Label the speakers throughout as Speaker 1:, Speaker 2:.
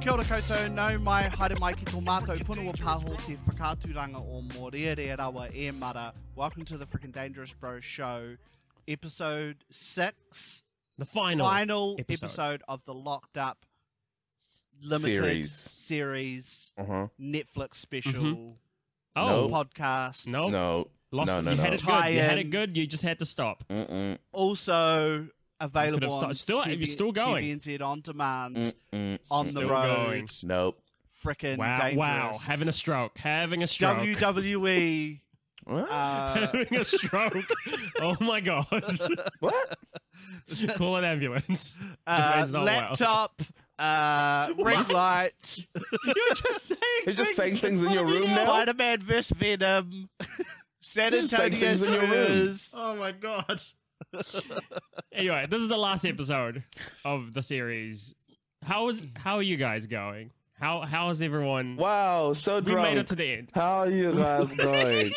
Speaker 1: Kia ora koutou, nau mai, haere mai ki tō mātou punua pāho te whakāturanga o Mōreare Rawa e Mara. Welcome to the freaking Dangerous Bro Show, episode 6,
Speaker 2: The final.
Speaker 1: final episode,
Speaker 2: episode.
Speaker 1: of the Locked Up Limited
Speaker 3: Series.
Speaker 1: series,
Speaker 3: Uh-huh.
Speaker 1: Netflix special,
Speaker 2: Oh,
Speaker 3: No.
Speaker 1: podcast.
Speaker 2: No.
Speaker 3: No.
Speaker 2: lost
Speaker 3: No,
Speaker 2: it.
Speaker 3: no,
Speaker 2: you
Speaker 3: no.
Speaker 2: had it good. You had it good. You just had to stop.
Speaker 3: Mm-mm.
Speaker 1: Also available
Speaker 2: sta-
Speaker 1: on
Speaker 2: still-
Speaker 1: TV,
Speaker 2: you're still going.
Speaker 1: TVNZ On Demand,
Speaker 3: Mm. Mm-mm.
Speaker 1: on
Speaker 2: Still
Speaker 1: the road,
Speaker 2: going.
Speaker 3: Nope.
Speaker 1: freaking
Speaker 2: Wow,
Speaker 1: dangerous.
Speaker 2: wow. Having a stroke. Having a stroke.
Speaker 1: WWE.
Speaker 3: What?
Speaker 1: Uh,
Speaker 2: having a stroke. oh my god.
Speaker 3: what?
Speaker 2: Call an ambulance.
Speaker 1: uh,
Speaker 2: Depends on what.
Speaker 1: laptop, uh, ring light,
Speaker 2: You're just saying.
Speaker 3: You're just saying
Speaker 2: things.
Speaker 3: things in your room now?
Speaker 1: Spider Man vs Venom, San
Speaker 3: Just say
Speaker 1: Antonio
Speaker 3: things in your room.
Speaker 1: Spurs.
Speaker 2: Oh my god. anyway, this is the last episode of the series. How is how are you guys going? How how is everyone?
Speaker 3: Wow, so
Speaker 2: we made it
Speaker 3: drunk.
Speaker 2: to the end.
Speaker 3: How are you guys going?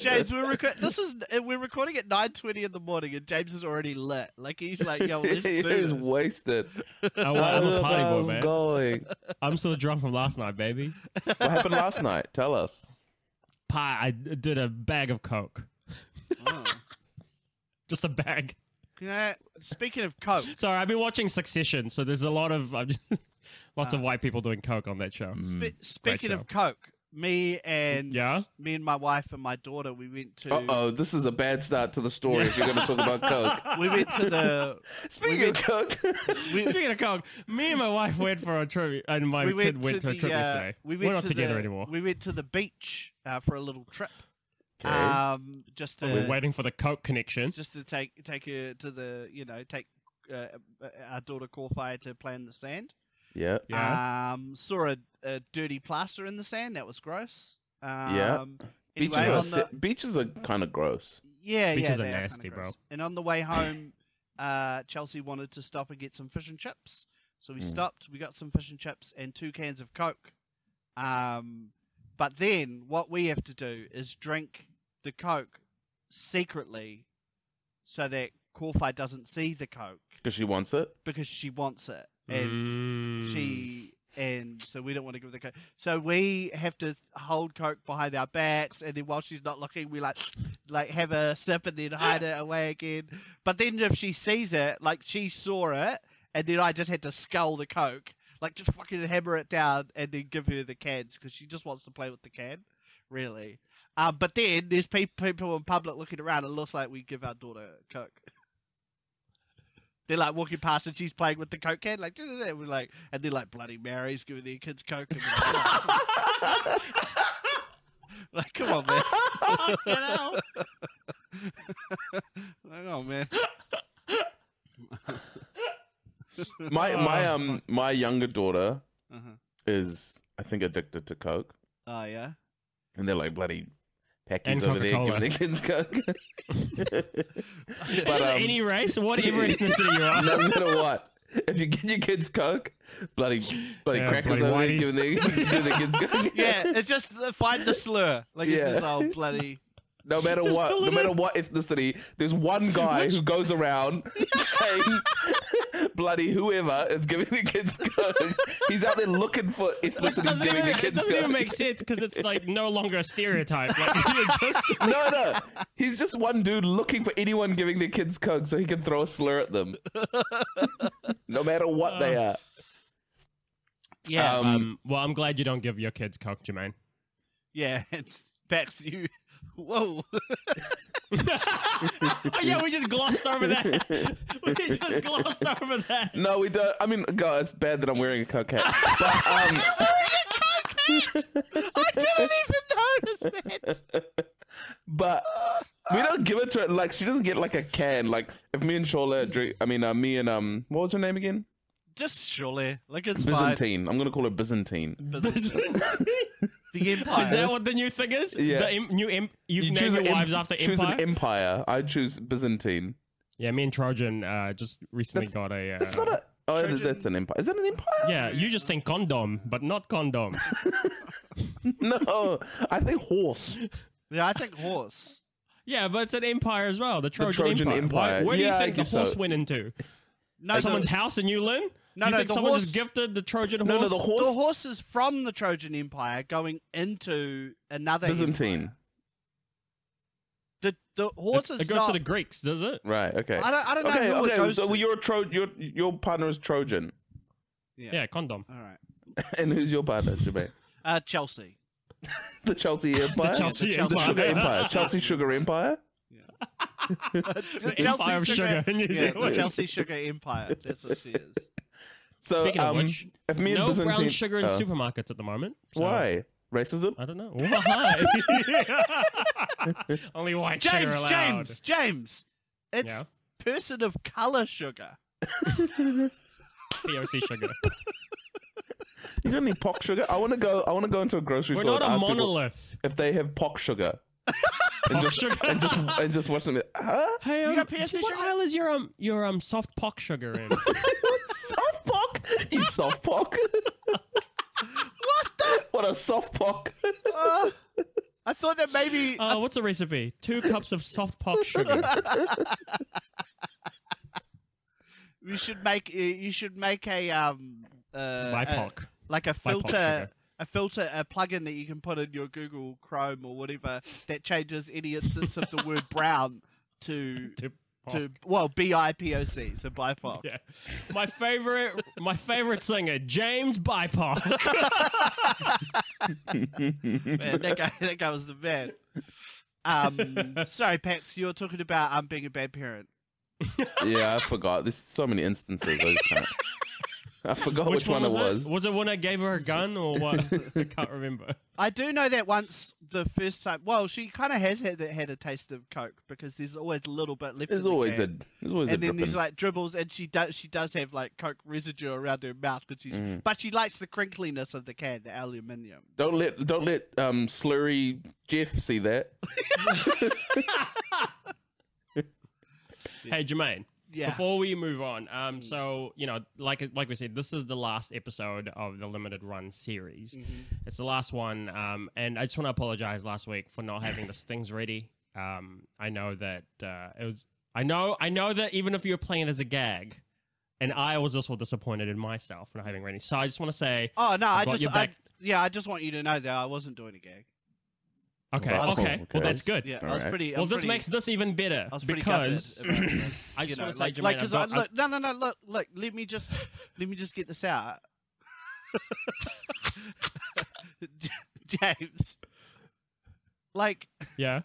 Speaker 1: James, we're reco- this is we're recording at nine twenty in the morning, and James is already lit. Like he's like, yo, let's do
Speaker 3: He's
Speaker 1: this.
Speaker 3: wasted.
Speaker 2: I,
Speaker 3: How
Speaker 2: am
Speaker 3: you
Speaker 2: a party boy,
Speaker 3: guys
Speaker 2: man.
Speaker 3: going?
Speaker 2: I'm still drunk from last night, baby.
Speaker 3: What happened last night? Tell us.
Speaker 2: Pie. I did a bag of coke.
Speaker 1: Oh.
Speaker 2: Just a bag.
Speaker 1: Yeah, speaking of coke,
Speaker 2: Sorry, I've been watching Succession, so there's a lot of I've just, lots of
Speaker 1: Ah.
Speaker 2: white people doing coke on that show.
Speaker 1: spe-
Speaker 3: Mm.
Speaker 1: speaking
Speaker 2: show.
Speaker 1: of coke, me and
Speaker 2: Yeah?
Speaker 1: me and my wife and my daughter, we went to
Speaker 3: Uh-oh, this is a bad start to the story if you're going to talk about Coke.
Speaker 1: we went to the
Speaker 3: Speaking of Coke,
Speaker 1: we,
Speaker 2: Speaking of coke, me and my wife went for a trip, and my
Speaker 1: we
Speaker 2: kid
Speaker 1: went to
Speaker 2: went to, a
Speaker 1: the,
Speaker 2: trip
Speaker 1: uh,
Speaker 2: yesterday.
Speaker 1: We went
Speaker 2: We're not
Speaker 1: to
Speaker 2: together
Speaker 1: the,
Speaker 2: anymore.
Speaker 1: We went to the beach uh, for a little trip.
Speaker 3: Okay.
Speaker 1: Um, just to
Speaker 2: We're waiting for the coke connection.
Speaker 1: just to take take her to the you know take uh, our daughter Corfire to play in the sand.
Speaker 3: yeah.
Speaker 2: Yeah.
Speaker 1: Um, saw a, a dirty plaster in the sand. That was gross. Um,
Speaker 3: Yeah.
Speaker 1: Anyway,
Speaker 3: beaches, are,
Speaker 1: on the,
Speaker 3: si- beaches are kind of gross.
Speaker 1: yeah, yeah,
Speaker 2: Beaches are
Speaker 1: they kinda
Speaker 2: nasty, bro.
Speaker 1: gross. And on the way home, uh, Chelsea wanted to stop and get some fish and chips, so we
Speaker 3: Mm.
Speaker 1: stopped. We got some fish and chips and two cans of Coke. Um, but then what we have to do is drink the Coke secretly, so that Corfi doesn't see the Coke
Speaker 3: Because she wants it.
Speaker 1: because she wants it, and
Speaker 2: Mm.
Speaker 1: she and so we don't want to give the coke. So we have to hold coke behind our backs, and then while she's not looking, we like like have a sip and then hide it away again. But then if she sees it, like she saw it, and then I just had to scull the coke, like just fucking hammer it down, and then give her the cans because she just wants to play with the can, really. Um, but then there's pe- people in public looking around. It looks like we give our daughter coke. They're like walking past and she's playing with the coke can, like, and we're like, and they're like, bloody Mary's giving their kids coke. And we're like, like, come on, man.
Speaker 2: Get out.
Speaker 1: Hang on, oh, man.
Speaker 3: My my
Speaker 2: Oh,
Speaker 3: um my younger daughter
Speaker 1: Uh-huh.
Speaker 3: is I think addicted to coke,
Speaker 1: Oh, yeah.
Speaker 3: and they're like bloody
Speaker 2: And
Speaker 3: packies over there
Speaker 2: Coca-Cola.
Speaker 3: giving their kids coke.
Speaker 2: But,
Speaker 3: but um,
Speaker 2: any race, whatever ethnicity you are.
Speaker 3: no matter what, if you give your kids coke, bloody bloody
Speaker 2: Yeah,
Speaker 3: crackers
Speaker 2: bloody
Speaker 3: over there
Speaker 2: whiteys.
Speaker 3: giving their, giving their kids coke.
Speaker 1: Yeah, it's just uh, find the slur. Like, it's
Speaker 3: Yeah.
Speaker 1: just, oh, bloody.
Speaker 3: No matter
Speaker 2: Just
Speaker 3: what,
Speaker 2: fill
Speaker 3: no
Speaker 2: it
Speaker 3: matter
Speaker 2: in.
Speaker 3: what ethnicity, there's one guy who goes around saying, "Bloody whoever is giving the kids coke." He's out there looking for ethnicities
Speaker 2: Doesn't
Speaker 3: giving
Speaker 2: even,
Speaker 3: the
Speaker 2: it
Speaker 3: kids
Speaker 2: doesn't even
Speaker 3: coke.
Speaker 2: make sense because it's like no longer a stereotype. Like, you're just-
Speaker 3: No, no, he's just one dude looking for anyone giving their kids coke so he can throw a slur at them, no matter what they
Speaker 2: Oh,
Speaker 3: are.
Speaker 1: Yeah.
Speaker 3: Um,
Speaker 2: um, well, I'm glad you don't give your kids coke, Jermaine.
Speaker 1: yeah. And backs you. Whoa.
Speaker 2: oh yeah, we just glossed over that. We just glossed over that.
Speaker 3: No, we don't. I mean, God, it's bad that I'm wearing a coke hat. But, um,
Speaker 1: I didn't even notice that.
Speaker 3: but we don't give it to her. Like she doesn't get like a can. Like if me and Shola drink, I mean, uh, me and um, what was her name again?
Speaker 1: Just surely. Like, it's fine.
Speaker 3: Byzantine. I'm gonna call her Byzantine.
Speaker 1: Business. the empire.
Speaker 2: Is that what the new thing is?
Speaker 3: Yeah.
Speaker 2: The em- new em- you, name
Speaker 3: choose
Speaker 2: your
Speaker 3: an em-
Speaker 2: wives after
Speaker 3: choose
Speaker 2: empire.
Speaker 3: an empire. I choose Byzantine.
Speaker 2: yeah, me and Trojan uh, just recently got a. Uh,
Speaker 3: That's not a. Oh, it is-
Speaker 1: Trojan-
Speaker 3: that's an empire. Is that an empire?
Speaker 2: yeah, you just think condom, but not condom.
Speaker 3: No, I think horse.
Speaker 1: Yeah, I think horse.
Speaker 2: yeah, but it's an empire as well. The Trojan,
Speaker 3: Trojan Empire.
Speaker 2: Why, where do
Speaker 3: Yeah,
Speaker 2: you
Speaker 3: I
Speaker 2: think the
Speaker 3: guess so.
Speaker 2: horse went into?
Speaker 1: No,
Speaker 2: Someone's
Speaker 1: the,
Speaker 2: house in Newlyn?
Speaker 1: No,
Speaker 2: you
Speaker 1: no,
Speaker 2: think
Speaker 1: the
Speaker 2: someone
Speaker 1: horse.
Speaker 2: just gifted the Trojan horse?
Speaker 3: No, no, the horse.
Speaker 1: The horse is from the Trojan Empire going into another
Speaker 3: Byzantine.
Speaker 1: empire. The the
Speaker 2: It,
Speaker 1: horse is
Speaker 2: it goes
Speaker 1: not.
Speaker 2: to the Greeks, does it?
Speaker 3: Right. Okay.
Speaker 1: I don't. I don't
Speaker 3: Okay.
Speaker 1: know who it
Speaker 3: Okay.
Speaker 1: goes
Speaker 3: So
Speaker 1: to.
Speaker 3: well, you're a Tro- your your partner is Trojan,
Speaker 2: Yeah, condom.
Speaker 1: All right.
Speaker 3: and who's your partner, Jermaine?
Speaker 1: Uh, Chelsea.
Speaker 3: The Chelsea Empire.
Speaker 2: Chelsea
Speaker 1: the
Speaker 3: The
Speaker 1: Chelsea
Speaker 3: Sugar Empire. Chelsea Sugar Empire.
Speaker 1: The
Speaker 2: Empire of sugar in New
Speaker 1: yeah, the
Speaker 2: Zealand.
Speaker 1: Chelsea Sugar Empire. That's what she is.
Speaker 3: So,
Speaker 2: Speaking of
Speaker 3: um,
Speaker 2: which,
Speaker 3: if me and
Speaker 2: no
Speaker 3: Byzantine-
Speaker 2: brown sugar in
Speaker 3: Oh.
Speaker 2: supermarkets at the moment. so-
Speaker 3: Why racism?
Speaker 2: I don't know. Why? Only white sugar
Speaker 1: James,
Speaker 2: allowed.
Speaker 1: James, James. It's
Speaker 2: Yeah.
Speaker 1: person of color sugar.
Speaker 2: POC sugar.
Speaker 3: You got any pock sugar? I want to go. I want to go into a grocery
Speaker 2: We're
Speaker 3: store
Speaker 2: not
Speaker 3: and
Speaker 2: a
Speaker 3: ask people
Speaker 2: monolith.
Speaker 3: if they have pock sugar
Speaker 2: Pock sugar.
Speaker 3: and just and just watch them. Huh?
Speaker 2: Hey,
Speaker 1: You
Speaker 2: um,
Speaker 1: got POC
Speaker 2: what
Speaker 1: sugar?
Speaker 2: aisle is your um your um soft pock sugar in?
Speaker 3: soft pock? You soft pock?
Speaker 1: What the?
Speaker 3: what a soft pock!
Speaker 1: Uh, I thought that maybe.
Speaker 2: uh, what's the recipe? Two cups of soft pock sugar.
Speaker 1: You should make uh, you should make a um uh,
Speaker 2: My
Speaker 1: a-
Speaker 2: pock.
Speaker 1: like a
Speaker 2: My pock
Speaker 1: filter
Speaker 2: sugar.
Speaker 1: a filter a plugin that you can put in your Google Chrome or whatever that changes any instance of the word brown to
Speaker 2: To
Speaker 1: to well B I P O C so BIPOC.
Speaker 2: Yeah. My favorite my favorite singer, James Bipoc.
Speaker 1: Man, that guy that guy was the man. Um, sorry, Pax, you were talking about um being a bad parent.
Speaker 3: yeah, I forgot. There's so many instances. I, just can't- I forgot which, one, it was.
Speaker 2: it? Was it when I gave her a gun or what? I can't remember.
Speaker 1: I do know that once the first time, well, she kind of has had had a taste of coke because there's always a little bit left. in
Speaker 3: There's
Speaker 1: the
Speaker 3: always
Speaker 1: can.
Speaker 3: a there's always
Speaker 1: and
Speaker 3: a
Speaker 1: then there's
Speaker 3: dripping.
Speaker 1: like dribbles, and she does she does have like coke residue around her mouth, because she's
Speaker 3: Mm.
Speaker 1: but she likes the crinkliness of the can, the aluminium.
Speaker 3: Don't let don't let um slurry Jeff see that.
Speaker 2: Hey Jermaine.
Speaker 1: Yeah,
Speaker 2: Before we move on, um, so you know, like like we said, this is the last episode of the limited run series.
Speaker 1: Mhm.
Speaker 2: It's the last one, um, and I just want to apologize last week for not having the stings ready. Um, I know that uh, it was. I know. I know that even if you were playing it as a gag, and I was also disappointed in myself for not having ready. So I just want to say,
Speaker 1: oh no, I
Speaker 2: got
Speaker 1: just
Speaker 2: your
Speaker 1: I,
Speaker 2: back.
Speaker 1: yeah, I just want you to know that I wasn't doing a gag.
Speaker 2: okay,
Speaker 3: Wow.
Speaker 2: okay,
Speaker 3: Okay.
Speaker 2: well that's good.
Speaker 1: Yeah, I
Speaker 3: All
Speaker 1: was
Speaker 3: right.
Speaker 1: pretty.
Speaker 2: Well,
Speaker 1: I'm
Speaker 2: this
Speaker 1: pretty-
Speaker 2: makes this even better
Speaker 1: I was pretty
Speaker 2: because
Speaker 1: gutted about this,
Speaker 2: I
Speaker 1: you
Speaker 2: just
Speaker 1: know,
Speaker 2: want to say,
Speaker 1: like,
Speaker 2: Jermaine,
Speaker 1: like,
Speaker 2: I've
Speaker 1: 'cause
Speaker 2: got-
Speaker 1: I,
Speaker 2: I've-
Speaker 1: look, no, no, no, look, look, let me just, let me just get this out. J- James, like,
Speaker 2: yeah.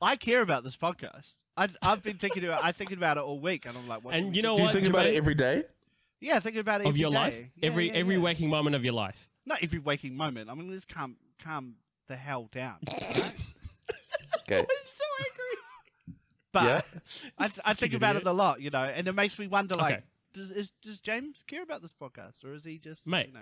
Speaker 1: I care about this podcast. I, I've been thinking about, I thinking about it all week, and I'm like, what do
Speaker 2: And
Speaker 1: we do?
Speaker 2: you know
Speaker 3: Do you
Speaker 2: what?
Speaker 3: think about it
Speaker 2: Jermaine?
Speaker 3: every day?
Speaker 1: yeah, thinking about it
Speaker 2: of
Speaker 1: every
Speaker 2: your life,
Speaker 1: day. Yeah,
Speaker 2: every
Speaker 1: yeah,
Speaker 2: every
Speaker 1: yeah.
Speaker 2: waking moment of your life.
Speaker 1: not every waking moment. I mean, let's calm, calm the hell down. right?
Speaker 3: Okay.
Speaker 2: so angry.
Speaker 1: But
Speaker 3: Yeah.
Speaker 1: I, th- I think
Speaker 2: Fucking
Speaker 1: about
Speaker 2: idiot.
Speaker 1: it a lot, you know, and it makes me wonder, like,
Speaker 2: Okay.
Speaker 1: does, is, does James care about this podcast, or is he just,
Speaker 2: Mate.
Speaker 1: you know,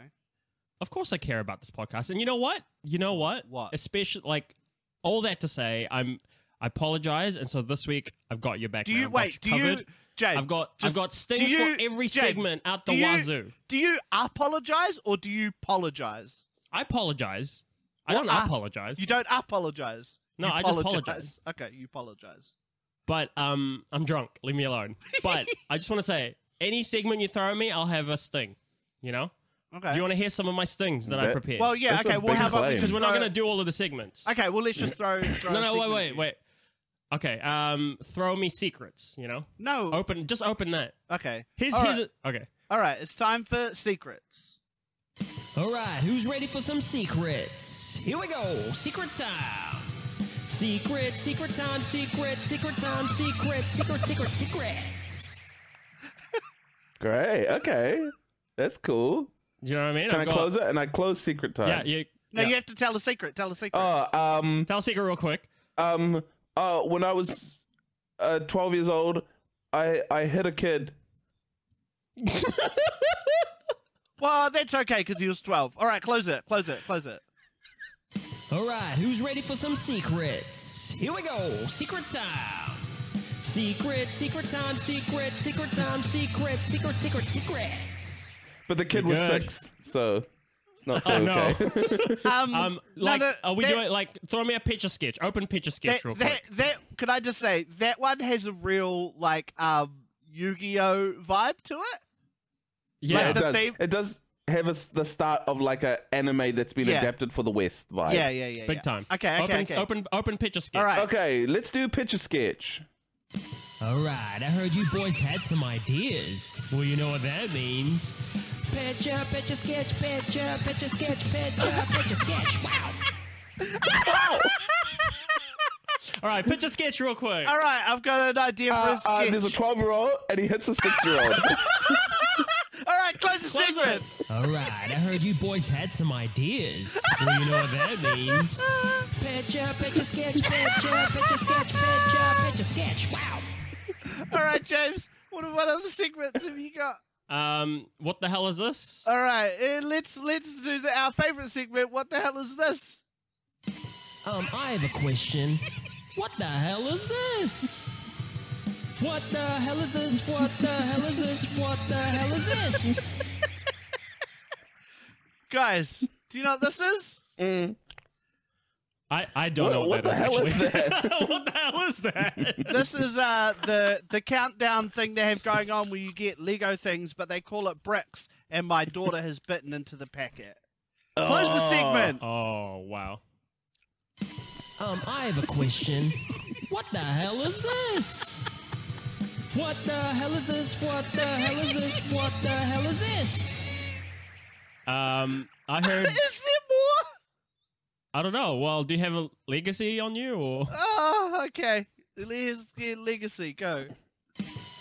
Speaker 2: Of course, I care about this podcast, and you know what? You know what?
Speaker 1: What?
Speaker 2: Especially like all that to say, I'm. I apologize, and so this week I've got your back.
Speaker 1: do
Speaker 2: man.
Speaker 1: you
Speaker 2: I've got
Speaker 1: wait? Do you,
Speaker 2: covered.
Speaker 1: James?
Speaker 2: I've got
Speaker 1: just-
Speaker 2: I've got
Speaker 1: do
Speaker 2: stings
Speaker 1: you-
Speaker 2: for every
Speaker 1: James,
Speaker 2: segment out the
Speaker 1: do you-
Speaker 2: wazoo.
Speaker 1: Do you apologize or do you apologize?
Speaker 2: I apologize. I
Speaker 1: What
Speaker 2: don't
Speaker 1: are-
Speaker 2: apologize,
Speaker 1: You don't apologize.
Speaker 2: No,
Speaker 1: You
Speaker 2: I just apologize.
Speaker 1: Okay, you apologize.
Speaker 2: but um, I'm drunk. Leave me alone. But I just want to say, any segment you throw at me, I'll have a sting. You know?
Speaker 1: Okay.
Speaker 2: Do you want to hear some of my stings that I
Speaker 3: Okay.
Speaker 2: prepared?
Speaker 1: well, yeah.
Speaker 3: That's
Speaker 1: okay.
Speaker 3: the
Speaker 1: Well, how
Speaker 3: biggest
Speaker 1: about we
Speaker 3: claim.
Speaker 1: just
Speaker 2: because we're not
Speaker 1: throw-
Speaker 2: going to do all of the segments.
Speaker 1: Okay. Well, let's just throw. throw
Speaker 2: No,
Speaker 1: a
Speaker 2: no, wait,
Speaker 1: segment
Speaker 2: wait,
Speaker 1: here.
Speaker 2: wait. Okay, um, throw me secrets. You know,
Speaker 1: No.
Speaker 2: open, just open that.
Speaker 1: Okay.
Speaker 2: Oh. Here's,
Speaker 1: Oh. All
Speaker 2: here's
Speaker 1: right.
Speaker 2: a, okay.
Speaker 1: All right. It's time for secrets.
Speaker 2: All right, who's ready for some secrets? Here we go, secret time. Secret, secret time, secret, secret time, secret, secret, secret, secrets.
Speaker 3: Great. Okay. That's cool.
Speaker 2: Do you know what I mean?
Speaker 3: Can
Speaker 2: I've
Speaker 3: I
Speaker 2: got-
Speaker 3: close it? And I close secret time.
Speaker 2: Oh Yeah, you.
Speaker 1: No,
Speaker 2: yeah.
Speaker 1: you have to tell a secret. Tell a secret.
Speaker 3: Oh, um,
Speaker 2: Tell a secret real quick.
Speaker 3: um, uh, when I was uh, 12 years old, I I hit a kid.
Speaker 1: well, that's okay because he was twelve. All right. Close it. Close it. Close it.
Speaker 2: All right, who's ready for some secrets? Here we go, secret time. Secret, secret time, secret, secret time, secret, secret, secret, secrets.
Speaker 3: But the kid was
Speaker 2: good.
Speaker 3: six, so it's not so
Speaker 2: Oh, no.
Speaker 3: okay.
Speaker 1: Um.
Speaker 2: Um,
Speaker 1: no,
Speaker 2: like,
Speaker 1: no,
Speaker 2: are we
Speaker 1: that-
Speaker 2: doing like throw me a picture sketch? Open picture sketch
Speaker 1: that,
Speaker 2: real
Speaker 1: that,
Speaker 2: quick.
Speaker 1: that could I just say that one has a real like um Yu-Gi-Oh vibe to it.
Speaker 2: Yeah.
Speaker 1: Like
Speaker 3: it
Speaker 1: the
Speaker 3: does.
Speaker 1: theme-
Speaker 3: It does have a s the start of like a anime that's been
Speaker 1: Yeah.
Speaker 3: adapted for the West vibe.
Speaker 1: Yeah, yeah, yeah.
Speaker 2: Big
Speaker 1: yeah.
Speaker 2: time.
Speaker 1: Okay, okay,
Speaker 2: open,
Speaker 1: okay.
Speaker 2: Open, open picture sketch.
Speaker 1: All right.
Speaker 3: Okay, let's do picture sketch.
Speaker 2: All right. I heard you boys had some ideas. Well, you know what that means. Picture, picture sketch, picture, picture sketch, picture, picture sketch. Wow. All right, picture sketch real quick.
Speaker 1: All right, I've got an idea for
Speaker 3: Uh,
Speaker 1: a
Speaker 3: uh,
Speaker 1: sketch.
Speaker 3: there's a 12 year old and he hits a 6 year old.
Speaker 1: All right, close the
Speaker 2: Close
Speaker 1: segment.
Speaker 2: it. All right, I heard you boys had some ideas. Well, you know what that means. Picture, picture sketch, picture, picture sketch, picture, picture sketch. Wow.
Speaker 1: All right, James. What what other segments have you got?
Speaker 2: Um, what the hell is this?
Speaker 1: All right, uh, let's let's do the, our favorite segment. What the hell is this?
Speaker 2: Um, I have a question. What the hell is this? What the hell is this? What the hell is this? What the hell is this?
Speaker 1: Guys, do you know what this is?
Speaker 3: Mm.
Speaker 2: I, I don't
Speaker 3: What-
Speaker 2: know what,
Speaker 3: what
Speaker 2: that
Speaker 3: the
Speaker 2: is
Speaker 3: hell is
Speaker 2: actually. what the hell is that?
Speaker 1: This is uh the the countdown thing they have going on where you get Lego things, but they call it bricks. And my daughter has bitten into the packet. Close the
Speaker 3: Oh.
Speaker 1: segment.
Speaker 2: oh wow.
Speaker 4: Um, I have a question. What the hell is this? What the hell is this? What the hell is this? What the hell is this?
Speaker 2: Um, I heard.
Speaker 1: Is there
Speaker 2: I don't know. Well, do you have a legacy on you or?
Speaker 1: more? Oh, okay. Here's your legacy. Go.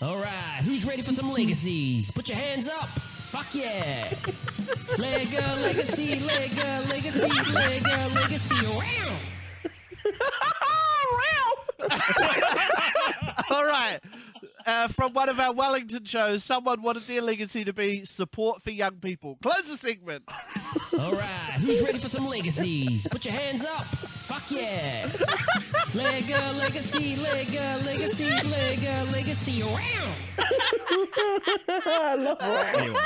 Speaker 4: All right, who's ready for some legacies? Put your hands up. Fuck yeah. Lego legacy, Lego legacy, Lego legacy. Wow.
Speaker 1: All right. Uh, from one of our Wellington shows, someone wanted their legacy to be support for young people. Close the segment.
Speaker 4: All right, who's ready for some legacies? Put your hands up. Fuck yeah. Lego legacy, Lego legacy, Lego legacy. Wow.
Speaker 2: Anyway,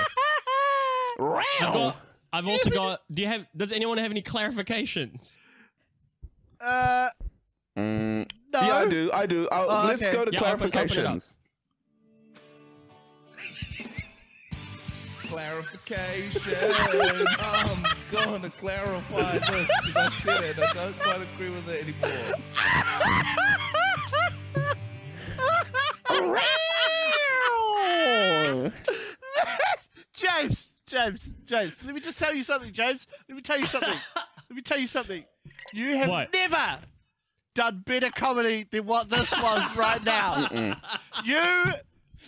Speaker 2: I've,
Speaker 3: Round.
Speaker 2: got, I've also got. Do you have? Does anyone have any clarifications?
Speaker 1: Uh,
Speaker 3: Mm.
Speaker 1: no.
Speaker 3: Yeah, I do. I do. I'll,
Speaker 1: Oh,
Speaker 3: let's
Speaker 1: okay.
Speaker 3: go to
Speaker 2: Yeah, open- open it up.
Speaker 3: clarifications.
Speaker 5: clarification. I'm going to clarify this because I said it. I don't quite agree with it anymore.
Speaker 3: Round.
Speaker 1: James, James, James. Let me just tell you something, James. Let me tell you something. let me tell you something. You have
Speaker 2: What?
Speaker 1: never done better comedy than what this was right now. you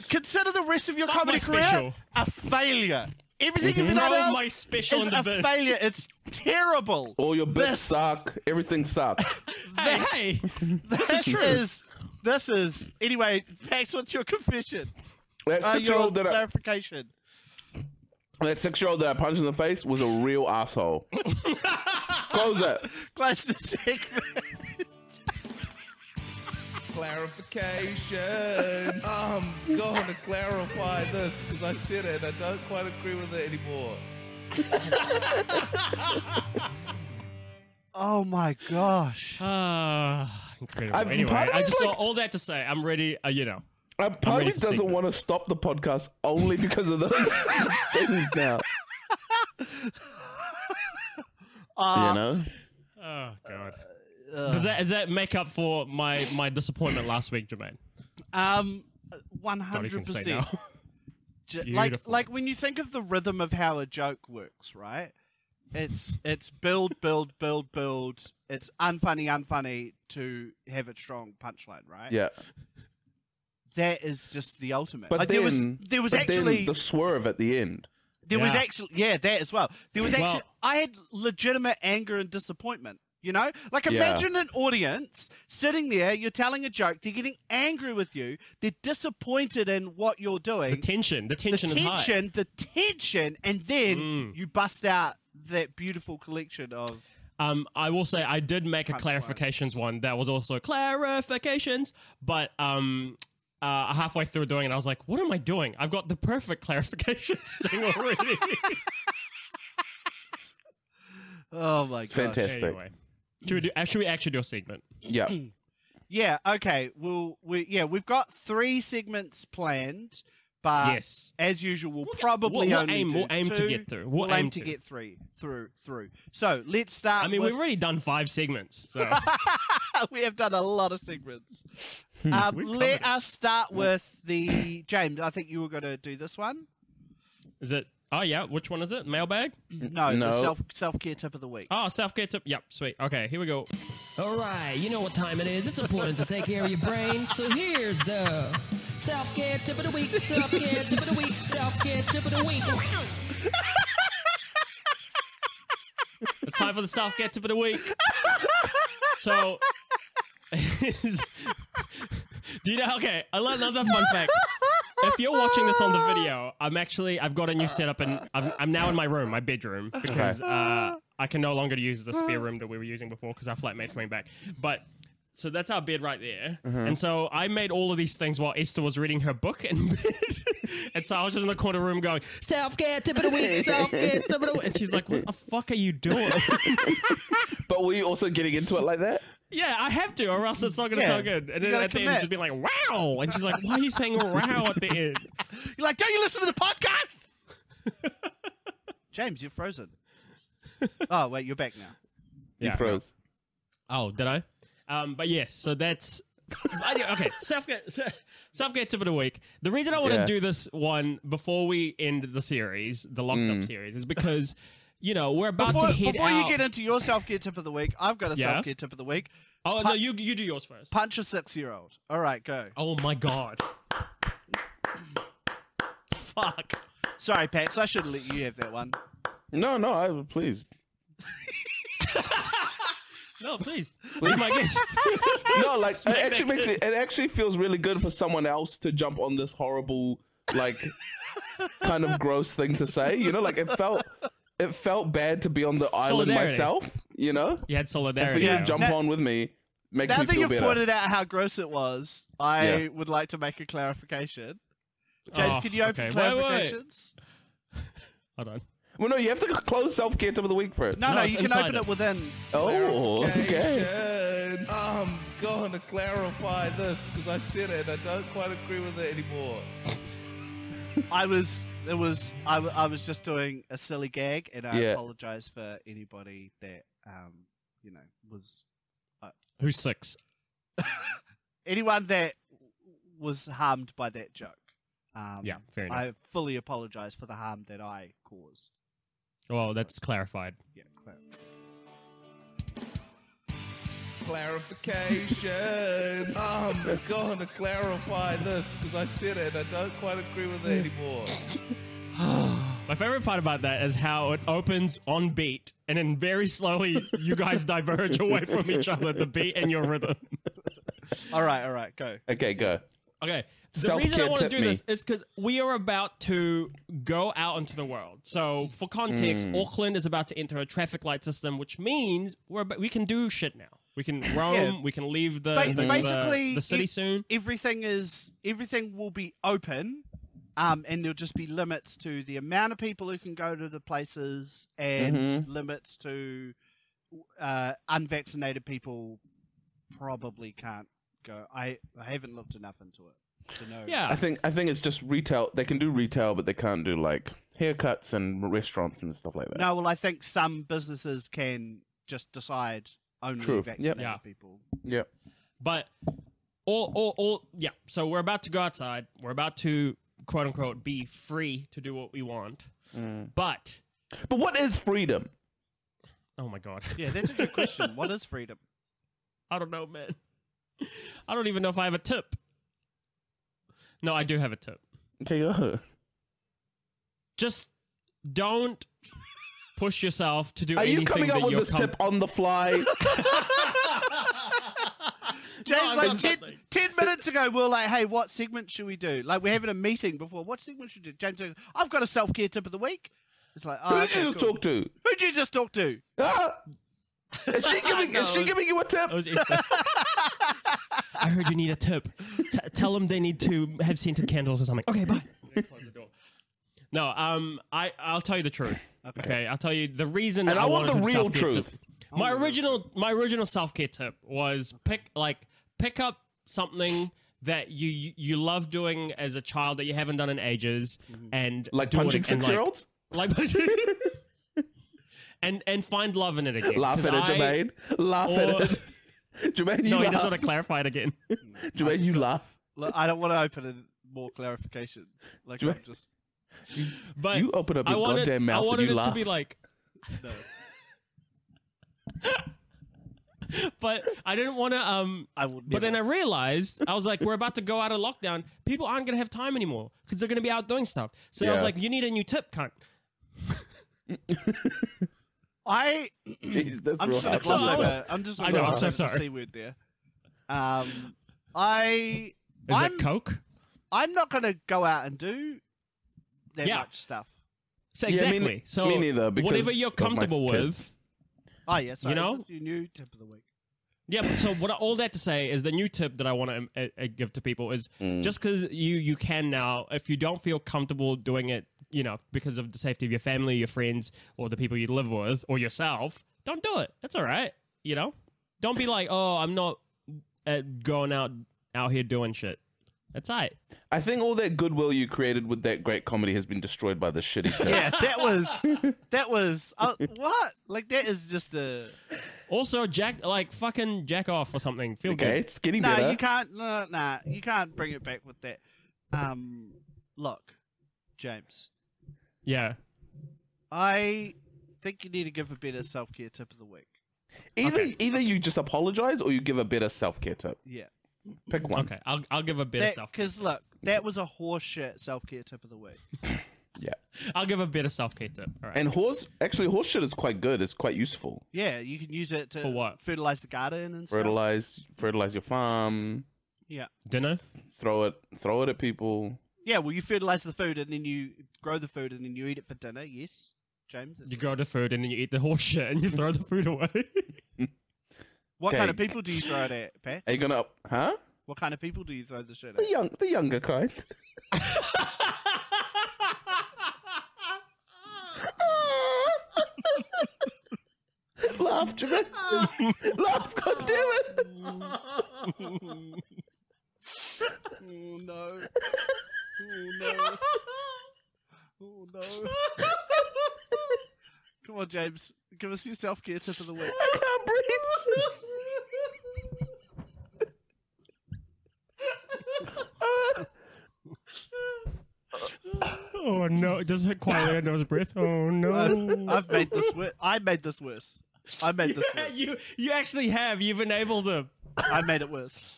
Speaker 1: consider the rest of your comedy
Speaker 2: my
Speaker 1: career
Speaker 2: special.
Speaker 1: a failure. Everything you've done
Speaker 2: Throw
Speaker 1: else
Speaker 2: my special
Speaker 1: is
Speaker 2: in the
Speaker 1: a
Speaker 2: bin.
Speaker 1: failure. It's terrible.
Speaker 3: All your bits
Speaker 1: This-
Speaker 3: suck. Everything sucks.
Speaker 1: This,
Speaker 2: Hey,
Speaker 1: this is, this is anyway. Max, what's your confession?
Speaker 3: That
Speaker 1: Uh,
Speaker 3: six year
Speaker 1: your
Speaker 3: old that I,
Speaker 1: clarification.
Speaker 3: that six year old that I punched in the face was a real asshole. Close it.
Speaker 1: Close the segment.
Speaker 5: Clarification. I'm going to clarify this because I said it. I don't quite agree with it anymore.
Speaker 1: Oh my gosh.
Speaker 2: Ah, incredible.
Speaker 3: I'm-
Speaker 2: anyway,
Speaker 3: part of
Speaker 2: I
Speaker 3: me's
Speaker 2: just saw
Speaker 3: like-
Speaker 2: all that to say. I'm ready. Uh, you know.
Speaker 3: I
Speaker 2: ready
Speaker 3: probably
Speaker 2: for
Speaker 3: doesn't
Speaker 2: segments.
Speaker 3: want to stop the podcast only because of those things now.
Speaker 1: Uh,
Speaker 3: you know?
Speaker 2: Oh god. Does that does that make up for my my disappointment last week, Jermaine?
Speaker 1: Um, one
Speaker 2: God, he's
Speaker 1: hundred
Speaker 2: gonna say no.
Speaker 1: percent. Like,
Speaker 2: Beautiful.
Speaker 1: like when you think of the rhythm of how a joke works, right? It's it's build, build, build, build. It's unfunny, unfunny to have a strong punchline, right?
Speaker 3: Yeah.
Speaker 1: That is just the ultimate.
Speaker 3: But
Speaker 1: like,
Speaker 3: then,
Speaker 1: there was there was
Speaker 3: but then
Speaker 1: actually
Speaker 3: the swerve at the end.
Speaker 1: there was
Speaker 2: Yeah.
Speaker 1: actually yeah that as well. There was actually
Speaker 2: Well-
Speaker 1: I had legitimate anger and disappointment. You know, like
Speaker 3: Yeah.
Speaker 1: imagine an audience sitting there. You're telling a joke. They're getting angry with you. They're disappointed in what you're
Speaker 2: The
Speaker 1: doing.
Speaker 2: tension, the tension
Speaker 1: the
Speaker 2: is high.
Speaker 1: tension, the tension, and then
Speaker 2: Mm.
Speaker 1: you bust out that beautiful collection of
Speaker 2: Um, I will say I did make a
Speaker 1: Punch
Speaker 2: clarifications
Speaker 1: lines.
Speaker 2: one that was also clarifications, but um, uh, halfway through doing it, I was like, "What am I doing? I've got the perfect clarifications thing already."
Speaker 1: oh my gosh.
Speaker 3: fantastic.
Speaker 2: anyway, should we, do, uh, should we actually do a segment?
Speaker 3: Yeah.
Speaker 1: Yeah, okay. Well, we yeah, we've got three segments planned, But
Speaker 2: yes.
Speaker 1: as usual, Uh, we'll,
Speaker 2: We'll get-
Speaker 1: probably
Speaker 2: we'll- we'll
Speaker 1: only
Speaker 2: aim-
Speaker 1: do
Speaker 2: we'll aim to
Speaker 1: two.
Speaker 2: get through. We'll
Speaker 1: aim
Speaker 2: aim
Speaker 1: to
Speaker 2: to.
Speaker 1: get three through through. So let's start.
Speaker 2: I mean,
Speaker 1: with,
Speaker 2: we've already done five segments, so
Speaker 1: we have done a lot of segments. Um,
Speaker 2: Hmm, We've
Speaker 1: let
Speaker 2: covered it.
Speaker 1: us start with the James. I think you were going to do this one.
Speaker 2: is it? Oh yeah, which one is it? Mailbag.
Speaker 1: No, the
Speaker 3: No.
Speaker 1: self self care tip of the week.
Speaker 2: Oh, self care tip. Yep, sweet. Okay, here we go.
Speaker 4: All right, you know what time it is. It's important to take care of your brain. So here's the self care tip of the week, self care tip of the week, self care tip of the week.
Speaker 2: It's time for the self care tip of the week. So, do you know? Okay, I love another fun fact. If you're watching this on the video, I'm actually I've got a new setup and I've, I'm now in my room, my bedroom, because uh, I can no longer use the spare room that we were using before because our flatmate's coming back. But so that's our bed right there, and so I made all of these things while Esther was reading her book in bed, and so I was just in the corner room going,
Speaker 4: Self care tip of the week, self care tip of the week.
Speaker 2: and she's like, "What the fuck are you doing?"
Speaker 3: But were you also getting into it like that?
Speaker 2: Yeah, I have to, or else it's not gonna
Speaker 1: Yeah.
Speaker 2: sound good. And
Speaker 1: You
Speaker 2: then
Speaker 1: gotta
Speaker 2: at the end, she's
Speaker 1: commit.
Speaker 2: being like, "Wow," and she's like, "Why are you saying wow at the end?"
Speaker 1: You're like, don't you listen to the podcast? James, you're frozen. oh wait, you're back now.
Speaker 2: Yeah.
Speaker 3: you froze.
Speaker 2: Oh, did I? Um, but yes, so that's I do- okay. Southgate, Southgate tip of the week. The reason I want to
Speaker 3: Yeah.
Speaker 2: do this one before we end the series, the locked up series, is because you know we're about
Speaker 1: Mm. Before,
Speaker 2: to hit
Speaker 1: before
Speaker 2: out.
Speaker 1: you get into your self care tip of the week, I've got a
Speaker 2: Yeah?
Speaker 1: self care tip of the week.
Speaker 2: oh no, you you do yours first.
Speaker 1: Punch a six year old. All right, go.
Speaker 2: Oh my god. Fuck.
Speaker 1: Sorry, Pax, I should have let you have that one.
Speaker 3: No, no, I please.
Speaker 2: No, please. Be my guest.
Speaker 3: No, like it
Speaker 2: Smack that
Speaker 3: actually makes me.
Speaker 2: kid.
Speaker 3: It actually feels really good for someone else to jump on this horrible, like, kind of gross thing to say. You know, like it felt, it felt bad to be on the island
Speaker 2: Solidarity.
Speaker 3: myself. You know,
Speaker 2: You had
Speaker 3: for
Speaker 2: solidarity.
Speaker 3: you
Speaker 1: Yeah.
Speaker 3: to jump
Speaker 1: Now-
Speaker 3: on with me makes
Speaker 1: Now
Speaker 3: me
Speaker 1: that
Speaker 3: feel
Speaker 1: you've
Speaker 3: better.
Speaker 1: pointed out how gross it was, I
Speaker 3: Yeah.
Speaker 1: would like to make a clarification. James,
Speaker 2: Oh,
Speaker 1: can you open
Speaker 2: okay. Wait, wait.
Speaker 1: clarifications?
Speaker 2: Hold on.
Speaker 3: Well, no, you have to close self care tip of the week first.
Speaker 1: No, no,
Speaker 2: No, it's
Speaker 1: you can
Speaker 2: inside
Speaker 1: open
Speaker 2: it.
Speaker 1: it within.
Speaker 3: Oh, okay.
Speaker 5: Clarification. I'm going to clarify this because I said it and I don't quite agree with it anymore.
Speaker 1: I was, it was, I, w- I was just doing a silly gag, and I
Speaker 3: Yeah.
Speaker 1: apologize for anybody that, um, you know, was
Speaker 2: Who's six?
Speaker 1: anyone that was harmed by that joke. Um,
Speaker 2: Yeah, fair enough.
Speaker 1: I fully apologize for the harm that I caused.
Speaker 2: well, that's clarified.
Speaker 1: Yeah, clear.
Speaker 5: Clarification. I'm going to clarify this because I said it and I don't quite agree with
Speaker 1: Hmm.
Speaker 5: it anymore.
Speaker 2: My favorite part about that is how it opens on beat, and then very slowly you guys diverge away from each other, the beat and your rhythm.
Speaker 1: All right, all right, go.
Speaker 3: Okay, go.
Speaker 2: Okay. The
Speaker 3: Self-care
Speaker 2: reason I want to
Speaker 3: tip
Speaker 2: do
Speaker 3: me.
Speaker 2: this is because we are about to go out into the world. So, for context,
Speaker 1: Mm.
Speaker 2: Auckland is about to enter a traffic light system, which means we're about, we can do shit now. We can roam. We can leave the,
Speaker 1: Ba-
Speaker 2: the- the-
Speaker 1: basically,
Speaker 2: the city
Speaker 1: if-
Speaker 2: soon.
Speaker 1: Everything is everything will be open, um, and there'll just be limits to the amount of people who can go to the places, and
Speaker 3: Mm-hmm.
Speaker 1: limits to uh, unvaccinated people probably can't go. I I haven't looked enough into it to know.
Speaker 2: Yeah.
Speaker 3: I think I think it's just retail. They can do retail, but they can't do like haircuts and restaurants and stuff like that.
Speaker 1: No, well, I think some businesses can just decide only
Speaker 3: True. Yep.
Speaker 1: vaccinated
Speaker 2: Yeah.
Speaker 1: people.
Speaker 3: Yeah.
Speaker 2: But all, all, all, yeah. So we're about to go outside. We're about to quote unquote be free to do what we want.
Speaker 3: Mm.
Speaker 2: But
Speaker 3: But what is freedom?
Speaker 2: oh my god,
Speaker 1: Yeah, that's a good question. what is freedom?
Speaker 2: I don't know, man. I don't even know if I have a tip. No, I do have a tip.
Speaker 3: Okay, go.
Speaker 2: Just don't push yourself to do
Speaker 3: Are
Speaker 2: anything
Speaker 3: you coming
Speaker 2: that
Speaker 3: up with
Speaker 2: you're
Speaker 3: this
Speaker 2: com-
Speaker 3: tip on the fly?
Speaker 1: James,
Speaker 2: No,
Speaker 1: like
Speaker 2: it's
Speaker 1: 10,
Speaker 2: something.
Speaker 1: 10 minutes ago, we were like, hey, what segment should we do? Like, we're having a meeting before. What segment should we do? James, goes, I've got a self care tip of the week. It's like, oh,
Speaker 3: Who did
Speaker 1: okay,
Speaker 3: you
Speaker 1: cool.
Speaker 3: talk to?
Speaker 1: Who'd you just talk to?
Speaker 3: Ah! Is she giving? is she giving you a tip?
Speaker 2: It was Esther. I heard you need a tip. T- tell them they need to have scented candles or something. Okay, bye. No, um, I I'll tell you the truth. Okay, I'll tell you the reason.
Speaker 3: And I
Speaker 2: wanted
Speaker 3: want the
Speaker 2: to
Speaker 3: real
Speaker 2: self-care
Speaker 3: truth.
Speaker 2: tip- Oh. My original my original self care tip was pick like pick up something that you you- you love doing as a child that you haven't done in ages, and
Speaker 3: Like
Speaker 2: do it
Speaker 3: punching
Speaker 2: and,
Speaker 3: six year olds?
Speaker 2: like, like and and find love in it again.
Speaker 3: Laugh
Speaker 2: 'Cause
Speaker 3: at it,
Speaker 2: I-
Speaker 3: Jermaine. Laugh
Speaker 2: or-
Speaker 3: at it. Jermaine, you
Speaker 2: No, he
Speaker 3: laugh.
Speaker 2: doesn't want to clarify it again.
Speaker 3: Jermaine, you laugh.
Speaker 1: Look, I don't want to open in more clarifications. Like
Speaker 3: Do you-
Speaker 1: I'm just
Speaker 2: But
Speaker 3: You open up
Speaker 2: I
Speaker 3: your
Speaker 2: wanted,
Speaker 3: goddamn
Speaker 2: I
Speaker 3: mouth and
Speaker 2: wanted
Speaker 3: you
Speaker 2: it
Speaker 3: laugh.
Speaker 2: to be like,
Speaker 1: no.
Speaker 2: but I didn't want to. Um,
Speaker 1: I would.
Speaker 2: but then I
Speaker 1: never.
Speaker 2: realized I was like, we're about to go out of lockdown. People aren't gonna have time anymore because they're gonna be out doing stuff. So I was
Speaker 3: Yeah.
Speaker 2: like, you need a new tip, cunt.
Speaker 1: I
Speaker 3: Jeez, that's
Speaker 1: I'm
Speaker 3: real
Speaker 1: just gonna
Speaker 3: hard.
Speaker 1: gloss
Speaker 2: Sorry.
Speaker 1: over. I'm just.
Speaker 2: I know,
Speaker 1: gonna
Speaker 2: I'm so
Speaker 1: gloss over the
Speaker 2: sorry.
Speaker 1: C word there. Um, I
Speaker 2: Is
Speaker 1: I'm-
Speaker 2: it coke?
Speaker 1: I'm not gonna go out and do that
Speaker 2: Yeah.
Speaker 1: much stuff.
Speaker 2: So
Speaker 3: Yeah, me
Speaker 2: exactly.
Speaker 3: ne-
Speaker 2: so
Speaker 3: me neither, because
Speaker 2: whatever you're
Speaker 3: of my
Speaker 2: comfortable
Speaker 3: kids.
Speaker 2: with.
Speaker 1: Oh yeah, sorry.
Speaker 2: You know?
Speaker 1: is this your new tip of the week.
Speaker 2: Yeah. So what? I- All that to say is the new tip that I want to uh, uh, give to people is
Speaker 3: Mm.
Speaker 2: just because you you can now, if you don't feel comfortable doing it, you know, because of the safety of your family, your friends, or the people you live with, or yourself, don't do it. That's all right. You know, don't be like, oh, I'm not uh, going out out here doing shit. That's all right.
Speaker 3: I think all that goodwill you created with that great comedy has been destroyed by this shitty tip.
Speaker 1: Yeah, that was that was uh, what like that is just a
Speaker 2: Also, jack like fucking jack off or something. Feel
Speaker 3: okay,
Speaker 2: good.
Speaker 3: it's getting
Speaker 1: no.
Speaker 3: better.
Speaker 1: You can't no nah. You can't bring it back with that. Um, look, James,
Speaker 2: Yeah.
Speaker 1: I think you need to give a better self care tip of the week.
Speaker 3: either
Speaker 1: okay.
Speaker 3: either you just apologize or you give a better self care tip.
Speaker 1: Yeah,
Speaker 3: Pick one.
Speaker 2: Mm, Okay. I'll I'll give a bit of self.
Speaker 1: because look, that was a horseshit self care tip of the week.
Speaker 2: I'll give a bit of self care tip. All right.
Speaker 3: And horse actually horse shit is quite good. It's quite useful.
Speaker 1: Yeah, you can use it to
Speaker 2: For what?
Speaker 1: fertilize the garden and stuff.
Speaker 3: Fertilize fertilize your farm.
Speaker 2: Dinner.
Speaker 3: Throw it throw it at people.
Speaker 1: Yeah, well, you fertilize the food and then you grow the food and then you eat it for dinner. Yes, James.
Speaker 2: You grow the food and then you eat the horse shit and you throw the food away.
Speaker 1: What kind of
Speaker 3: Okay.
Speaker 1: people do you throw it at, Pat?
Speaker 3: Are you gonna huh?
Speaker 1: What kind of people do you throw the shit
Speaker 3: The
Speaker 1: at?
Speaker 3: young the younger kind. Laugh, Jermaine. Laugh, god damn it.
Speaker 1: Oh no! Oh no! Oh no! Come on, James. Give us your self care tip of the week.
Speaker 3: I can't breathe.
Speaker 2: oh no! It doesn't quite land on his breath. Oh
Speaker 1: I've, I've made this. Wor- I made this worse. I made this
Speaker 2: yeah,
Speaker 1: worse.
Speaker 2: you you actually have. You've enabled him.
Speaker 1: I made it worse.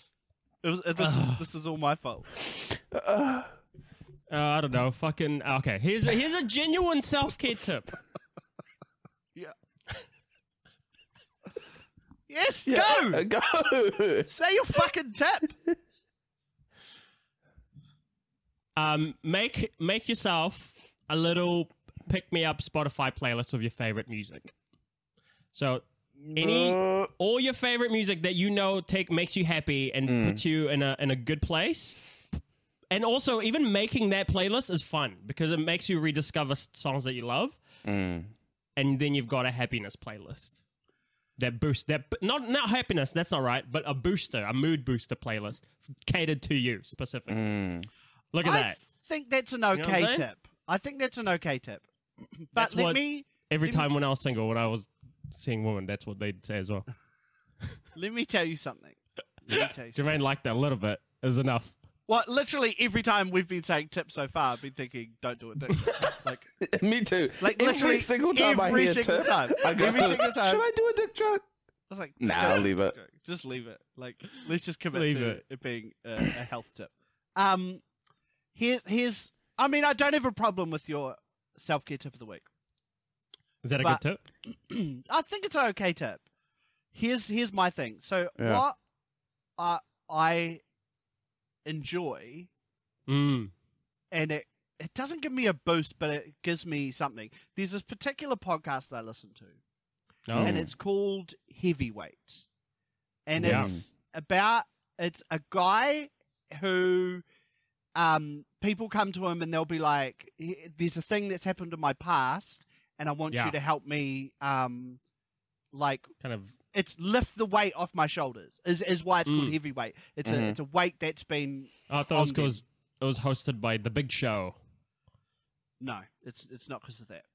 Speaker 1: It was. It, this is. This is all my fault.
Speaker 2: Uh, I don't know. Fucking okay. Here's a, here's a genuine self care tip.
Speaker 1: Yes.
Speaker 3: Yeah,
Speaker 1: Go.
Speaker 3: uh, Go!
Speaker 1: Say your fucking tip.
Speaker 2: Um, make make yourself a little pick me up Spotify playlist of your favorite music. So any
Speaker 3: Uh,
Speaker 2: all your favorite music that you know take makes you happy and puts you in a in a good place. And also, even making that playlist is fun because it makes you rediscover s- songs that you love,
Speaker 3: Mm,
Speaker 2: and then you've got a happiness playlist that boosts that b- not not happiness that's not right, but a booster, a mood booster playlist catered to you specifically.
Speaker 3: mm.
Speaker 2: Look at
Speaker 1: I
Speaker 2: that!
Speaker 1: think that's an
Speaker 2: what
Speaker 1: okay
Speaker 2: I'm saying?
Speaker 1: tip. I think that's an okay tip. But
Speaker 2: That's
Speaker 1: let
Speaker 2: what-
Speaker 1: me
Speaker 2: Every time when I was single, when I was seeing women, that's what they'd say as well.
Speaker 1: let me tell you something. Let me tell you something.
Speaker 2: Jermaine liked that a little bit. It was enough.
Speaker 1: Well, literally every time we've been saying tips so far, I've been thinking, "Don't do it." Don't. do it." like,
Speaker 3: Me too.
Speaker 1: Like,
Speaker 3: every
Speaker 1: literally
Speaker 3: single time I
Speaker 1: every
Speaker 3: hear
Speaker 1: single
Speaker 3: tip,
Speaker 1: time.
Speaker 3: I go,
Speaker 1: Every single time.
Speaker 3: Should I do a dick joke?
Speaker 1: I was like,
Speaker 3: Nah,
Speaker 1: "Don't-
Speaker 3: I'll leave it."
Speaker 1: don't. Just leave it. Like, let's just commit
Speaker 2: Leave
Speaker 1: to
Speaker 2: it.
Speaker 1: it, being a, a health tip. Um, here's here's. I mean, I don't have a problem with your self care tip of the week.
Speaker 2: Is that a
Speaker 1: But-
Speaker 2: good tip?
Speaker 1: I think it's an okay tip. Here's here's my thing. So
Speaker 3: Yeah.
Speaker 1: what I I enjoy
Speaker 2: Mm.
Speaker 1: and it it doesn't give me a boost, but it gives me something. There's this particular podcast I listen to,
Speaker 2: No.
Speaker 1: and it's called Heavyweight, and
Speaker 2: Yeah.
Speaker 1: it's about it's a guy who um people come to him and they'll be like, "There's a thing that's happened in my past, and I want
Speaker 2: Yeah.
Speaker 1: you to help me um like
Speaker 2: kind of
Speaker 1: it's lift the weight off my shoulders is, is why it's called
Speaker 2: Mm.
Speaker 1: heavy weight. It's a
Speaker 3: Mhm.
Speaker 1: it's a weight that's been
Speaker 2: I thought it was
Speaker 1: On them.
Speaker 2: 'cause it was hosted by The Big Show.
Speaker 1: no, it's it's not because of that.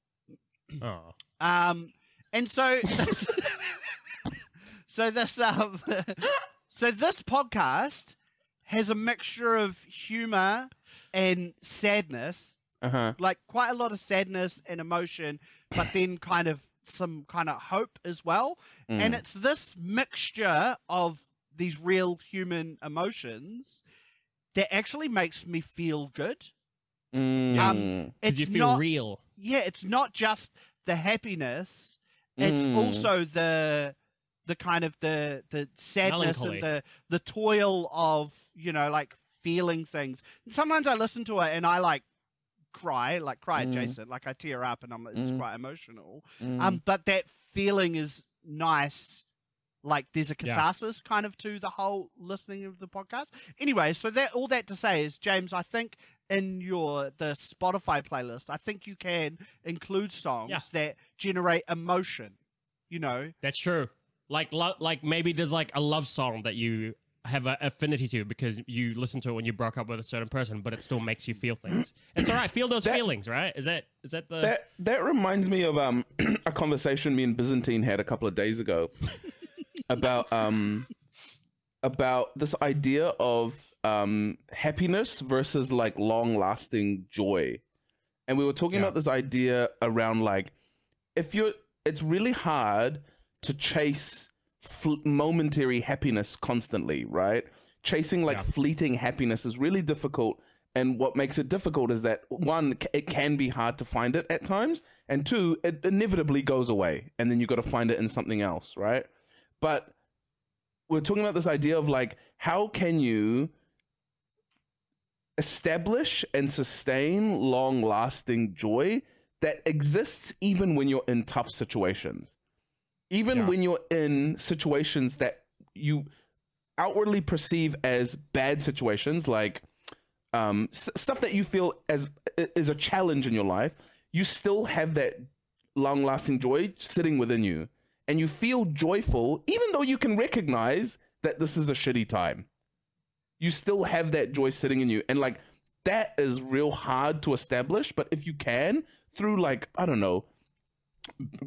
Speaker 2: Oh,
Speaker 1: Um, and so, so this um, so this podcast has a mixture of humor and sadness,
Speaker 3: Uh huh.
Speaker 1: like quite a lot of sadness and emotion, but then kind of some kind of hope as well.
Speaker 2: Hmm.
Speaker 1: And it's this mixture of these real human emotions that actually makes me feel good. Yeah.
Speaker 3: Um,
Speaker 1: It's
Speaker 2: did you feel
Speaker 1: not,
Speaker 2: real?
Speaker 1: yeah, it's not just the happiness it's also the the kind of the the sadness
Speaker 2: Melancholy.
Speaker 1: and the the toil of you know like feeling things and sometimes i listen to it and i like cry like cry
Speaker 3: Mm.
Speaker 1: adjacent like i tear up and i'm like, it's
Speaker 3: Mm.
Speaker 1: quite emotional
Speaker 2: Mm.
Speaker 1: um but that feeling is nice like there's a
Speaker 2: Yeah.
Speaker 1: catharsis kind of to the whole listening of the podcast anyway so that all that to say is james i think in your the spotify playlist i think you can include songs
Speaker 2: Yeah.
Speaker 1: that generate emotion you know
Speaker 2: That's true. Like, lo- like maybe there's like a love song that you have an affinity to because you listen to it when you broke up with a certain person, but it still makes you feel things. It's all right. Feel those
Speaker 3: That-
Speaker 2: feelings, right? Is that is that the
Speaker 3: that that reminds me of um a conversation me and Byzantine had a couple of days ago about um about this idea of um happiness versus like long lasting joy. And we were talking
Speaker 2: Yeah.
Speaker 3: about this idea around like if you're it's really hard to chase fl- momentary happiness constantly, right? Chasing like
Speaker 2: Yeah.
Speaker 3: fleeting happiness is really difficult. And what makes it difficult is that one, c- it can be hard to find it at times, and two, it inevitably goes away, and then you've got to find it in something else, right? But we're talking about this idea of like, how can you establish and sustain long lasting joy that exists even when you're in tough situations. Even
Speaker 2: Yeah.
Speaker 3: when you're in situations that you outwardly perceive as bad situations, like um, s- stuff that you feel as i- is a challenge in your life, you still have that long lasting joy sitting within you. And you feel joyful, even though you can recognize that this is a shitty time. You still have that joy sitting in you. And like, that is real hard to establish. But if you can, through like, I don't know,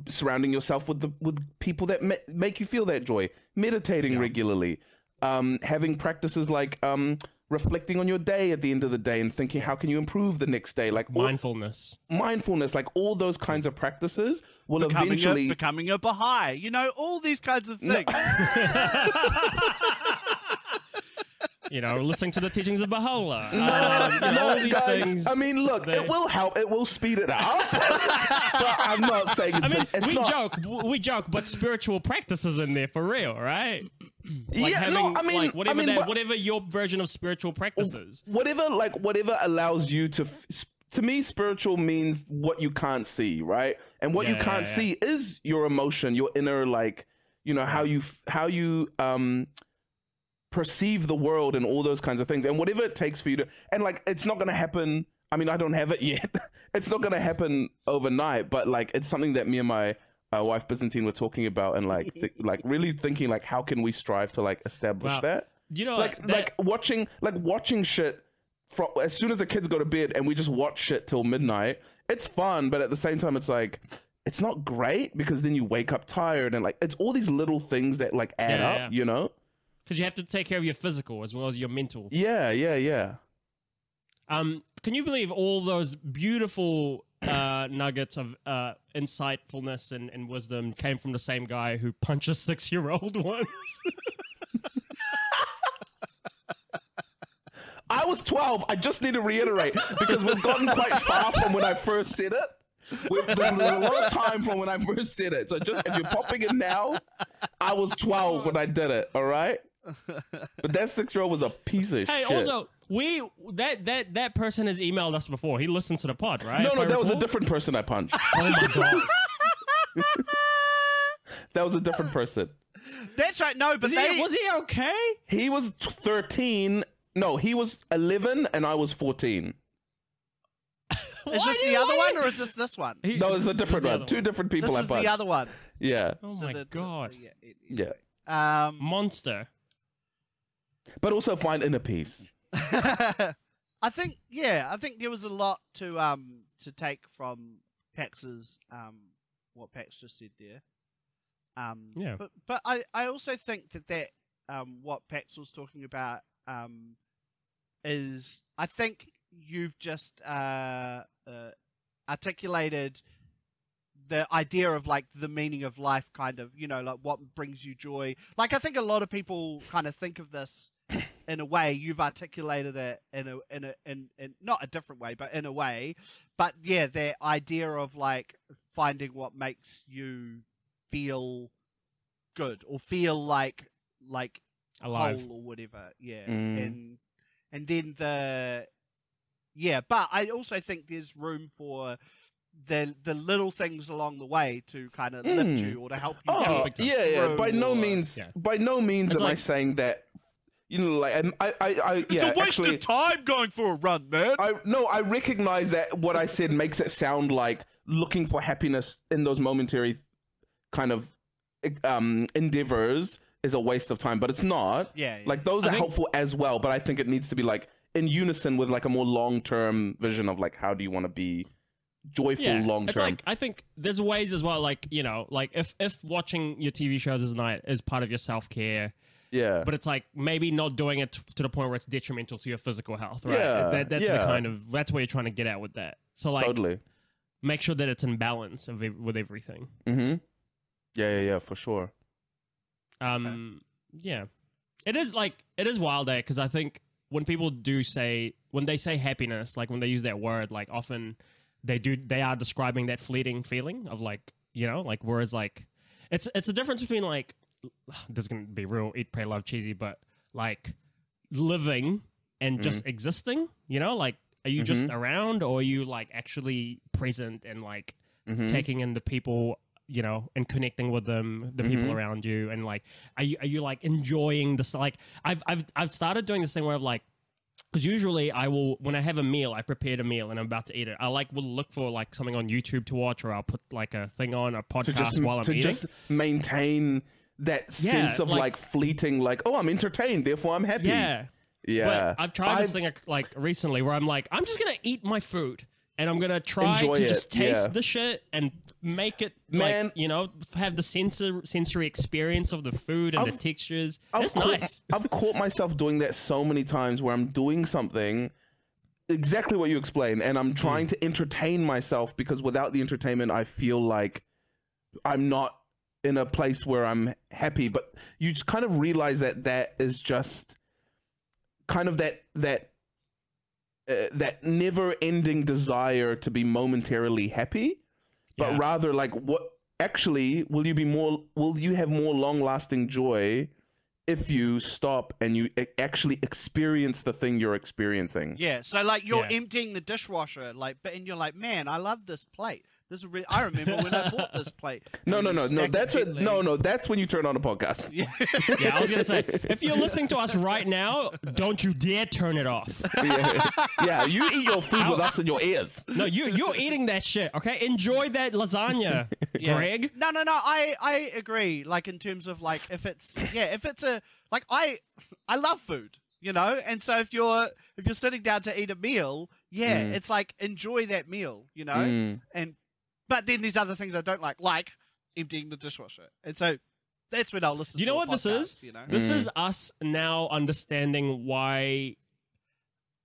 Speaker 3: surrounding yourself with the with people that ma- make you feel that joy meditating regularly um having practices like um reflecting on your day at the end of the day and thinking how can you improve the next day like all-
Speaker 2: mindfulness?
Speaker 3: mindfulness like all those kinds of practices will
Speaker 1: becoming
Speaker 3: eventually
Speaker 1: a becoming a baha'i you know all these kinds of things
Speaker 2: you know, listening to the teachings of Baha'u'llah.
Speaker 3: No,
Speaker 2: Um, you know,
Speaker 3: no,
Speaker 2: all these
Speaker 3: guys,
Speaker 2: things.
Speaker 3: I mean, look,
Speaker 2: they-
Speaker 3: it will help. It will speed it up. but I'm not saying it's,
Speaker 2: I mean,
Speaker 3: it's
Speaker 2: we
Speaker 3: not.
Speaker 2: joke, w- we joke, but spiritual practices in there for real, right? Like
Speaker 3: yeah,
Speaker 2: having
Speaker 3: no, I mean,
Speaker 2: like whatever
Speaker 3: I mean,
Speaker 2: that,
Speaker 3: but- Oh,
Speaker 2: whatever your version of spiritual practices.
Speaker 3: whatever like whatever allows you to f- to me spiritual means what you can't see right and what you
Speaker 2: Yeah,
Speaker 3: can't
Speaker 2: yeah,
Speaker 3: see is your emotion your inner like you know how you f- how you um perceive the world and all those kinds of things and whatever it takes for you to and like it's not going to happen i mean i don't have it yet it's not going to happen overnight but like it's something that me and my uh, wife byzantine were talking about and like th- like really thinking like how can we strive to like establish
Speaker 2: Wow.
Speaker 3: that
Speaker 2: You know,
Speaker 3: like
Speaker 2: that-
Speaker 3: like watching like watching shit from as soon as the kids go to bed and we just watch shit till midnight. It's fun, but at the same time, it's like it's not great because then you wake up tired and like it's all these little things that like add
Speaker 2: Yeah,
Speaker 3: up,
Speaker 2: yeah.
Speaker 3: you know?
Speaker 2: because you have to take care of your physical as well as your mental.
Speaker 3: Yeah, yeah, yeah.
Speaker 2: Um, can you believe all those beautiful uh, nuggets of uh, insightfulness and, and wisdom came from the same guy who punches six year old ones?
Speaker 3: I was twelve. I just need to reiterate because we've gotten quite far from when I first said it. We've been a lot of time from when I first said it. So just if you're popping it now, I was twelve when I did it. All right. But that six year old was a piece of
Speaker 2: hey,
Speaker 3: shit.
Speaker 2: also we that that that person has emailed us before. He listens to the pod, right?
Speaker 3: No,
Speaker 2: If
Speaker 3: no,
Speaker 2: I
Speaker 3: that was a
Speaker 2: recall?
Speaker 3: different person I punched.
Speaker 2: Oh my god!
Speaker 3: That was a different person.
Speaker 1: that's right no but
Speaker 2: Is
Speaker 1: they,
Speaker 2: he- was he okay?
Speaker 3: He was t- 13. No, he was 11 and I was 14.
Speaker 1: Is this the other one or is this this one?
Speaker 2: He-
Speaker 3: No, it's a different
Speaker 2: the
Speaker 3: one.
Speaker 2: other
Speaker 3: Two different people
Speaker 1: This
Speaker 3: had
Speaker 1: is
Speaker 3: fun.
Speaker 1: the other one.
Speaker 3: Yeah,
Speaker 2: Oh
Speaker 1: So
Speaker 2: my
Speaker 1: that-
Speaker 2: god.
Speaker 1: yeah, it- it-
Speaker 3: yeah.
Speaker 1: Um,
Speaker 2: Monster.
Speaker 3: But also find inner peace.
Speaker 1: I think yeah, I think there was a lot to um to take from Pax's um what Pax just said there. Um,
Speaker 2: Yeah.
Speaker 1: But but I I also think that that um what Pax was talking about um is I think you've just uh, uh articulated the idea of like the meaning of life kind of you know like what brings you joy like i think a lot of people kind of think of this in a way you've articulated it in a in a in, in not a different way but in a way but yeah that idea of like finding what makes you feel good or feel like like
Speaker 2: Alive.
Speaker 3: Oh,
Speaker 1: hole or whatever. Yeah,
Speaker 3: Mm.
Speaker 1: and and then the yeah, but I also think there's room for the the little things along the way to kind of lift
Speaker 3: Mm.
Speaker 1: you or to help you.
Speaker 3: Oh
Speaker 1: get
Speaker 3: yeah, yeah.
Speaker 1: through
Speaker 3: By no
Speaker 1: or-
Speaker 3: means,
Speaker 2: yeah.
Speaker 3: by no means
Speaker 2: It's
Speaker 3: am I
Speaker 2: like-
Speaker 3: saying that. You know, like I'm- I, I, I yeah. actually,
Speaker 1: time going for a run, man.
Speaker 3: I no, I recognize that what I said makes it sound like looking for happiness in those momentary kind of um endeavors is a waste of time, but it's not.
Speaker 1: Yeah, yeah.
Speaker 3: Like those
Speaker 2: I
Speaker 3: are
Speaker 2: think-
Speaker 3: helpful as well, but I think it needs to be like in unison with like a more long-term vision of like how do you want to be joyful
Speaker 2: Yeah. It's
Speaker 3: long-term.
Speaker 2: like I think there's ways as well, like, you know, like if if watching your TV shows as a night is part of your self care,
Speaker 3: yeah.
Speaker 2: but it's like maybe not doing it to the point where it's detrimental to your physical health, right?
Speaker 3: Yeah,
Speaker 2: That, that's
Speaker 3: yeah.
Speaker 2: the kind of that's where you're trying to get at with that. So like,
Speaker 3: totally.
Speaker 2: make sure that it's in balance of ev- with everything.
Speaker 3: Mhm. Yeah, yeah, yeah, for sure.
Speaker 2: Um, yeah, it is like it is wild day because I think when people do say when they say happiness, like when they use that word, like often they do they are describing that fleeting feeling of like you know like whereas like it's it's a difference between like this is gonna be real eat pray love cheesy, but like living and just existing, you know, like are you just around or are you like actually present and like
Speaker 3: Mhm.
Speaker 2: taking in the people you know and connecting with them the people
Speaker 3: Mhm.
Speaker 2: around you and like are you are you like enjoying this like i've i've i've started doing this thing where i've like because usually i will when i have a meal i prepared a meal and i'm about to eat it i like will look for like something on youtube to watch or i'll put like a thing on a
Speaker 3: to
Speaker 2: podcast
Speaker 3: just
Speaker 2: while i'm
Speaker 3: to
Speaker 2: eating
Speaker 3: just maintain that
Speaker 2: Yeah,
Speaker 3: sense of like,
Speaker 2: like-
Speaker 3: fleeting, like oh, I'm entertained, therefore I'm happy.
Speaker 2: yeah
Speaker 3: yeah.
Speaker 2: But I've tried this thing like recently where I'm like, I'm just gonna eat my food and I'm gonna try
Speaker 3: Enjoy
Speaker 2: to
Speaker 3: it,
Speaker 2: just taste
Speaker 3: yeah.
Speaker 2: the shit and make it
Speaker 3: Man.
Speaker 2: like you know have the sensor sensory experience of the food and the textures.
Speaker 3: I've
Speaker 2: It's
Speaker 3: caught-
Speaker 2: nice.
Speaker 3: I've caught myself doing that so many times where I'm doing something exactly what you explain, and I'm trying to entertain myself because without the entertainment, I feel like I'm not in a place where I'm happy. But you just kind of realize that that is just kind of that that uh, that never-ending desire to be momentarily happy, but
Speaker 2: Yeah.
Speaker 3: rather like what actually will you be more will you have more long-lasting joy if you stop and you a- actually experience the thing you're experiencing.
Speaker 1: Yeah, so like you're
Speaker 2: Yeah.
Speaker 1: emptying the dishwasher, like, but and you're like, man, I love this plate. This is really, I remember when I bought this plate.
Speaker 3: No,
Speaker 1: And
Speaker 3: no,
Speaker 1: you
Speaker 3: no, no.
Speaker 1: stack it
Speaker 3: That's a
Speaker 1: gently.
Speaker 3: no, no. That's when you turn on a podcast.
Speaker 1: Yeah.
Speaker 2: yeah, I was gonna say if you're listening to us right now, don't you dare turn it off.
Speaker 3: yeah. Yeah, you eat your food with us in your ears.
Speaker 2: No, you you're eating that shit. Okay, enjoy that lasagna,
Speaker 1: Yeah.
Speaker 2: Greg.
Speaker 1: No, no, no. I I agree. Like in terms of like if it's yeah, if it's a like I I love food, you know, and so if you're if you're sitting down to eat a meal, yeah,
Speaker 3: Mm.
Speaker 1: it's like enjoy that meal, you know,
Speaker 3: Mm.
Speaker 1: and but then there's other things I don't like, like emptying the dishwasher, and so that's when I'll listen.
Speaker 2: Do you
Speaker 1: to
Speaker 2: know
Speaker 1: a
Speaker 2: what this
Speaker 1: podcast,
Speaker 2: is?
Speaker 1: You know,
Speaker 2: This
Speaker 3: Mm.
Speaker 2: is us now understanding why.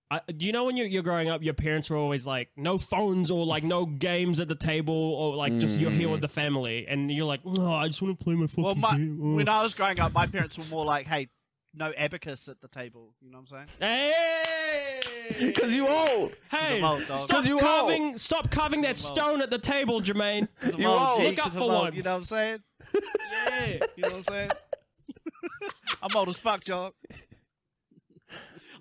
Speaker 2: I, do you know when you're, you're growing up, your parents were always like, no phones or like no games at the table or like just you're here with the family, and you're like, no, I just want to play my fucking
Speaker 1: well, my
Speaker 2: game. oh."
Speaker 1: when I was growing up, my parents were more like, hey, no abacus at the table. You know what I'm saying?
Speaker 2: hey,
Speaker 3: Because you old.
Speaker 2: hey,
Speaker 1: I'm old, dog.
Speaker 2: stop
Speaker 3: 'Cause you
Speaker 2: carving, stop carving that
Speaker 1: I'm old.
Speaker 2: stone at the table, Jermaine.
Speaker 1: Because I'm
Speaker 3: You
Speaker 1: old,
Speaker 3: old.
Speaker 1: G,
Speaker 2: Look out
Speaker 1: 'cause
Speaker 2: for
Speaker 1: I'm old,
Speaker 2: once.
Speaker 1: You know what I'm saying?
Speaker 2: yeah.
Speaker 1: You know what I'm saying? I'm old as fuck, y'all.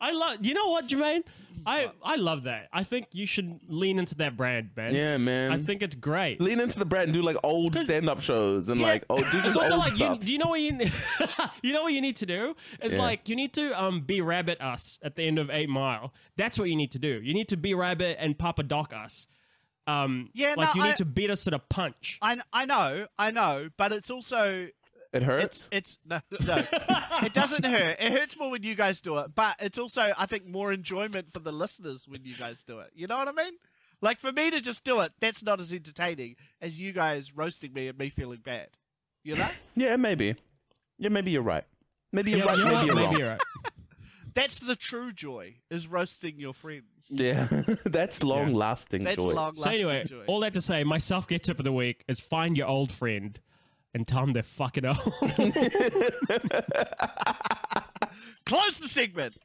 Speaker 2: I love. You know what, Jermaine? I, I love that. I think you should lean into that brand, man.
Speaker 3: Yeah, man.
Speaker 2: I think it's great.
Speaker 3: lean into the brand and do like old stand-up shows and like oh do just
Speaker 2: It's also
Speaker 3: old
Speaker 2: like you.
Speaker 3: stuff.
Speaker 2: Do you know what you? you know what you need to do? It's
Speaker 3: Yeah.
Speaker 2: like you need to um be rabbit us at the end of Eight Mile. That's what you need to do. You need to be rabbit and Papa Doc us. Um,
Speaker 1: Yeah,
Speaker 2: like
Speaker 1: no,
Speaker 2: you need
Speaker 1: I-
Speaker 2: to beat us to the punch.
Speaker 1: I, I know, I know, but it's also
Speaker 3: it hurts.
Speaker 1: it's it's no no, it doesn't hurt. It hurts more when you guys do it, but it's also I think more enjoyment for the listeners when you guys do it. You know what I mean? Like for me to just do it, that's not as entertaining as you guys roasting me and me feeling bad. You know,
Speaker 3: Yeah, maybe. Yeah, maybe you're right. Maybe you're
Speaker 2: You know-
Speaker 3: right.
Speaker 2: you know
Speaker 3: maybe
Speaker 2: what?
Speaker 3: you're wrong.
Speaker 2: Maybe you're right.
Speaker 1: that's the true joy is roasting your friends.
Speaker 3: Yeah, that's long-lasting
Speaker 1: That's
Speaker 3: joy.
Speaker 1: long
Speaker 2: So
Speaker 1: lasting
Speaker 2: anyway,
Speaker 1: joy.
Speaker 2: all that to say, my self care tip of the week is find your old friend and tell them they're fucking old.
Speaker 1: Close the segment.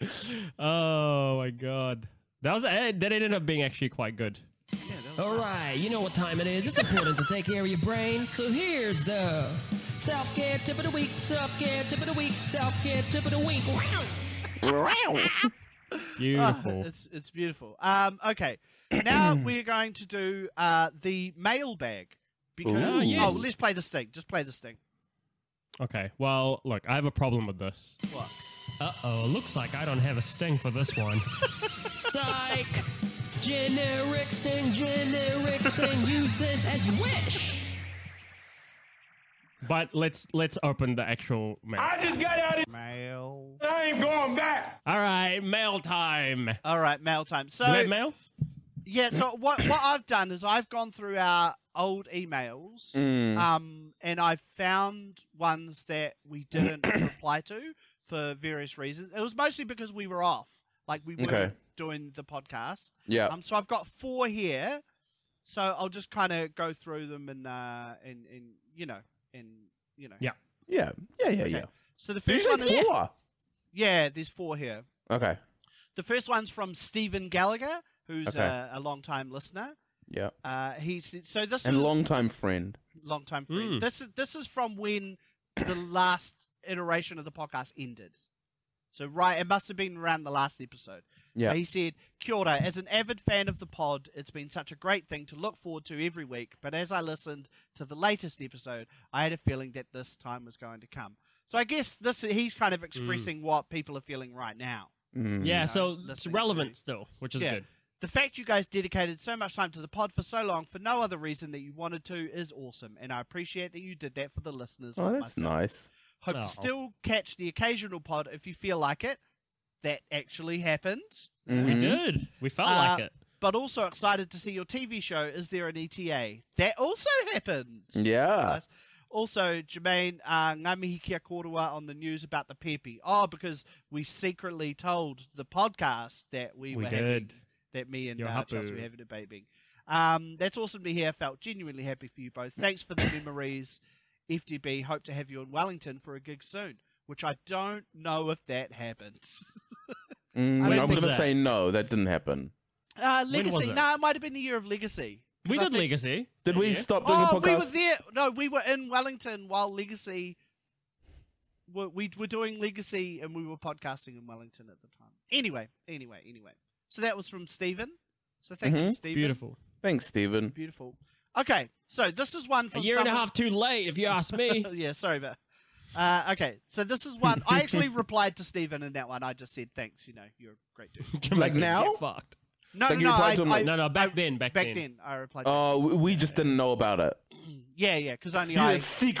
Speaker 2: oh my god, that was eh, that ended up being actually quite good.
Speaker 4: All right, you know what time it is. It's important to take care of your brain. So here's the self care tip of the week, self care tip of the week, self care tip of the week.
Speaker 1: Ah,
Speaker 2: Beautiful.
Speaker 1: it's it's beautiful. Um, okay, now we're going to do uh, the mailbag
Speaker 3: Ooh.
Speaker 1: because
Speaker 3: Ah,
Speaker 1: oh,
Speaker 2: yes.
Speaker 1: let's play the sting. Just play the sting.
Speaker 2: okay, well, look, I have a problem with this.
Speaker 1: What?
Speaker 2: Uh oh, looks like I don't have a sting for this one.
Speaker 4: Psych! Generic sting, generic sting, use this as you wish.
Speaker 2: but let's let's open the actual mail.
Speaker 1: Mail.
Speaker 2: All right, mail time. Do
Speaker 1: All right, mail time. So
Speaker 2: we have mail?
Speaker 1: yeah, so what what I've done is I've gone through our old emails,
Speaker 3: Mm.
Speaker 1: um, and I've found ones that we didn't reply to for various reasons. It was mostly because we were off, like we weren't
Speaker 3: Okay. Uh,
Speaker 1: doing the podcast.
Speaker 3: yeah.
Speaker 1: Um, so I've got four here, so I'll just kind of go through them and uh and and you know and you know.
Speaker 2: Yeah.
Speaker 3: yeah. Yeah. Yeah. Yeah.
Speaker 1: So the
Speaker 3: Did you
Speaker 1: first
Speaker 3: say
Speaker 1: one is
Speaker 3: four?
Speaker 1: yeah, there's four here.
Speaker 3: Okay.
Speaker 1: The first one's from Stephen Gallagher, who's
Speaker 3: Okay.
Speaker 1: a, a long time listener.
Speaker 3: Yeah.
Speaker 1: Uh, he's so this
Speaker 3: And
Speaker 1: is
Speaker 3: long-time friend.
Speaker 1: long time friend.
Speaker 3: Hmm.
Speaker 2: Mm.
Speaker 1: This is this is from when the last iteration of the podcast ended. So right, it must have been around the last episode.
Speaker 3: Yeah.
Speaker 1: So he said, Kia ora, as an avid fan of the pod, it's been such a great thing to look forward to every week, but as I listened to the latest episode, I had a feeling that this time was going to come. So I guess this he's kind of expressing
Speaker 3: Hmm.
Speaker 1: what people are feeling right now.
Speaker 3: Mm.
Speaker 2: Yeah,
Speaker 1: No,
Speaker 2: so it's
Speaker 1: nothing.
Speaker 2: relevant still, which is
Speaker 1: Uh, Yeah.
Speaker 2: good.
Speaker 1: The fact you guys dedicated so much time to the pod for so long for no other reason that you wanted to is awesome, and I appreciate that you did that for the listeners.
Speaker 3: Oh,
Speaker 1: like
Speaker 3: that's
Speaker 1: myself.
Speaker 3: nice.
Speaker 1: Hope
Speaker 2: Oh.
Speaker 1: to still catch the occasional pod if you feel like it. That actually happened.
Speaker 2: We
Speaker 3: Mhm.
Speaker 2: did. We felt
Speaker 1: Mm-hmm. Uh,
Speaker 2: like it.
Speaker 1: But also excited to see your TV show, Is There an ETA? That also happened.
Speaker 3: Yeah.
Speaker 1: Nice. Also, Jermaine, uh, ngā mihi kia korua on the news about the Pepe. Oh, because we secretly told the podcast that we,
Speaker 2: We
Speaker 1: were having-
Speaker 2: did.
Speaker 1: that me and
Speaker 2: Yo
Speaker 1: uh, Chelsea
Speaker 2: hapu.
Speaker 1: were having a baby. Um, that's awesome to hear. Felt genuinely happy for you both. Thanks for the memories, FDB. Hope to have you in Wellington for a gig soon, which I don't know if that happens.
Speaker 3: Mm,
Speaker 1: I don't
Speaker 3: I'm
Speaker 1: think
Speaker 3: gonna
Speaker 2: that-
Speaker 3: say no. That didn't happen.
Speaker 1: Uh,
Speaker 2: When was
Speaker 1: Legacy.
Speaker 2: it?
Speaker 1: No, it might have been the year of Legacy. 'Cause
Speaker 2: We
Speaker 1: I
Speaker 2: did
Speaker 1: think-
Speaker 2: Legacy.
Speaker 3: Did
Speaker 2: that
Speaker 3: we
Speaker 2: year.
Speaker 3: stop doing
Speaker 1: Oh,
Speaker 3: the
Speaker 1: we
Speaker 3: podcast?
Speaker 1: were there. No, we were in Wellington while Legacy. We, we were doing Legacy and we were podcasting in Wellington at the time. Anyway, anyway, anyway. So that was from Stephen. So thank you,
Speaker 3: Mhm.
Speaker 1: Stephen.
Speaker 2: Mm-hmm. Beautiful.
Speaker 3: Thanks, Stephen.
Speaker 1: Beautiful. Okay, so this is one
Speaker 2: A
Speaker 1: from
Speaker 2: year and a
Speaker 1: someone- Oh,
Speaker 2: half too late, if you ask me.
Speaker 1: yeah, sorry about. Uh, okay, so this is one. I actually replied to Stephen in that one. I just said thanks. You know, you're a great dude.
Speaker 3: Like
Speaker 2: Get
Speaker 3: now?
Speaker 2: fucked.
Speaker 1: No,
Speaker 3: Like you
Speaker 1: no, no.
Speaker 3: replied
Speaker 1: I,
Speaker 3: to him
Speaker 1: I,
Speaker 3: like-
Speaker 2: No, no, back then, back,
Speaker 1: Uh, back
Speaker 2: then.
Speaker 1: then. I replied.
Speaker 3: Oh, we- we just didn't know about it.
Speaker 1: yeah, yeah, because only
Speaker 3: You
Speaker 1: I.
Speaker 3: didn't secret.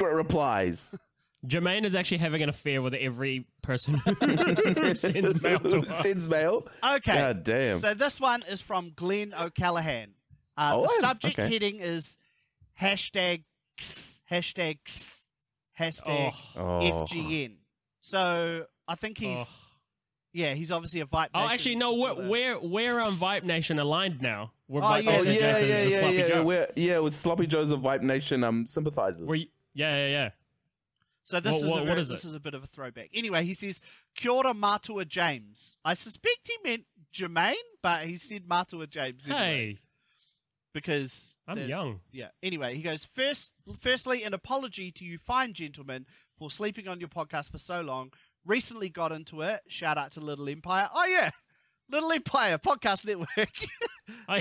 Speaker 3: replies.
Speaker 2: Jermaine is actually having an affair with every person who sends mail to us.
Speaker 3: Sends mail.
Speaker 1: Okay.
Speaker 3: God damn.
Speaker 1: So this one is from Glenn O'Callaghan. Uh,
Speaker 3: Oh,
Speaker 1: the
Speaker 3: I-
Speaker 1: subject
Speaker 3: okay.
Speaker 1: heading is hashtag x, hashtag x, hashtag
Speaker 3: Oh.
Speaker 1: FGN. So I think he's
Speaker 2: Oh.
Speaker 1: yeah, he's obviously a Vipe.
Speaker 2: Oh,
Speaker 1: Nation
Speaker 2: actually, no. We're
Speaker 1: supporter.
Speaker 2: we're, we're on Vibe Nation aligned now. We're
Speaker 1: Oh,
Speaker 2: Vibe
Speaker 1: yeah,
Speaker 3: Oh
Speaker 2: Nation
Speaker 1: that's
Speaker 3: yeah,
Speaker 2: Jason's
Speaker 3: yeah,
Speaker 2: the
Speaker 3: yeah,
Speaker 2: sloppy
Speaker 3: yeah.
Speaker 2: joke.
Speaker 3: We're, yeah, with Sloppy Joe's of Vibe Nation um sympathizers.
Speaker 2: Were you- yeah, yeah, yeah.
Speaker 1: So this
Speaker 2: What-
Speaker 1: is
Speaker 2: what-
Speaker 1: a
Speaker 2: what
Speaker 1: very-
Speaker 2: is it?
Speaker 1: this is a bit of a throwback. Anyway, he says Kia ora Matua James. I suspect he meant Jermaine, but he said Matua James. anyway,
Speaker 2: Hey,
Speaker 1: because
Speaker 2: I'm
Speaker 1: the-
Speaker 2: young.
Speaker 1: Yeah. Anyway, he goes first. Firstly, an apology to you fine gentlemen for sleeping on your podcast for so long. Recently got into it. Shout out to Little Empire. Oh yeah, Little Empire podcast network.
Speaker 2: I,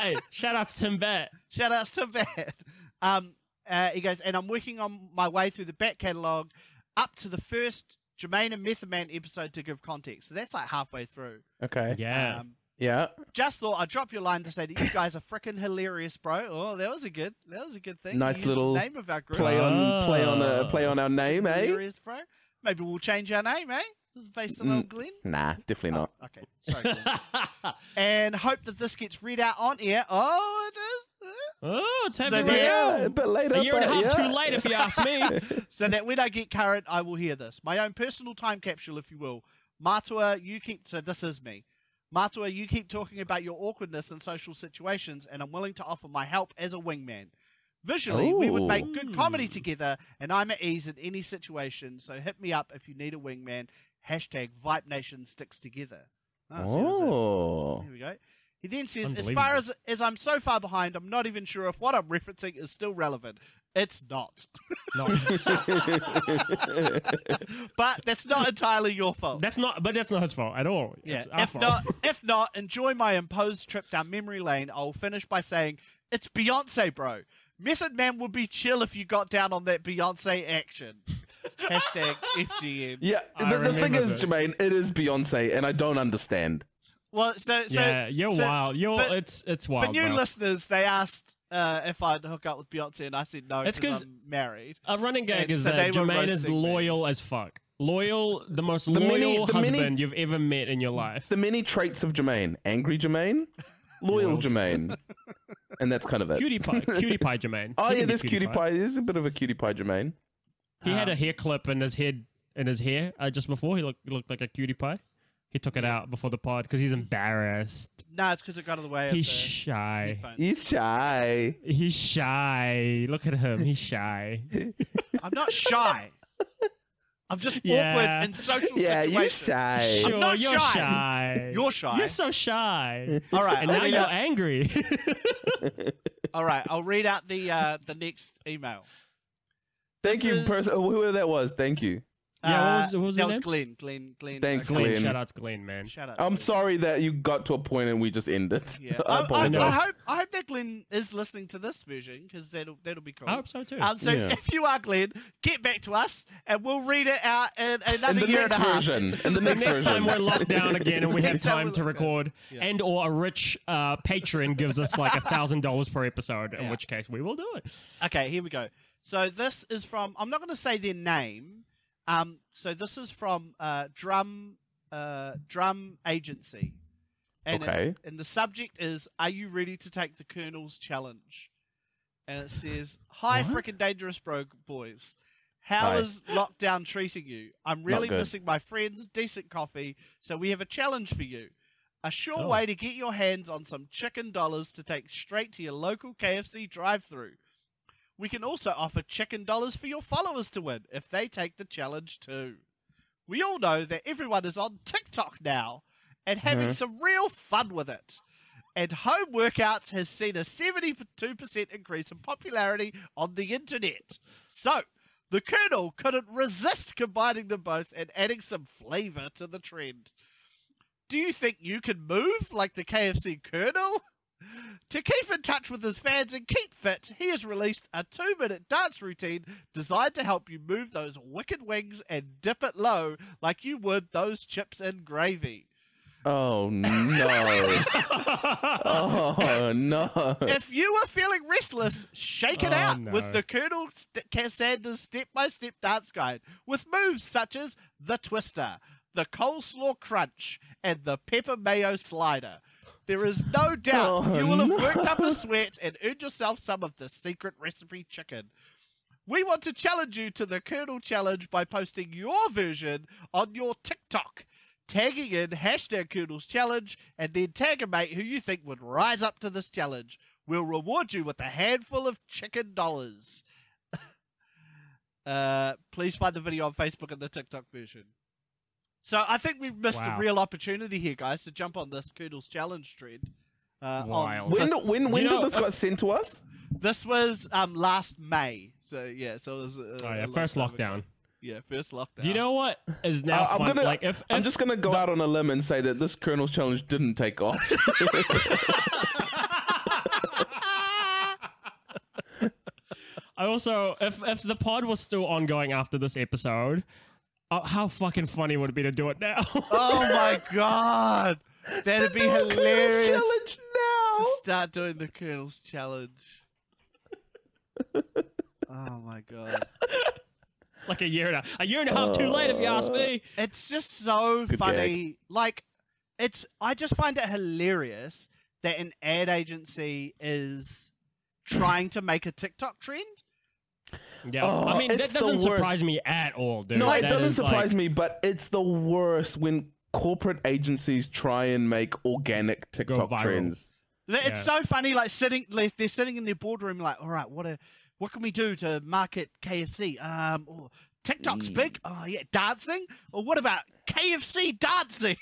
Speaker 2: hey, shout out to Tim Bat.
Speaker 1: Shout outs to that. Um, uh, he goes, and I'm working on my way through the back catalogue up to the first Jermaine and Method Man episode to give context. So that's like halfway through.
Speaker 3: okay.
Speaker 2: Yeah.
Speaker 1: Um,
Speaker 3: Yeah.
Speaker 1: just thought I'd drop your line to say that you guys are freaking hilarious, bro. Oh, that was a good, that was a good thing. You
Speaker 3: Nice
Speaker 1: used the
Speaker 3: little
Speaker 1: name of our group.
Speaker 3: Play on, play on, uh,
Speaker 2: Ah.
Speaker 3: play on our name, eh?
Speaker 1: Hilarious, bro. Maybe we'll change our name, eh? This is based on
Speaker 3: Mm.
Speaker 1: old Glenn.
Speaker 3: Nah, definitely not.
Speaker 1: Oh, okay, sorry. Glenn. and hope that this gets read out on air. Oh, it is. Uh,
Speaker 2: oh,
Speaker 1: So
Speaker 2: Tim Bat.
Speaker 1: there-
Speaker 3: Yeah, but later.
Speaker 2: A year and a
Speaker 3: but
Speaker 2: half
Speaker 3: yeah.
Speaker 2: too late, if you ask me.
Speaker 1: so that when I get current, I will hear this. My own personal time capsule, if you will. Matua, you keep. So this is me. Matua, you keep talking about your awkwardness in social situations, and I'm willing to offer my help as a wingman. Visually, we would make good comedy together, and I'm at ease in any situation. So hit me up if you need a wingman. Hashtag Vibe Nation sticks together. Ah, so there's a-
Speaker 3: Oh.
Speaker 1: here we go. He then says, as far as as I'm so far behind, I'm not even sure if what I'm referencing is still relevant. It's not. but that's not entirely your fault.
Speaker 2: That's not, but that's not his fault at all.
Speaker 1: yeah.
Speaker 2: It's our
Speaker 1: If
Speaker 2: fault.
Speaker 1: not, if not, enjoy my imposed trip down memory lane. I'll finish by saying it's Beyonce, bro. Method Man would be chill if you got down on that Beyonce action. Hashtag FGM.
Speaker 3: Yeah,
Speaker 2: I
Speaker 3: but the thing is,
Speaker 2: remember this.
Speaker 3: Jermaine, it is Beyonce, and I don't understand.
Speaker 1: Well, so so
Speaker 2: yeah, you're
Speaker 1: so
Speaker 2: wild. You're
Speaker 1: for-
Speaker 2: it's it's wild.
Speaker 1: For new
Speaker 2: bro.
Speaker 1: listeners, they asked uh, if I'd hook up with Beyonce, and I said no
Speaker 2: It's
Speaker 1: because
Speaker 2: 'cause-
Speaker 1: I'm married.
Speaker 2: A running gag
Speaker 1: And
Speaker 2: is
Speaker 1: so they
Speaker 2: that
Speaker 1: were
Speaker 2: Jermaine is
Speaker 1: roasting me.
Speaker 2: loyal as fuck. Loyal, the most
Speaker 3: The many-
Speaker 2: loyal
Speaker 3: the many-
Speaker 2: husband you've ever met in your life.
Speaker 3: The many traits of Jermaine: angry Jermaine, loyal
Speaker 2: Loyal
Speaker 3: Jermaine, and that's kind of it.
Speaker 2: Cutie pie, cutie pie, Jermaine.
Speaker 3: Oh
Speaker 2: He
Speaker 3: yeah,
Speaker 2: can be
Speaker 3: there's cutie pie. There's a bit of a cutie pie, Jermaine.
Speaker 2: He
Speaker 1: Uh-huh.
Speaker 2: had a hair clip in his head in his hair uh, just before. He looked he looked like a cutie pie. He took it out before the pod because he's embarrassed.
Speaker 1: No, it's because it got in the way
Speaker 2: He's
Speaker 1: of the
Speaker 2: shy.
Speaker 1: headphones.
Speaker 3: He's shy.
Speaker 2: He's shy. Look at him. He's shy.
Speaker 1: I'm not shy. I'm just
Speaker 2: Yeah.
Speaker 1: awkward in social
Speaker 3: Yeah, you're
Speaker 1: situations.
Speaker 3: shy.
Speaker 2: Sure,
Speaker 1: not
Speaker 2: you're
Speaker 1: shy.
Speaker 2: shy.
Speaker 1: You're shy. Uh,
Speaker 2: You're so shy.
Speaker 1: All right,
Speaker 2: and
Speaker 1: I'll
Speaker 2: now
Speaker 1: read
Speaker 2: you're
Speaker 1: out-
Speaker 2: angry.
Speaker 1: all right. I'll read out the uh, the next email.
Speaker 3: Thank
Speaker 1: This
Speaker 3: you,
Speaker 1: is-
Speaker 3: person. Whoever that was. Thank you.
Speaker 2: Yeah, what
Speaker 1: Uh,
Speaker 2: was- what was
Speaker 1: that
Speaker 2: her
Speaker 1: was
Speaker 2: name?
Speaker 1: Glenn. Glenn. Glenn.
Speaker 3: Thanks,
Speaker 1: O'Connor.
Speaker 2: Glenn,
Speaker 3: Glenn.
Speaker 2: shout out to Glenn, man.
Speaker 1: Shout out. to
Speaker 3: I'm
Speaker 1: Glenn.
Speaker 3: sorry that you got to a point and we just ended.
Speaker 1: Yeah.
Speaker 3: I
Speaker 1: I, I,
Speaker 3: apologize.
Speaker 1: I hope I hope that Glenn is listening to this version because that'll that'll be cool.
Speaker 2: I hope so too.
Speaker 1: Um, so
Speaker 3: Yeah.
Speaker 1: if you are Glenn, get back to us and we'll read it out in
Speaker 3: in
Speaker 1: another
Speaker 3: the
Speaker 1: year and
Speaker 3: next
Speaker 1: a half.
Speaker 3: version. In the next,
Speaker 2: next
Speaker 3: version.
Speaker 2: time we're locked down again and we have
Speaker 1: Next time
Speaker 2: time
Speaker 1: we're
Speaker 2: to
Speaker 1: locked down.
Speaker 2: record and or a rich uh, patron gives us like a thousand dollars per episode in
Speaker 1: Yeah.
Speaker 2: which case we will do it
Speaker 1: Okay, here we go. So this is from I'm not going to say their name. Um, so this is from uh, Drum uh, Drum Agency, and it-
Speaker 3: Okay.
Speaker 1: and the subject is Are you ready to take the Colonel's challenge? And it says, "Hi, frickin' dangerous bro boys." How
Speaker 3: Hi.
Speaker 1: is lockdown treating you? I'm really
Speaker 3: good.
Speaker 1: missing my friends, decent coffee, so we have a challenge for you. A sure
Speaker 2: Oh.
Speaker 1: way to get your hands on some chicken dollars to take straight to your local KFC drive through. We can also offer chicken dollars for your followers to win if they take the challenge too. We all know that everyone is on TikTok now and having some real fun with it. And home workouts has seen a 72% increase in popularity on the internet. So, the Colonel couldn't resist combining them both and adding some flavor to the trend. Do you think you can move like the KFC Colonel? To keep in touch with his fans and keep fit, he has released a two minute dance routine designed to help you move those wicked wings and dip it low like you would those chips and gravy.
Speaker 3: Oh no. oh no.
Speaker 1: If you are feeling restless, shake it
Speaker 2: Oh,
Speaker 1: out
Speaker 2: no.
Speaker 1: with the Colonel St- Cassandra's step by step dance guide with moves such as the twister, the coleslaw crunch, and the pepper mayo slider. There is no doubt
Speaker 3: Oh,
Speaker 1: you will have
Speaker 3: no.
Speaker 1: worked up a sweat and earned yourself some of the secret recipe chicken. We want to challenge you to the kernel challenge by posting your version on your TikTok, tagging in hashtag kernels challenge, and then tag a mate who you think would rise up to this challenge. We'll reward you with a handful of chicken dollars. uh, please find the video on Facebook and the TikTok version. So I think we've missed
Speaker 2: Wow.
Speaker 1: a real opportunity here, guys, to jump on this kernels challenge trend. Uh, on-
Speaker 2: Wild.
Speaker 3: When when when
Speaker 2: You know,
Speaker 3: did this
Speaker 2: if-
Speaker 3: got sent to us?
Speaker 1: this was um last May, so yeah, so it was uh,
Speaker 2: Oh,
Speaker 1: a
Speaker 2: yeah,
Speaker 1: long
Speaker 2: first
Speaker 1: time ago.
Speaker 2: lockdown.
Speaker 1: Yeah, first lockdown.
Speaker 2: Do you know what is now
Speaker 3: Uh, I'm
Speaker 2: fun?
Speaker 3: gonna-
Speaker 2: like if,
Speaker 3: I'm
Speaker 2: if-
Speaker 3: just gonna go out on a limb and say that this Colonel's challenge didn't take off.
Speaker 2: I also if if the pod was still ongoing after this episode, uh, how fucking funny would it be to do it now?
Speaker 3: Uh,
Speaker 1: Oh my god, that'd be hilarious
Speaker 3: challenge now.
Speaker 1: to start doing the Colonel's challenge. oh my god,
Speaker 2: like a year and a, a year and a half too late if you ask
Speaker 3: uh,
Speaker 2: me.
Speaker 1: it's just so
Speaker 3: Good
Speaker 1: funny. Like, it's I just find it hilarious that an ad agency is trying to make a TikTok trend.
Speaker 2: Yeah,
Speaker 3: Oh,
Speaker 2: I mean
Speaker 3: it's
Speaker 2: that
Speaker 3: the
Speaker 2: doesn't
Speaker 3: worst.
Speaker 2: surprise me at all, dude.
Speaker 3: No, it
Speaker 2: That
Speaker 3: doesn't
Speaker 2: is, like-
Speaker 3: surprise me, but it's the worst when corporate agencies try and make organic TikTok
Speaker 2: viral.
Speaker 3: trends.
Speaker 1: Th- It's so funny, like sitting, like, they're sitting in their boardroom, like, all right, what a, what can we do to market KFC? Um, oh, TikTok's big. Oh yeah, dancing. Or what about KFC dancing?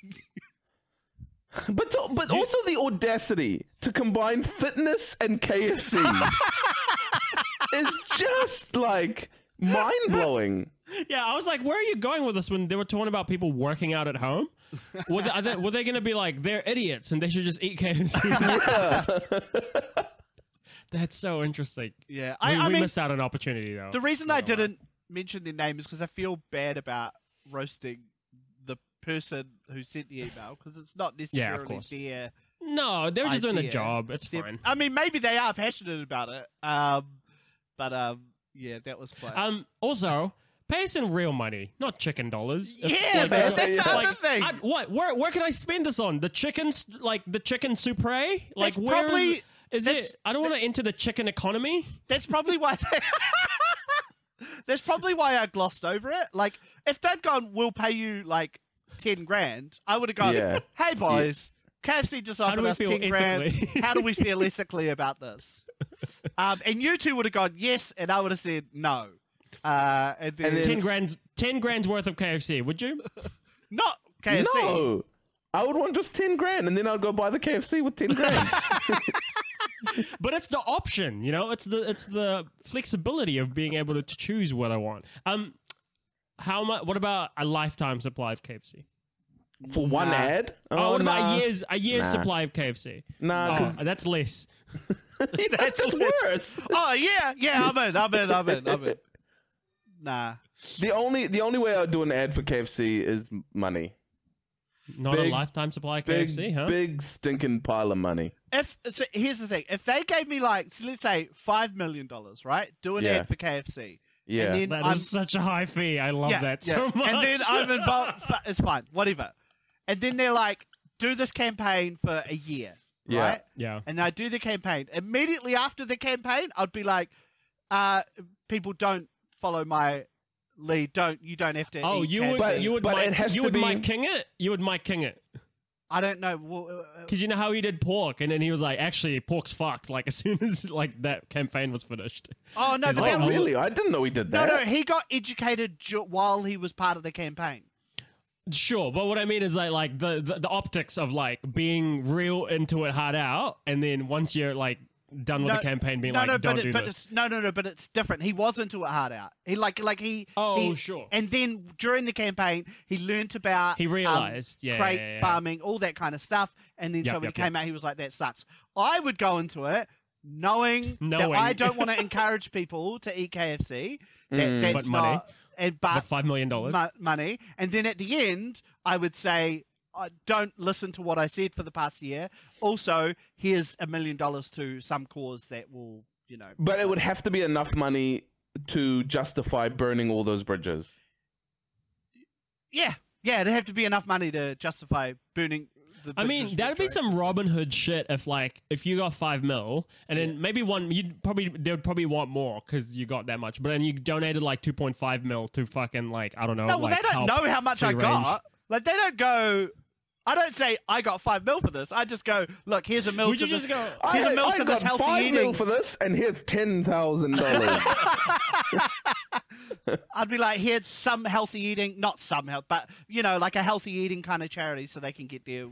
Speaker 3: But to- but also the audacity to combine fitness and KFC is just like mind blowing.
Speaker 2: Yeah, I was like, where are you going with this when they were talking about people working out at home? Were they, are they, were they going to be like, they're idiots and they should just eat KFC? That's so interesting.
Speaker 1: Yeah,
Speaker 2: We,
Speaker 1: I, I
Speaker 2: we
Speaker 1: mean,
Speaker 2: missed out on an opportunity, though.
Speaker 1: the reason I didn't mention their name is because I feel bad about roasting the person who sent the email because it's not necessarily
Speaker 2: course.
Speaker 1: their.
Speaker 2: no, they were just doing
Speaker 1: idea.
Speaker 2: a job. It's
Speaker 1: their-
Speaker 2: fine.
Speaker 1: I mean, maybe they are passionate about it. Um, but um, yeah, that was quite.
Speaker 2: Um, also, pay some real money, not chicken dollars. If-
Speaker 1: yeah, man, that's
Speaker 3: yeah.
Speaker 1: the other thing.
Speaker 2: I- what? Where? Where can I spend this on? The chickens, like the chicken supre? Like
Speaker 1: That's
Speaker 2: where is
Speaker 1: probably-
Speaker 2: is
Speaker 1: that's-
Speaker 2: it? I don't want to enter the chicken economy.
Speaker 1: That's probably why. that's probably why I glossed over it. Like, if they'd gone, we'll pay you like ten grand. I would have gone,
Speaker 3: Yeah.
Speaker 1: hey boys, KFC just
Speaker 2: do
Speaker 1: offered
Speaker 2: we
Speaker 1: us
Speaker 2: feel
Speaker 1: ten grand.
Speaker 2: ethically?"
Speaker 1: How do we feel ethically about this? Um, and you two would have gone yes, and I would have said no. Uh, and then,
Speaker 3: And then-
Speaker 2: Ten grand, ten grand's worth of KFC. Would you?
Speaker 1: not KFC.
Speaker 3: No, I would want just ten grand, and then I'd go buy the KFC with ten grand.
Speaker 2: but it's the option you know it's the it's the flexibility of being able to choose what i want um how much what about a lifetime supply of kfc
Speaker 3: For one
Speaker 1: Nah.
Speaker 3: ad?
Speaker 2: oh, what about
Speaker 3: nah.
Speaker 2: a year's a year's
Speaker 3: Nah.
Speaker 2: supply of kfc
Speaker 3: Nah,
Speaker 2: oh,
Speaker 3: 'cause-
Speaker 2: that's less
Speaker 3: That's worse.
Speaker 1: Oh yeah, yeah. I'm in. I'm in. I'm in. I'm in. Nah.
Speaker 3: The only the only way I'd do an ad for KFC is money.
Speaker 2: not a
Speaker 3: Big-
Speaker 2: lifetime supply of
Speaker 3: Big,
Speaker 2: kfc huh
Speaker 3: big stinking pile of money.
Speaker 1: if so here's the thing if they gave me like so let's say five million dollars right do an
Speaker 3: Yeah.
Speaker 1: ad for kfc
Speaker 3: Yeah.
Speaker 1: and then
Speaker 2: That is
Speaker 1: i'm
Speaker 2: such a high fee i love
Speaker 1: yeah,
Speaker 2: that
Speaker 1: yeah.
Speaker 2: so much
Speaker 1: and then i'm involved fi- it's fine whatever and then they're like do this campaign for a year
Speaker 3: Yeah.
Speaker 1: right
Speaker 2: yeah
Speaker 1: and i do the campaign immediately after the campaign i'd be like uh people don't follow my lead don't you don't have to
Speaker 2: oh
Speaker 1: eat
Speaker 2: you would
Speaker 1: KFC.
Speaker 2: you would
Speaker 3: but it
Speaker 2: Mike-
Speaker 3: has
Speaker 2: you
Speaker 3: to
Speaker 2: would
Speaker 3: be-
Speaker 2: Mike king it you would Mike king it
Speaker 1: i don't know well, uh,
Speaker 2: because you know how he did pork and then he was like actually pork's fucked like as soon as like that campaign was finished
Speaker 1: oh no
Speaker 2: He's
Speaker 1: but
Speaker 2: like,
Speaker 1: that
Speaker 3: Oh,
Speaker 1: was
Speaker 3: really? I didn't know he did
Speaker 1: no
Speaker 3: that.
Speaker 1: no he got educated ju- while he was part of the campaign
Speaker 2: Sure, but what I mean is like like the, the the optics of like being real into it hard out, and then once you're like done with
Speaker 1: No,
Speaker 2: the campaign, being
Speaker 1: no,
Speaker 2: like
Speaker 1: no,
Speaker 2: don't
Speaker 1: but,
Speaker 2: do
Speaker 1: it, but
Speaker 2: this.
Speaker 1: it's no, no, no, but it's different. He was into it hard out. He like, like he.
Speaker 2: Oh,
Speaker 1: he-
Speaker 2: sure.
Speaker 1: And then during the campaign, he learnt about
Speaker 2: He
Speaker 1: um,
Speaker 2: realised, yeah,
Speaker 1: crate
Speaker 2: yeah, yeah.
Speaker 1: farming, all that kind of stuff. And then
Speaker 2: Yep,
Speaker 1: so when
Speaker 2: yep,
Speaker 1: he came out, he was like, "That sucks." I would go into it knowing,
Speaker 2: Knowing.
Speaker 1: that I don't want to encourage people to eat KFC. That, that's
Speaker 2: But money.
Speaker 1: not- and but
Speaker 2: The five million dollars.
Speaker 1: mo- money. And then at the end, I would say, uh, don't listen to what I said for the past year. Also, here's a million dollars to some cause that will, you know.
Speaker 3: But it would have to be enough money to justify burning all those bridges.
Speaker 1: Yeah, yeah, it'd have to be enough money to justify burning the
Speaker 2: I mean,
Speaker 1: pictures
Speaker 2: that'd be
Speaker 1: portray.
Speaker 2: some Robin Hood shit if, like, if you got five mil and then maybe one, you'd probably, they would probably want more because you got that much. But then you donated like 2.5 mil to fucking, like, I don't know.
Speaker 1: No, well,
Speaker 2: like,
Speaker 1: they don't
Speaker 2: help
Speaker 1: know how much I
Speaker 2: free range.
Speaker 1: got. Like, they don't go. I don't say I got five mil for this. I just go, look, here's a mil
Speaker 2: Would
Speaker 1: to
Speaker 2: you
Speaker 1: this.
Speaker 2: just go,
Speaker 1: here's a
Speaker 3: I-
Speaker 1: mil
Speaker 3: I
Speaker 1: to
Speaker 3: got
Speaker 1: this healthy
Speaker 3: five
Speaker 1: eating.
Speaker 3: mil for this, and here's ten thousand dollars.
Speaker 1: I'd be like, here's some healthy eating, not some health, but you know, like a healthy eating kind of charity, so they can get their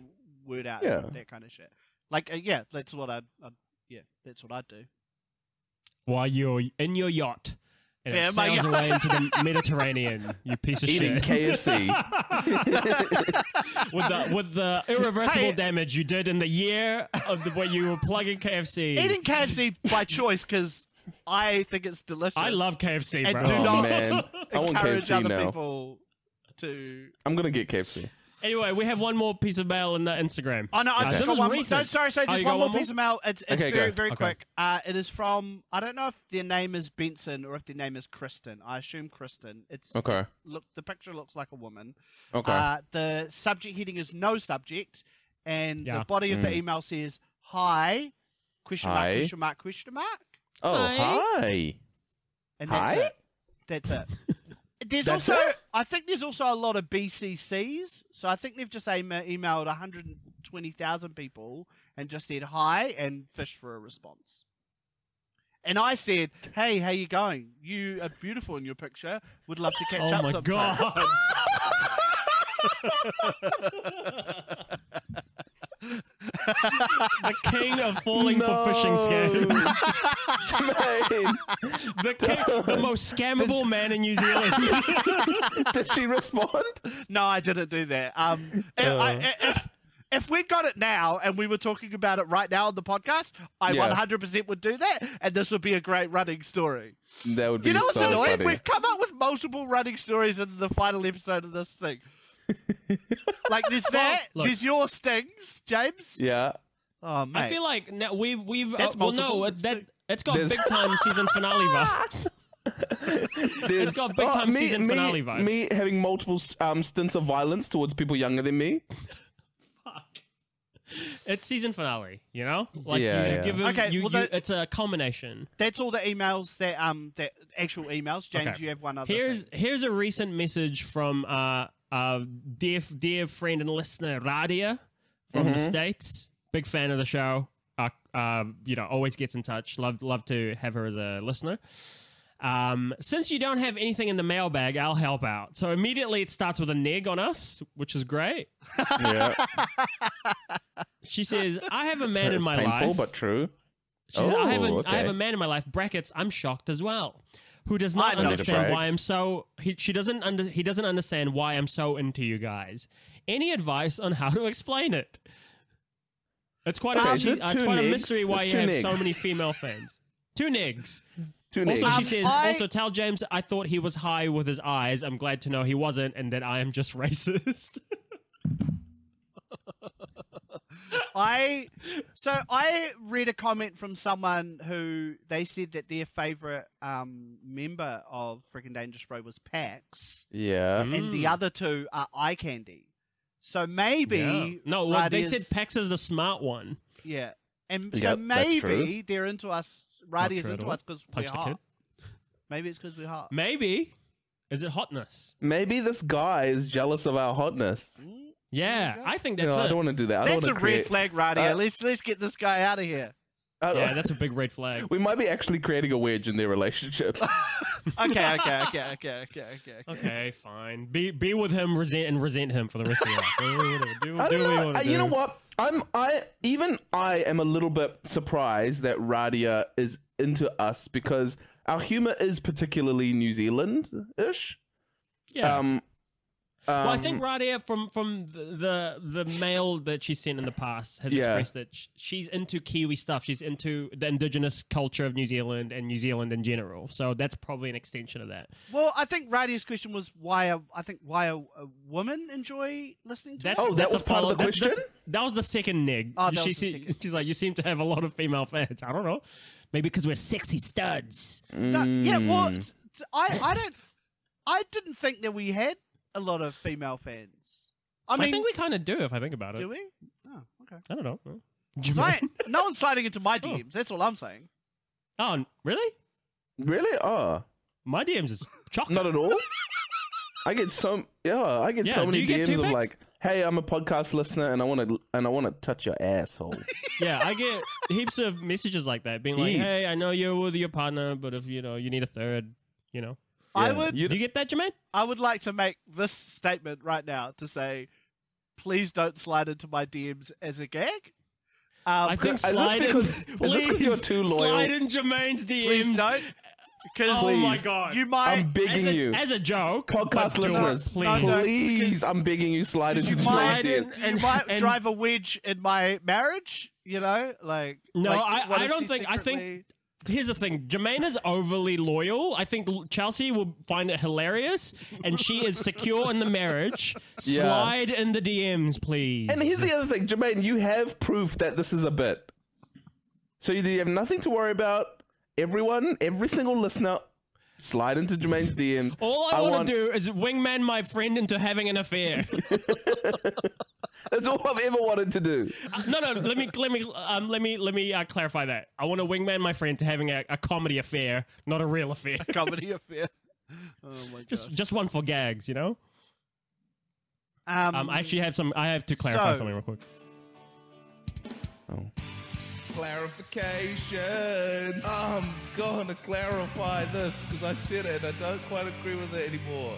Speaker 1: word out.
Speaker 3: Yeah.
Speaker 1: and that kind of shit. Like, uh, yeah, that's what I'd, I'd. Yeah, that's what I'd do.
Speaker 2: while you're in your yacht and
Speaker 1: Yeah,
Speaker 2: it
Speaker 1: my
Speaker 2: sails away into the Mediterranean, you piece of
Speaker 3: Eating
Speaker 2: shit.
Speaker 3: KFC.
Speaker 2: with the with the irreversible
Speaker 1: Hey.
Speaker 2: damage you did in the year of the, when you were plugging KFC.
Speaker 1: Eating KFC by choice because I think it's delicious.
Speaker 2: I love KFC,
Speaker 1: And
Speaker 2: bro.
Speaker 1: do
Speaker 3: oh
Speaker 1: not
Speaker 3: man, I want
Speaker 1: encourage
Speaker 3: KFC
Speaker 1: other
Speaker 3: now.
Speaker 1: people to.
Speaker 3: I'm gonna get KFC.
Speaker 2: Anyway, we have one more piece of mail in the Instagram.
Speaker 1: Oh no!
Speaker 2: Uh,
Speaker 1: I've
Speaker 2: this
Speaker 1: just got
Speaker 2: is
Speaker 1: one. more-
Speaker 2: recent.
Speaker 1: No, sorry, sorry.
Speaker 2: Oh,
Speaker 1: Just
Speaker 2: you
Speaker 1: one
Speaker 2: got
Speaker 1: more
Speaker 2: one more?
Speaker 1: piece of mail. It's, it's
Speaker 3: Okay,
Speaker 1: very,
Speaker 3: go.
Speaker 1: very
Speaker 2: Okay.
Speaker 1: quick. Uh, it is from. I don't know if their name is Benson or if their name is Kristen. I assume Kristen. It's
Speaker 3: Okay.
Speaker 1: look. The picture looks like a woman.
Speaker 3: Okay.
Speaker 1: Uh, the subject heading is no subject, and
Speaker 2: Yeah.
Speaker 1: the body of the
Speaker 3: Mm.
Speaker 1: email says hi, question mark,
Speaker 3: Hi.
Speaker 1: question mark, question mark,
Speaker 3: oh hi.
Speaker 1: and that's
Speaker 3: Hi?
Speaker 1: it. That's it. There's
Speaker 3: That's
Speaker 1: also,
Speaker 3: it?
Speaker 1: I think there's also a lot of BCCs, so I think they've just ema- emailed 120,000 people and just said hi and fished for a response. And I said, "Hey, how you going? You are beautiful in your picture. Would love to catch
Speaker 2: Oh
Speaker 1: up
Speaker 2: my
Speaker 1: sometime."
Speaker 2: god. the king of falling for fishing scams.
Speaker 3: Jermaine,
Speaker 2: The, king, the most scammable man in New Zealand.
Speaker 3: did she respond?
Speaker 1: No, I didn't do that. Um, if, I,
Speaker 3: Uh.
Speaker 1: if if we got it now and we were talking about it right now on the podcast, I
Speaker 3: Yeah.
Speaker 1: 100% would do that, and this would be a great running story.
Speaker 3: That would be
Speaker 1: You know what's
Speaker 3: so
Speaker 1: annoying?
Speaker 3: funny.
Speaker 1: We've come up with multiple running stories in the final episode of this thing. like there's that,
Speaker 2: look.
Speaker 1: there's your stings, James.
Speaker 3: Yeah.
Speaker 1: Oh mate,
Speaker 2: I feel like now we've we've
Speaker 1: That's
Speaker 2: uh, well no
Speaker 1: multiples,
Speaker 2: it,
Speaker 1: it's
Speaker 2: that
Speaker 1: two.
Speaker 2: it's got
Speaker 3: There's-
Speaker 2: big time season finale vibes.
Speaker 3: There's-
Speaker 2: got big time
Speaker 3: Oh, me-
Speaker 2: season
Speaker 3: me-
Speaker 2: finale vibes.
Speaker 3: Me having multiple um, stints of violence towards people younger than me.
Speaker 2: It's season finale, you know. Like
Speaker 3: Yeah,
Speaker 2: you
Speaker 3: yeah.
Speaker 2: give 'em-
Speaker 1: Okay,
Speaker 2: you,
Speaker 1: well,
Speaker 2: you-
Speaker 1: that-
Speaker 2: it's a culmination.
Speaker 1: that's all the emails that um that actual emails. James,
Speaker 2: Okay.
Speaker 1: you have one other.
Speaker 2: Here's
Speaker 1: thing.
Speaker 2: here's a recent message from uh uh dear dear friend and listener Radia from
Speaker 3: Mm-hmm.
Speaker 2: the states. Big fan of the show. Uh, uh, you know, always gets in touch. Love love to have her as a listener. Um, since you don't have anything in the mailbag, I'll help out. So immediately it starts with a neg on us, which is great.
Speaker 3: Yeah.
Speaker 2: She says, "I have a man in
Speaker 3: It's
Speaker 2: my
Speaker 3: painful,
Speaker 2: life."
Speaker 3: but true.
Speaker 2: She says, I, have a,
Speaker 3: Oh,
Speaker 2: I have
Speaker 3: okay.
Speaker 2: a man in my life, brackets, I'm shocked as well, who does not
Speaker 1: I'm not
Speaker 2: understand
Speaker 3: surprised.
Speaker 2: why I'm so, he, she doesn't under, he doesn't understand why I'm so into you guys. Any advice on how to explain it? It's quite,
Speaker 3: Okay,
Speaker 2: a,
Speaker 3: so
Speaker 2: she- uh, it's
Speaker 3: two
Speaker 2: quite a
Speaker 3: nigs.
Speaker 2: mystery why
Speaker 3: It's
Speaker 2: you
Speaker 3: two
Speaker 2: have so
Speaker 3: nigs.
Speaker 2: many female fans. Two nigs.
Speaker 3: Two
Speaker 2: Also,
Speaker 3: names.
Speaker 2: she
Speaker 1: Um,
Speaker 2: says,
Speaker 1: I-
Speaker 2: also tell James I thought he was high with his eyes. I'm glad to know he wasn't and that I am just racist.
Speaker 1: I so I read a comment from someone who they said that their favorite um, member of freaking Dangerous Bro was Pax,
Speaker 3: Uh, yeah.
Speaker 1: and the
Speaker 2: Mm.
Speaker 1: other two are Eye Candy. So maybe
Speaker 2: Yeah. No, well, they
Speaker 1: Radius-
Speaker 2: said Pax is the smart one.
Speaker 1: yeah, and so
Speaker 3: Yep, that's true.
Speaker 1: maybe they're into us.
Speaker 2: Not
Speaker 1: Radius
Speaker 2: true at
Speaker 1: into
Speaker 2: all.
Speaker 1: us because we're
Speaker 2: Punch the kid.
Speaker 1: hot. Maybe it's because we're hot.
Speaker 2: Maybe. Is it hotness?
Speaker 3: Maybe this guy is jealous of our hotness.
Speaker 1: Mm.
Speaker 2: Yeah,
Speaker 1: There you go.
Speaker 2: I think
Speaker 3: No,
Speaker 2: that's
Speaker 3: I
Speaker 2: it.
Speaker 3: don't want to do that. I don't
Speaker 1: That's a
Speaker 3: wanna create,
Speaker 1: red flag, Radia.
Speaker 3: Uh,
Speaker 1: let's let's get this guy out of here.
Speaker 3: I don't-
Speaker 2: Yeah, that's a big red flag.
Speaker 3: we might be actually creating a wedge in their relationship.
Speaker 1: Okay, okay, okay, okay, okay, okay.
Speaker 2: Okay, fine. Be be with him, resent and resent him for the rest of your life. Do whatever- do-
Speaker 3: I
Speaker 2: do
Speaker 3: don't
Speaker 2: what
Speaker 3: know.
Speaker 2: you wanna
Speaker 3: Uh, you know
Speaker 2: do.
Speaker 3: what? I'm I even I am a little bit surprised that Radia is into us because our humor is particularly New Zealand ish.
Speaker 2: Yeah.
Speaker 3: Um,
Speaker 2: well, I
Speaker 3: um,
Speaker 2: think right here from from the, the the mail that she sent in the past has
Speaker 3: Yeah.
Speaker 2: expressed that sh- she's into Kiwi stuff. She's into the indigenous culture of New Zealand and New Zealand in general. So that's probably an extension of that.
Speaker 1: Well, I think Radia's question was why a, I think why a, a woman enjoy listening to
Speaker 2: That's,
Speaker 1: us?
Speaker 3: Oh, that
Speaker 2: that's a
Speaker 3: was part of
Speaker 2: follow-
Speaker 3: the
Speaker 2: that's- that's-
Speaker 3: question?
Speaker 2: that was the second nig.
Speaker 1: Oh, that
Speaker 2: she,
Speaker 1: was the
Speaker 2: se-
Speaker 1: second.
Speaker 2: She's like, you seem to have a lot of female fans. I don't know. Maybe because we're sexy studs.
Speaker 1: No, yeah, well,
Speaker 3: Mm.
Speaker 1: t- t- I I don't I didn't think that we had a lot of female fans. I
Speaker 2: I,
Speaker 1: mean,
Speaker 2: think we kind of do if I think about it.
Speaker 1: do we? Oh, okay.
Speaker 2: I don't know.
Speaker 1: So I- no one's sliding into my DMs. That's all I'm saying.
Speaker 2: Oh, n- really?
Speaker 3: Really? Oh,
Speaker 2: My DMs is chocolate.
Speaker 3: not at all. I get so yeah, I get
Speaker 2: Yeah,
Speaker 3: so
Speaker 2: do
Speaker 3: many
Speaker 2: you get
Speaker 3: DMs of
Speaker 2: two-packs?
Speaker 3: like, "Hey, I'm a podcast listener, and I want to and I want to touch your asshole."
Speaker 2: Yeah, I get heaps of messages like that, being like,
Speaker 3: Heaps.
Speaker 2: "Hey, I know you're with your partner, but if you know you need a third, you know."
Speaker 1: I
Speaker 3: Yeah,
Speaker 1: would
Speaker 2: Do you get that, Jermaine?
Speaker 1: I would like to make this statement right now to say, please don't slide into my DMs as a gag. Um,
Speaker 2: I think
Speaker 3: is this
Speaker 2: slide in.
Speaker 3: because- is this 'cause
Speaker 2: Please,
Speaker 3: you're too loyal?
Speaker 2: slide in Jermaine's
Speaker 1: please
Speaker 2: DMs.
Speaker 1: don't. Because
Speaker 2: oh my
Speaker 3: Please.
Speaker 2: god!
Speaker 1: you might
Speaker 3: I'm
Speaker 2: as
Speaker 3: begging
Speaker 2: a,
Speaker 3: you,
Speaker 2: as a joke, but
Speaker 3: podcast
Speaker 2: do it,
Speaker 3: listeners.
Speaker 2: please.
Speaker 1: No, don't, because-
Speaker 3: please, I'm begging you, slide
Speaker 1: because
Speaker 3: into
Speaker 1: you
Speaker 3: the
Speaker 1: might-
Speaker 3: slide
Speaker 2: in-
Speaker 1: you
Speaker 2: and-
Speaker 1: might
Speaker 2: and-
Speaker 1: drive a wedge in my marriage. You know, like
Speaker 2: No,
Speaker 1: like,
Speaker 2: I-
Speaker 1: what
Speaker 2: I
Speaker 1: if
Speaker 2: don't
Speaker 1: she
Speaker 2: think- I think-
Speaker 1: secretly-
Speaker 2: Here's the thing: Jermaine is overly loyal. I think l- Chelsea will find it hilarious, and she is secure in the marriage.
Speaker 3: Yeah.
Speaker 2: Slide in the DMs, please.
Speaker 3: And here's the other thing, Jermaine, you have proof that this is a bit. So you, you have nothing to worry about. Everyone, every single listener, slide into Jermaine's DMs.
Speaker 2: all I, want to do is wingman my friend into having an affair.
Speaker 3: That's all I've ever wanted to do.
Speaker 2: Uh, no, no. Let me, let me, um, let me, let me uh, clarify that. I want to wingman my friend to having a, a comedy affair, not a real affair.
Speaker 1: comedy affair. Oh my
Speaker 2: just,
Speaker 1: gosh.
Speaker 2: just one for gags, you know.
Speaker 1: Um,
Speaker 2: Um, I actually have some. I have to clarify
Speaker 1: so-
Speaker 2: something real quick.
Speaker 5: Clarification. I'm gonna clarify this because I said it and I don't quite agree with it anymore.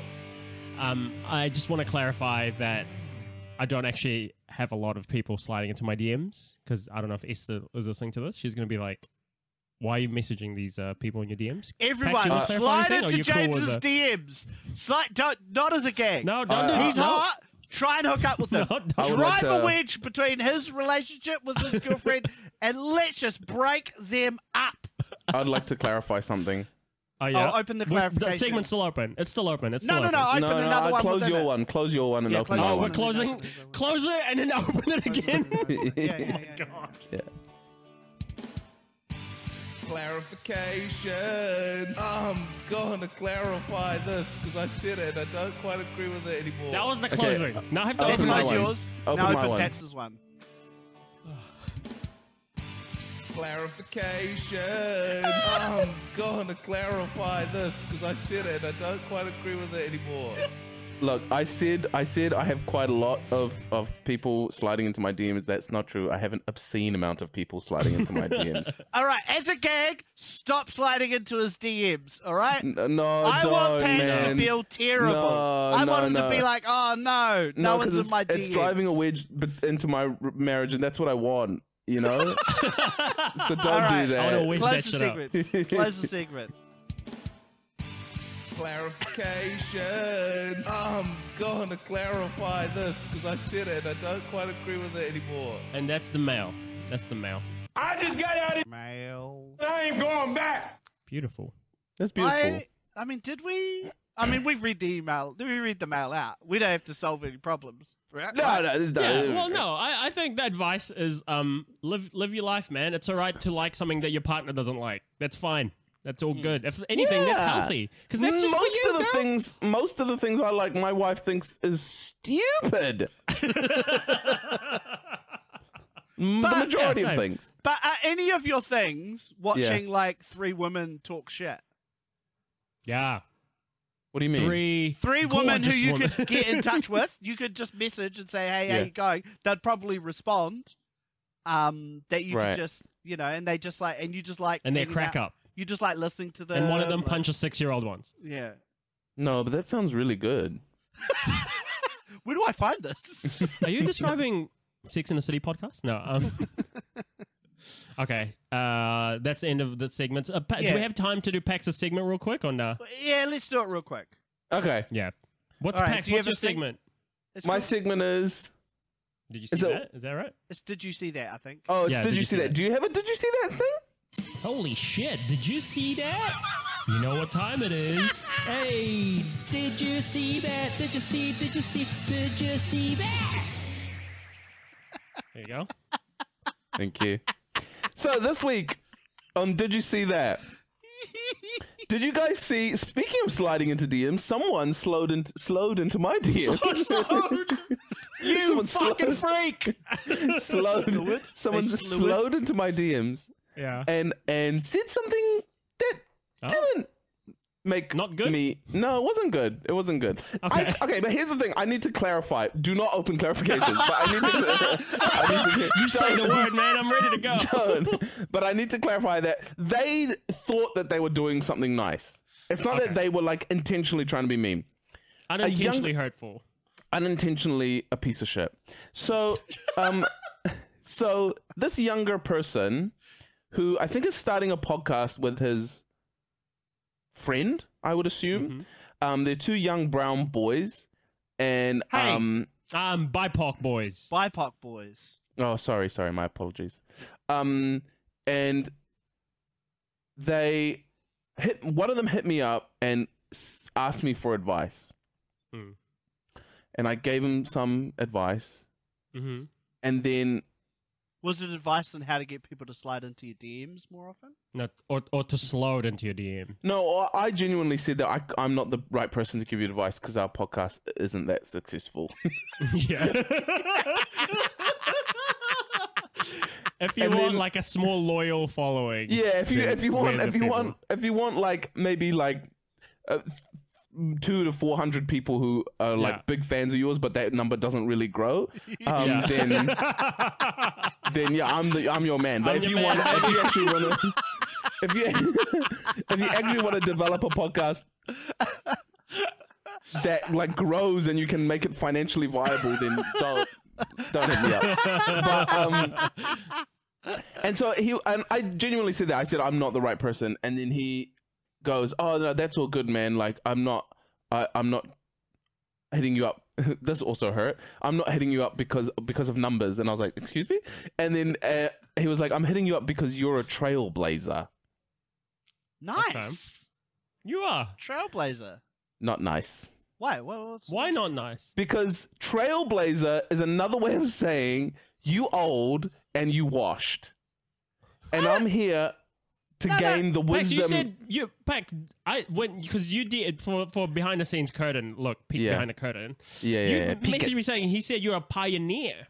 Speaker 2: Um, I just want to clarify that I don't actually have a lot of people sliding into my DMs because I don't know if Esther is listening to this. She's going to be like, "Why are you messaging these uh, people in your DMs?" Pat,
Speaker 1: Everyone,
Speaker 2: you wanna clarify
Speaker 1: slide
Speaker 2: anything, or
Speaker 1: into
Speaker 2: you cool with
Speaker 1: James's
Speaker 2: the-
Speaker 1: DMs. Slide, don't, not as a gag.
Speaker 2: No, don't do
Speaker 3: Uh,
Speaker 2: that.
Speaker 1: He's
Speaker 2: No.
Speaker 1: hot. Try and hook up with him.
Speaker 2: No, don't. I
Speaker 1: Drive
Speaker 3: would like
Speaker 1: a
Speaker 2: uh,
Speaker 3: to-
Speaker 1: wedge between his relationship with his girlfriend, and let's just break them up.
Speaker 3: I'd like to clarify something.
Speaker 2: Oh yeah.
Speaker 1: I'll open the
Speaker 2: We've-
Speaker 1: clarification.
Speaker 2: segment's still open. It's still open. It's
Speaker 1: No,
Speaker 2: still
Speaker 1: no, no.
Speaker 2: open.
Speaker 1: Open
Speaker 3: no, no,
Speaker 1: another
Speaker 3: I-
Speaker 1: one.
Speaker 3: Uh, close
Speaker 1: within
Speaker 3: your
Speaker 1: it.
Speaker 3: one. Close your one and
Speaker 1: Yeah,
Speaker 3: open
Speaker 1: close
Speaker 3: my
Speaker 1: your
Speaker 2: Oh,
Speaker 1: one.
Speaker 2: we're
Speaker 3: one.
Speaker 2: closing. Close it and then open it again.
Speaker 1: Yeah, yeah, yeah, yeah.
Speaker 5: Clarification. I'm gonna clarify this because I said it and I don't quite agree with it anymore.
Speaker 2: That was the closing. Now I have to
Speaker 1: Let's
Speaker 3: Open
Speaker 2: open
Speaker 3: my
Speaker 1: close
Speaker 3: one.
Speaker 1: yours.
Speaker 3: Open
Speaker 1: now
Speaker 3: my
Speaker 1: open
Speaker 3: one.
Speaker 1: Pax's one.
Speaker 5: Clarification. I'm gonna clarify this because I said it and I don't quite agree with it anymore.
Speaker 3: Look, I said, I said, I have quite a lot of of people sliding into my DMs. That's not true. I have an obscene amount of people sliding into my DMs.
Speaker 1: All right, as a gag, stop sliding into his DMs. All right.
Speaker 3: N- No,
Speaker 1: I
Speaker 3: don't,
Speaker 1: want Pax to
Speaker 3: Oh, man.
Speaker 1: feel terrible.
Speaker 3: No,
Speaker 1: I want
Speaker 3: no,
Speaker 1: him
Speaker 3: no.
Speaker 1: to be like, "Oh no, no, one's
Speaker 3: 'cause
Speaker 1: in my
Speaker 3: it's,
Speaker 1: DMs."
Speaker 3: It's driving a wedge b- into my r- marriage, and that's what I want. You know, so don't
Speaker 1: right.
Speaker 3: do that.
Speaker 2: I wanna wedge that
Speaker 1: Close the
Speaker 2: shit up.
Speaker 1: segment. Close the segment.
Speaker 5: Clarification. I'm gonna clarify this because I said it and I don't quite agree with it anymore.
Speaker 2: And that's the mail. That's the mail.
Speaker 1: Mail.
Speaker 2: Beautiful.
Speaker 3: That's beautiful.
Speaker 1: I, I mean, did we? I mean, we read the email. Did we read the mail out? We don't have to solve any problems, right?
Speaker 3: No, no, this is not-
Speaker 2: Yeah, well, no, I, I think that advice is um, live live your life, man. It's all right to like something that your partner doesn't like. That's fine. That's
Speaker 1: Mm.
Speaker 2: all good. If anything, that's
Speaker 3: Yeah.
Speaker 2: healthy because that's just
Speaker 3: most
Speaker 2: for you,
Speaker 3: of the
Speaker 2: girl.
Speaker 3: things, most of the things I like, my wife thinks is stupid. M- the majority
Speaker 2: yeah,
Speaker 3: of
Speaker 2: same.
Speaker 3: things.
Speaker 1: But are any of your things watching like three women talk shit?
Speaker 2: Yeah,
Speaker 3: What do you mean?
Speaker 2: three
Speaker 1: Three women who
Speaker 2: gorgeous
Speaker 1: you
Speaker 2: women.
Speaker 1: could get in touch with, you could just message and say, "Hey, how
Speaker 3: Yeah.
Speaker 1: you going?" They'd probably respond. Um, that you
Speaker 3: Right.
Speaker 1: could just, you know, and they just like, and you just like,
Speaker 2: and they
Speaker 1: hanging
Speaker 2: crack
Speaker 1: out.
Speaker 2: up,
Speaker 1: You just like listening to them,
Speaker 2: and one of them
Speaker 1: like-
Speaker 2: punches six year old ones.
Speaker 1: Yeah.
Speaker 3: No, but that sounds really good.
Speaker 1: Where do I find this?
Speaker 2: Are you describing Six in the City podcast? No. Um, okay, uh, that's the end of the segments. Uh, pa-
Speaker 1: Yeah.
Speaker 2: Do we have time to do Pax's segment real quick or no?
Speaker 1: yeah, let's do it real quick.
Speaker 3: Okay,
Speaker 2: Yeah. What's
Speaker 1: All right,
Speaker 2: Pax?
Speaker 1: do you
Speaker 2: What's
Speaker 1: have
Speaker 2: your
Speaker 1: a seg-
Speaker 2: segment?
Speaker 1: It's
Speaker 3: my
Speaker 1: called-
Speaker 3: segment is.
Speaker 2: Did you see
Speaker 3: Is it-
Speaker 2: that? Is that right?
Speaker 1: it's did you see that? I think.
Speaker 3: Oh, it's
Speaker 2: Yeah,
Speaker 3: did, you, see that? Do you have a Did you see that thing?
Speaker 4: Holy shit, did you see that?
Speaker 2: You know what time it is.
Speaker 4: Hey, did you see that? Did you see? Did you see? Did you see that?
Speaker 2: There you go.
Speaker 3: Thank you. so this week on Did You See That? Did you guys see? Speaking of sliding into DMs, someone slowed into slowed into my DMs.
Speaker 2: You
Speaker 3: Someone
Speaker 2: fucking
Speaker 3: slow-
Speaker 2: freak!
Speaker 3: slowed, someone
Speaker 1: They
Speaker 3: just
Speaker 1: slew it.
Speaker 3: slowed into my DMs
Speaker 2: Yeah.
Speaker 3: and and said something that
Speaker 2: Oh.
Speaker 3: didn't make
Speaker 2: Not good?
Speaker 3: me no it wasn't good it wasn't good okay. I, okay but here's the thing i need to clarify do not open clarifications but i need to, I need to
Speaker 2: You say the word, man. I'm ready to go.
Speaker 3: Done. but I need to clarify that they thought that they were doing something nice. It's not
Speaker 2: Okay.
Speaker 3: that they were like intentionally trying to be mean,
Speaker 2: Unintentionally hurtful.
Speaker 3: unintentionally a piece of shit. So, um, so this younger person who I think is starting a podcast with his friend, I would assume. Um, they're two young brown boys, and
Speaker 1: Hey.
Speaker 3: um,
Speaker 2: Um, BIPOC boys.
Speaker 1: BIPOC boys.
Speaker 3: Oh, sorry, sorry, my apologies. Um, and they hit one of them hit me up and s- asked me for advice,
Speaker 2: Hmm.
Speaker 3: and I gave him some advice,
Speaker 2: Mm-hmm.
Speaker 3: and then
Speaker 1: Was it advice on how to get people to slide into your DMs more often?
Speaker 2: Not or or to slow it into your DM.
Speaker 3: no, I- I genuinely said that I, I'm not the right person to give you advice because our podcast isn't that successful.
Speaker 2: yeah. if you
Speaker 3: And
Speaker 2: want
Speaker 3: then-
Speaker 2: like a small loyal following.
Speaker 3: Yeah, if you
Speaker 2: then
Speaker 3: if you want
Speaker 2: we're the
Speaker 3: if you
Speaker 2: people.
Speaker 3: want if you want like maybe like uh, two to four hundred people who are like
Speaker 2: Yeah.
Speaker 3: big fans of yours, but that number doesn't really grow, um,
Speaker 2: Yeah.
Speaker 3: then then yeah, I'm the I'm your man. But
Speaker 2: I'm
Speaker 3: if
Speaker 2: your
Speaker 3: you
Speaker 2: man,
Speaker 3: want if you actually want to if you if you actually want to develop a podcast. That like grows and you can make it financially viable, then don't don't hit me up. But, um, and so he and I genuinely said that I said I'm not the right person, and then he goes, "Oh no, that's all good, man. Like I'm not, I, I'm not hitting you up. this also hurt. I'm not hitting you up because because of numbers." And I was like, "Excuse me." And then uh, he was like, "I'm hitting you up because you're a trailblazer."
Speaker 1: Nice.
Speaker 2: you are.
Speaker 1: Trailblazer.
Speaker 3: Not nice.
Speaker 1: Why? What, what's...
Speaker 2: Why not nice?
Speaker 3: Because trailblazer is another way of saying you old and you washed, and I'm here to
Speaker 1: No, no.
Speaker 3: gain the
Speaker 2: Pax,
Speaker 3: wisdom.
Speaker 2: you said you Pax, I when because you did for for behind the scenes curtain. Look, peek
Speaker 3: Yeah.
Speaker 2: behind the curtain.
Speaker 3: yeah, yeah,
Speaker 2: you
Speaker 3: yeah. Peek it.
Speaker 2: messaged me saying he said you're a pioneer.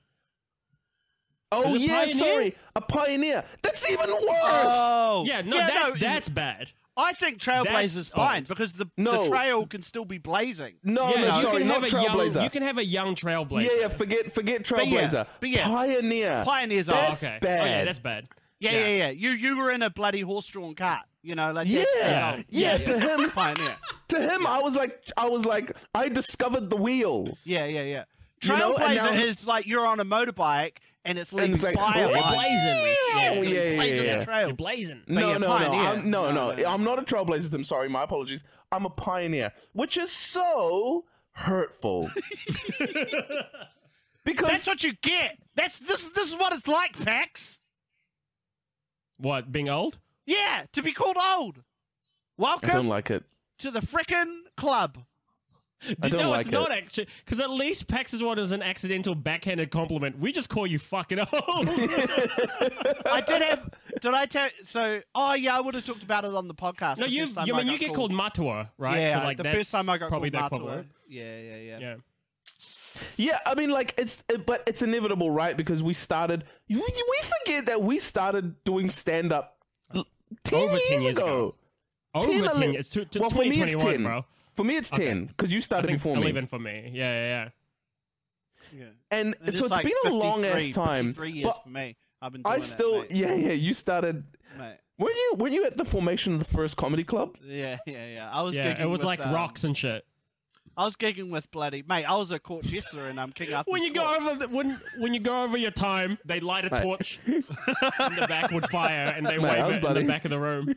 Speaker 3: Oh
Speaker 2: Is it
Speaker 3: yeah,
Speaker 2: pioneer? Uh,
Speaker 3: sorry, a pioneer. That's even worse.
Speaker 1: Oh.
Speaker 2: Yeah, no, that's that's bad.
Speaker 1: I think
Speaker 2: That's
Speaker 1: trailblazer's fine
Speaker 2: odd.
Speaker 1: because the,
Speaker 3: No.
Speaker 1: the trail can still be blazing.
Speaker 3: Oh, no,
Speaker 2: yeah,
Speaker 3: no,
Speaker 2: you
Speaker 3: sorry,
Speaker 2: can
Speaker 3: not
Speaker 2: have a
Speaker 3: trailblazer.
Speaker 2: young. You can have a young trailblazer.
Speaker 3: yeah, yeah, forget, forget
Speaker 1: But yeah,
Speaker 3: trailblazer.
Speaker 1: but yeah.
Speaker 3: pioneer.
Speaker 1: Pioneers
Speaker 2: Oh,
Speaker 1: are.
Speaker 3: That's
Speaker 2: okay. Oh, yeah,
Speaker 3: bad.
Speaker 2: that's bad.
Speaker 1: Yeah, yeah, yeah, You you were in a bloody horse-drawn cart. You know, like
Speaker 3: yeah,
Speaker 1: that's,
Speaker 3: yeah,
Speaker 1: that's old.
Speaker 3: To him,
Speaker 1: Pioneer.
Speaker 3: to him, I was like, I was like, I discovered the wheel.
Speaker 1: Yeah, yeah, yeah.
Speaker 3: You know,
Speaker 1: Trailblazer
Speaker 3: and now-
Speaker 1: is like you're on a motorbike and it's leaving
Speaker 3: it's like,
Speaker 1: fire
Speaker 3: "Oh,
Speaker 1: behind.
Speaker 2: Blazing.
Speaker 3: yeah,
Speaker 2: you're
Speaker 3: Oh,
Speaker 2: blazing
Speaker 3: yeah, yeah,
Speaker 2: the
Speaker 3: yeah.
Speaker 2: trail. You're blazing.
Speaker 3: No,
Speaker 1: yeah,
Speaker 3: no, no,
Speaker 1: pioneer.
Speaker 3: I'm, no,
Speaker 1: No,
Speaker 3: no,
Speaker 1: no.
Speaker 3: I'm not a trailblazer. I'm sorry, my apologies. I'm a pioneer, which is so hurtful. because
Speaker 1: That's what you get. That's this. This is what it's like, Pax.
Speaker 2: What? Being old?
Speaker 1: Yeah, to be called old.
Speaker 3: I don't
Speaker 1: Welcome
Speaker 3: like it.
Speaker 1: to the frickin' club.
Speaker 3: I don't
Speaker 2: no,
Speaker 3: like
Speaker 2: it's
Speaker 3: it.
Speaker 2: not actually. Because at least Pax's one is an accidental backhanded compliment. We just call you fucking old.
Speaker 1: I did have. Did I tell? So, oh yeah, I would have talked about it on the podcast.
Speaker 2: no,
Speaker 1: the
Speaker 2: you.
Speaker 1: first time
Speaker 2: I mean, you
Speaker 1: got
Speaker 2: get called Matua, right?
Speaker 1: Yeah,
Speaker 2: so, like,
Speaker 1: the
Speaker 2: that's
Speaker 1: first time I got
Speaker 2: probably
Speaker 1: called
Speaker 2: the
Speaker 1: Matua.
Speaker 2: equivalent.
Speaker 1: Yeah, yeah, yeah,
Speaker 2: Yeah.
Speaker 3: Yeah, I mean, like it's, it, but it's inevitable, right? Because we started, we, we forget that we started doing stand up ten
Speaker 2: Over
Speaker 3: years,
Speaker 2: 10 years
Speaker 3: ago.
Speaker 2: ago.
Speaker 3: Ten,
Speaker 2: Over ten.
Speaker 3: eleven-
Speaker 2: It's to, to
Speaker 3: well, for me, it's
Speaker 2: 2021,
Speaker 3: ten.
Speaker 2: bro.
Speaker 3: For me, it's
Speaker 2: Okay.
Speaker 3: ten because you
Speaker 2: I
Speaker 3: started
Speaker 2: think
Speaker 3: before me,
Speaker 2: eleven for me. Yeah, yeah, yeah.
Speaker 1: yeah.
Speaker 3: and,
Speaker 1: And
Speaker 3: so
Speaker 1: it's
Speaker 3: it's
Speaker 1: like
Speaker 3: been a long ass
Speaker 1: 53,
Speaker 3: time.
Speaker 1: 53 years
Speaker 3: But
Speaker 1: for me. I've been. Doing
Speaker 3: I still,
Speaker 1: It, mate.
Speaker 3: yeah, yeah. You started.
Speaker 1: Mate.
Speaker 3: Weren't you? Weren't you at the formation of the first comedy club?
Speaker 1: Yeah, yeah, yeah. I was.
Speaker 2: yeah,
Speaker 1: gigging
Speaker 2: it was
Speaker 1: with,
Speaker 2: like
Speaker 1: um,
Speaker 2: rocks and shit.
Speaker 1: I was gigging with bloody mate. I was a court jester and I'm king up.
Speaker 2: When
Speaker 1: in
Speaker 2: you go
Speaker 1: court.
Speaker 2: over the, when when you go over your time, they light a
Speaker 3: Mate.
Speaker 2: torch in the backwood fire and they
Speaker 3: Mate,
Speaker 2: wave
Speaker 3: I'm
Speaker 2: it
Speaker 3: bloody-
Speaker 2: in the back of the room.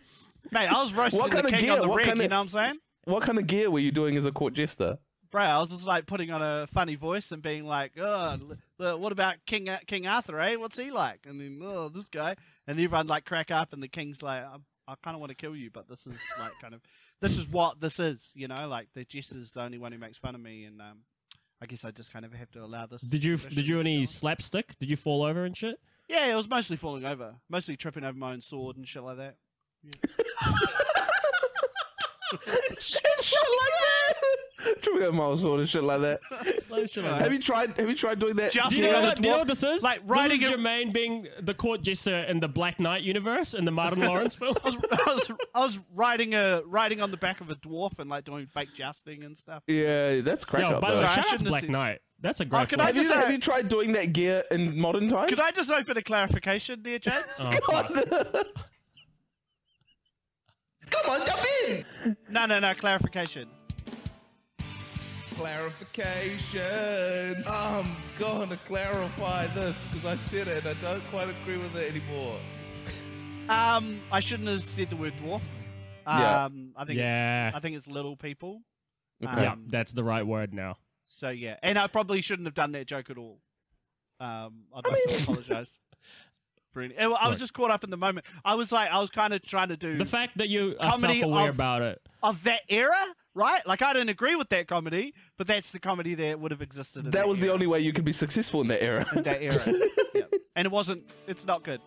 Speaker 1: mate, I was roasting
Speaker 3: What
Speaker 1: the
Speaker 3: kind of
Speaker 1: king
Speaker 3: gear?
Speaker 1: on the
Speaker 3: What
Speaker 1: rig.
Speaker 3: kind
Speaker 1: You
Speaker 3: of-
Speaker 1: know what I'm saying?
Speaker 3: What kind of gear were you doing as a court jester?
Speaker 1: Bro, I was just like putting on a funny voice and being like, "Oh, l- l- what about King Ar- King Arthur? Eh, what's he like?" And then, "Oh, this guy," and everyone like crack up, and the king's like, "I, I kind of want to kill you, but this is like kind of, this is what this is, you know? Like the jester's the only one who makes fun of me, and um, I guess I just kind of have to allow this."
Speaker 2: Did you
Speaker 1: expression
Speaker 2: did you
Speaker 1: to go
Speaker 2: any
Speaker 1: on.
Speaker 2: slapstick? Did you fall over and shit?
Speaker 1: Yeah, it was mostly falling over, mostly tripping over my own sword and shit like that.
Speaker 3: shit, shit like Trying to get my sword and shit like that.
Speaker 2: Like, shit like
Speaker 3: Have
Speaker 2: that.
Speaker 3: you tried? Have you tried doing that?
Speaker 1: Just
Speaker 2: Do you,
Speaker 1: Yeah,
Speaker 2: know
Speaker 1: the
Speaker 2: what, do you know what
Speaker 1: dwarf-
Speaker 2: this is?
Speaker 1: like,
Speaker 2: this
Speaker 1: riding
Speaker 2: is
Speaker 1: a-
Speaker 2: Jermaine being the court jester in the Black Knight universe in the Martin Lawrence film.
Speaker 1: I was, I was, I was riding a riding on the back of a dwarf and like doing fake jousting and stuff.
Speaker 3: yeah, that's crash
Speaker 2: Yo,
Speaker 3: up.
Speaker 2: by
Speaker 3: though.
Speaker 2: the
Speaker 1: I
Speaker 2: way, shout out to
Speaker 1: shouldn't have
Speaker 2: Black
Speaker 1: seen-
Speaker 2: Knight. That's a great.
Speaker 1: can
Speaker 2: film.
Speaker 1: I
Speaker 3: have, you,
Speaker 1: just-
Speaker 3: have you tried doing that gear in modern times?
Speaker 1: Could I just open a clarification there, James?
Speaker 2: Oh, fuck.
Speaker 5: Come on, jump in.
Speaker 1: No, no, no, clarification.
Speaker 5: Clarification. I'm gonna clarify this because I said it. and I don't quite agree with it anymore.
Speaker 1: Um, I shouldn't have said the word dwarf.
Speaker 3: Yeah.
Speaker 1: Um, I think
Speaker 2: Yeah.
Speaker 1: it's, I think it's little people.
Speaker 3: Okay.
Speaker 2: yeah,
Speaker 1: Um,
Speaker 2: that's the right word now.
Speaker 1: So yeah, and I probably shouldn't have done that joke at all. Um, I'd like to apologise for any. I was
Speaker 2: Look.
Speaker 1: just caught up in the moment. I was like, I was kind of trying to do
Speaker 2: The fact that you are
Speaker 1: Comedy
Speaker 2: self-aware
Speaker 1: of-
Speaker 2: about it.
Speaker 1: of that era, right? Like I don't agree with that comedy, but that's the comedy that would have existed. In
Speaker 3: that was the
Speaker 1: era-
Speaker 3: only way you could be successful in that era.
Speaker 1: in that era, Yep. and it wasn't. It's not good.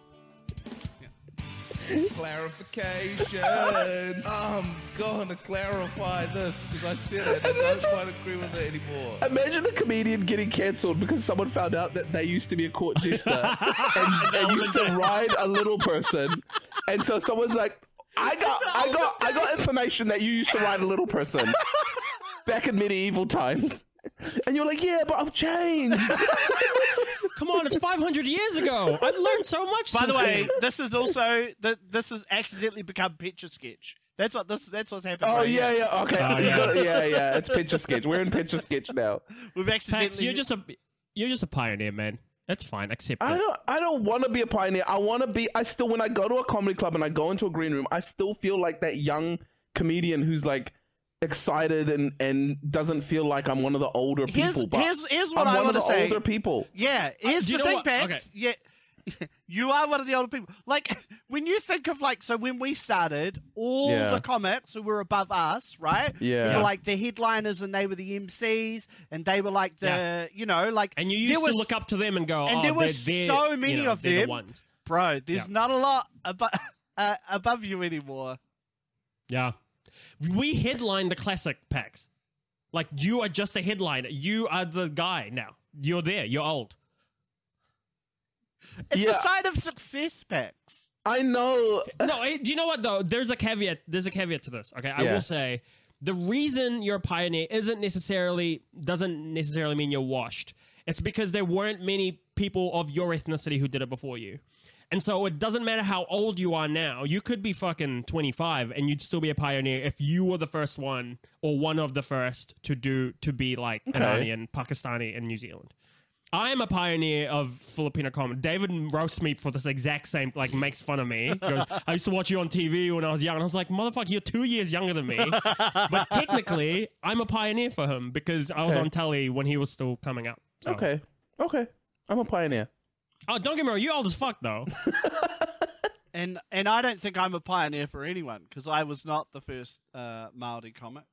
Speaker 5: Clarification. I'm gonna clarify this because I said it. and I don't quite agree with it anymore.
Speaker 3: Imagine a comedian getting cancelled because someone found out that they used to be a court jester and, and used to ride a little person, and so someone's like, "I got, I got, I got information that you used to ride a little person back in medieval times," and you're like, "Yeah, but I've changed."
Speaker 2: Come on, it's 500 years ago. I've learned so much.
Speaker 1: By the
Speaker 2: since
Speaker 1: way,
Speaker 2: then.
Speaker 1: this is also th- this has accidentally become picture sketch. That's what this. That's what's happened.
Speaker 3: oh
Speaker 1: right
Speaker 3: yeah,
Speaker 1: now.
Speaker 3: yeah, okay,
Speaker 2: Oh,
Speaker 3: You
Speaker 2: yeah.
Speaker 3: got it. yeah, yeah. It's picture sketch. We're in picture sketch now.
Speaker 1: We've accidentally.
Speaker 2: Pax, you're just a you're just a pioneer, man. That's fine. Accept
Speaker 3: I
Speaker 2: it.
Speaker 3: don't I don't want to be a pioneer. I want to be I still when I go to a comedy club and I go into a green room, I still feel like that young comedian who's like excited and and doesn't feel like I'm one of the older
Speaker 1: Here's-
Speaker 3: people. But
Speaker 1: here's- here's what
Speaker 3: I'm
Speaker 1: I
Speaker 3: one of
Speaker 1: wanna
Speaker 3: the
Speaker 1: say.
Speaker 3: older people.
Speaker 1: Yeah, here's
Speaker 2: Uh, do
Speaker 1: the
Speaker 2: you know
Speaker 1: thing,
Speaker 2: what-
Speaker 1: Pax. Yeah, you are one of the older people. Like when you think of like, so when we started, all
Speaker 3: Yeah.
Speaker 1: the comics who were above us, right?
Speaker 3: Yeah.
Speaker 1: were like the headliners, and they were the MCs, and they were like the,
Speaker 2: Yeah.
Speaker 1: you know, like.
Speaker 2: And you
Speaker 1: there
Speaker 2: used
Speaker 1: was-
Speaker 2: to look up to them and go,
Speaker 1: and
Speaker 2: oh,
Speaker 1: there were
Speaker 2: they're- they're,
Speaker 1: so
Speaker 2: you
Speaker 1: many
Speaker 2: know,
Speaker 1: of
Speaker 2: they're the
Speaker 1: them.
Speaker 2: ones.
Speaker 1: bro. There's
Speaker 2: Yeah.
Speaker 1: not a lot above uh, above you anymore.
Speaker 2: Yeah. We headline the classic packs. Like you are just a headliner. You are the guy now. You're there. You're old.
Speaker 1: It's
Speaker 3: Yeah.
Speaker 1: a sign of success, Pax.
Speaker 3: I know.
Speaker 2: No, eh, do you know what though? There's a caveat. There's a caveat to this. Okay, I
Speaker 3: Yeah.
Speaker 2: will say the reason you're a pioneer isn't necessarily doesn't necessarily mean you're washed. It's because there weren't many people of your ethnicity who did it before you. And so it doesn't matter how old you are now. You could be fucking 25 and you'd still be a pioneer if you were the first one or one of the first to do to be like
Speaker 3: Okay.
Speaker 2: Iranian, Pakistani and New Zealand. I'm a pioneer of Filipino comedy. David roasts me for this exact same, like, makes fun of me. He goes, I used to watch you on TV when I was young, and I was like, motherfucker, you're two years younger than me. but technically, I'm a pioneer for him because I was
Speaker 3: Okay.
Speaker 2: on telly when he was still coming up. So.
Speaker 3: Okay. Okay. I'm a pioneer.
Speaker 2: Oh, don't get me wrong, you're old as fuck, though.
Speaker 1: And and I don't think I'm a pioneer for anyone because I was not the first uh, Maori comic.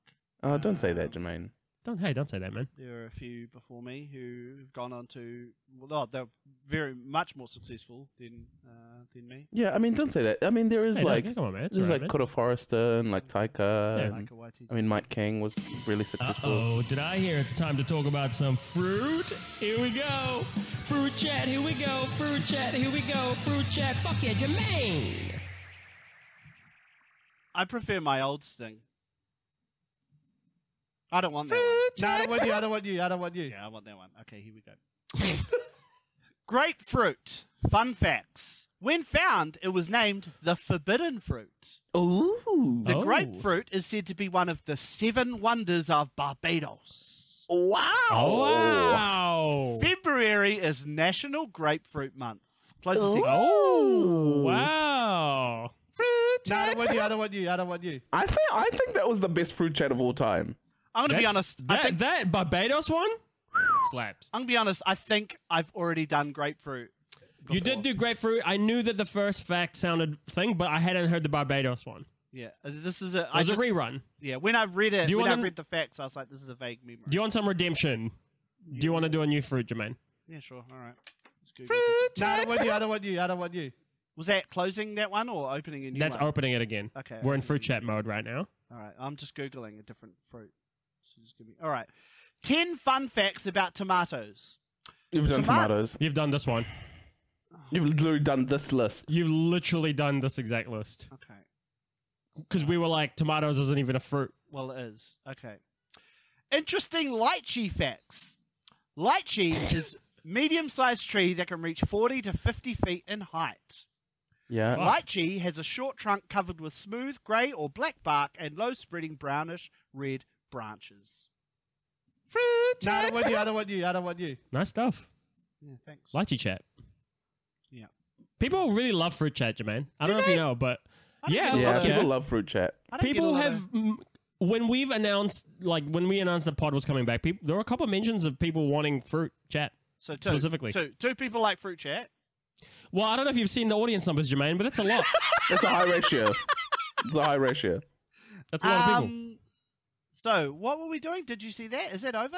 Speaker 3: Oh, don't say that, Jermaine.
Speaker 2: don't, hey, don't say that, man.
Speaker 1: There are a few before me who've gone on to well, no, they're very much more successful than uh, than me.
Speaker 3: Yeah, I mean, don't say that. I mean, there is
Speaker 2: Hey, no,
Speaker 3: like
Speaker 2: come on, man. It's
Speaker 3: there's
Speaker 2: all
Speaker 3: like
Speaker 2: right, man.
Speaker 3: Kota Forrester and like Taika.
Speaker 2: Yeah.
Speaker 3: and-
Speaker 1: Taika Waititi.
Speaker 3: I mean, Mike King was really successful.
Speaker 4: Oh, did I hear it's time to talk about some fruit? Here we go. Fruit chat, here we go. Fruit chat, here we go. Fruit chat. Fuck yeah, Jermaine.
Speaker 1: I prefer my old sting. I don't want that one. No, I don't want you. I don't want you. I don't want you. Yeah, I want that one. Okay, here we go. Grapefruit. Fun facts. When found, it was named the forbidden fruit.
Speaker 3: Ooh.
Speaker 1: The
Speaker 2: Oh.
Speaker 1: grapefruit is said to be one of the seven wonders of Barbados.
Speaker 3: Wow.
Speaker 2: Oh, wow.
Speaker 1: February is National Grapefruit Month. Close the second.
Speaker 3: Oh.
Speaker 2: Wow.
Speaker 1: No, I don't want you. I don't want you. I don't want you.
Speaker 3: I think I think that was the best fruit chat of all time.
Speaker 1: I'm gonna be
Speaker 2: That's-
Speaker 1: honest.
Speaker 2: That,
Speaker 1: I think,
Speaker 2: that Barbados one slaps.
Speaker 1: I'm gonna be honest. I think I've already done grapefruit.
Speaker 2: You did do grapefruit. I knew that the first fact sounded thing, but I hadn't heard the Barbados one.
Speaker 1: Yeah, uh, this is a.
Speaker 2: It
Speaker 1: I
Speaker 2: was a
Speaker 1: just,
Speaker 2: rerun.
Speaker 1: Yeah, when I read it,
Speaker 2: Do you
Speaker 1: when
Speaker 2: wanna-
Speaker 1: I read the facts, I was like, this is a vague memory.
Speaker 2: Do you want some redemption? Do you want to do a new fruit, Jermaine?
Speaker 1: Yeah, sure. All right. Let's Google it. No, I don't want you. I don't want you. I don't want you. Was that closing that one or opening a new
Speaker 2: That's
Speaker 1: one?
Speaker 2: opening it again.
Speaker 1: Okay,
Speaker 2: We're in
Speaker 1: opening
Speaker 2: fruit
Speaker 1: it
Speaker 2: chat mode right now.
Speaker 1: All right. I'm just googling a different fruit. So just give me. All right. 10 fun facts about tomatoes.
Speaker 3: You've done
Speaker 1: Tomato-
Speaker 3: tomatoes.
Speaker 2: You've done this one.
Speaker 3: You've literally done this list.
Speaker 2: You've literally done this exact list
Speaker 1: Okay.
Speaker 2: because we were like, tomatoes isn't even a fruit.
Speaker 1: Well, it is. Okay. Interesting lychee facts. Lychee is medium-sized tree that can reach 40 to 50 feet in height.
Speaker 3: Yeah.
Speaker 2: Fuck.
Speaker 1: Lychee has a short trunk covered with smooth grey or black bark and low spreading brownish red branches.
Speaker 2: Fruit.
Speaker 1: No, I don't want you. I don't want you. I don't want you.
Speaker 2: Nice stuff.
Speaker 1: Yeah, thanks.
Speaker 2: Lychee chat.
Speaker 1: Yeah.
Speaker 2: People really love fruit chat, Jermaine. I
Speaker 1: Do
Speaker 2: don't know if
Speaker 1: they?
Speaker 2: you know, but
Speaker 1: I don't
Speaker 2: Yeah,
Speaker 1: get a
Speaker 3: Yeah,
Speaker 1: lot of-
Speaker 3: people love fruit chat.
Speaker 1: I don't get a
Speaker 2: people
Speaker 1: lot
Speaker 2: have
Speaker 1: of-
Speaker 2: mm, when we've announced like when we announced that pod was coming back, people there were a couple of mentions of people wanting fruit chat.
Speaker 1: so two,
Speaker 2: specifically-
Speaker 1: two, two people like fruit chat.
Speaker 2: Well, I don't know if you've seen the audience numbers, Jermaine, but that's a lot.
Speaker 3: That's a high ratio. It's a high ratio.
Speaker 2: That's a lot of people.
Speaker 1: Um, so what were we doing? Did you see that? Is that over?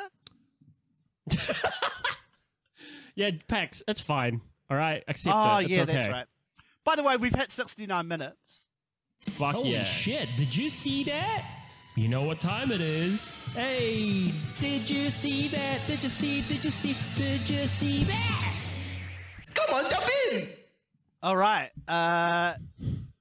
Speaker 2: Yeah, Pax, it's fine. All right, accept
Speaker 1: oh
Speaker 2: it. It's
Speaker 1: yeah,
Speaker 2: okay.
Speaker 1: that's right. By the way, we've hit 69 minutes.
Speaker 2: Fuck
Speaker 4: Holy
Speaker 2: yeah.
Speaker 4: shit, did you see that? You know what time it is. Hey, did you see that? Did you see? Did you see? Did you see that?
Speaker 1: All right. Uh,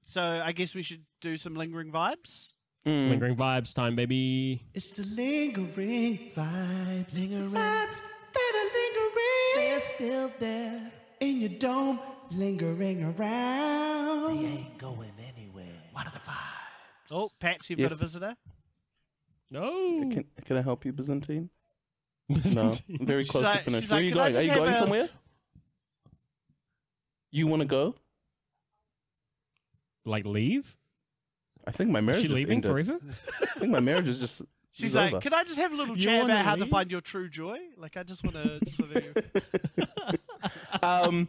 Speaker 1: so I guess we should do some lingering vibes.
Speaker 2: Lingering vibes time, baby.
Speaker 6: It's the lingering vibe, lingering vibes that are lingering. They're still there in your dome, lingering around. They ain't going anywhere. What are the vibes?
Speaker 1: Oh, Pax, you've
Speaker 3: Yes.
Speaker 1: got a visitor.
Speaker 2: No.
Speaker 3: Can, can I help you, Byzantine? No, I'm very close
Speaker 1: like-
Speaker 3: to finish.
Speaker 1: she's
Speaker 3: Where
Speaker 1: like,
Speaker 3: are you
Speaker 1: "Can I
Speaker 3: going? Are
Speaker 1: just
Speaker 3: you
Speaker 1: have
Speaker 3: going
Speaker 1: a-
Speaker 3: somewhere? You want to go?
Speaker 2: Like leave?
Speaker 3: I think my marriage
Speaker 2: Is she
Speaker 3: is
Speaker 2: leaving
Speaker 3: ended.
Speaker 2: forever?
Speaker 3: I think my marriage is just.
Speaker 1: She's
Speaker 3: is
Speaker 1: like,
Speaker 3: over.
Speaker 1: "Can I just have a little
Speaker 2: You
Speaker 1: chat
Speaker 2: wanna
Speaker 1: about how to
Speaker 2: leave?
Speaker 1: find your true joy? Like, I just want to." Just wanna...
Speaker 3: um,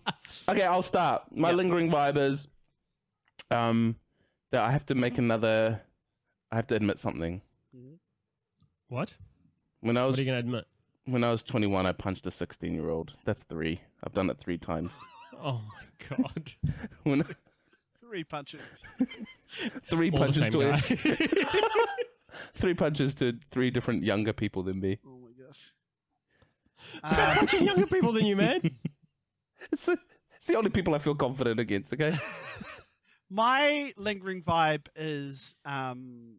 Speaker 3: okay, I'll start. My lingering vibe is um, that I have to make another. I have to admit something.
Speaker 2: What?
Speaker 3: When I was
Speaker 2: What are you gonna admit?
Speaker 3: when I was 21, I punched a 16 year old. That's three. I've done it three times.
Speaker 2: Oh my god.
Speaker 3: When
Speaker 1: Three punches.
Speaker 3: three
Speaker 2: All the
Speaker 3: punches
Speaker 2: same
Speaker 3: to
Speaker 2: guy.
Speaker 3: a- three punches to three different younger people than me.
Speaker 1: Oh my gosh.
Speaker 2: Stop
Speaker 1: Uh,
Speaker 2: punching younger people than you, man.
Speaker 3: It's the, it's the only people I feel confident against. Okay.
Speaker 1: my lingering vibe is um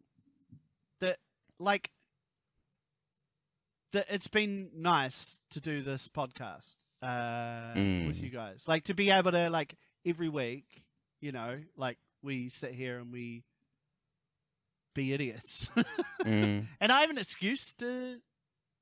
Speaker 1: that like that it's been nice to do this podcast uh with
Speaker 3: Mm.
Speaker 1: you guys like to be able to like every week you know like we sit here and we be idiots
Speaker 3: Mm.
Speaker 1: and i have an excuse to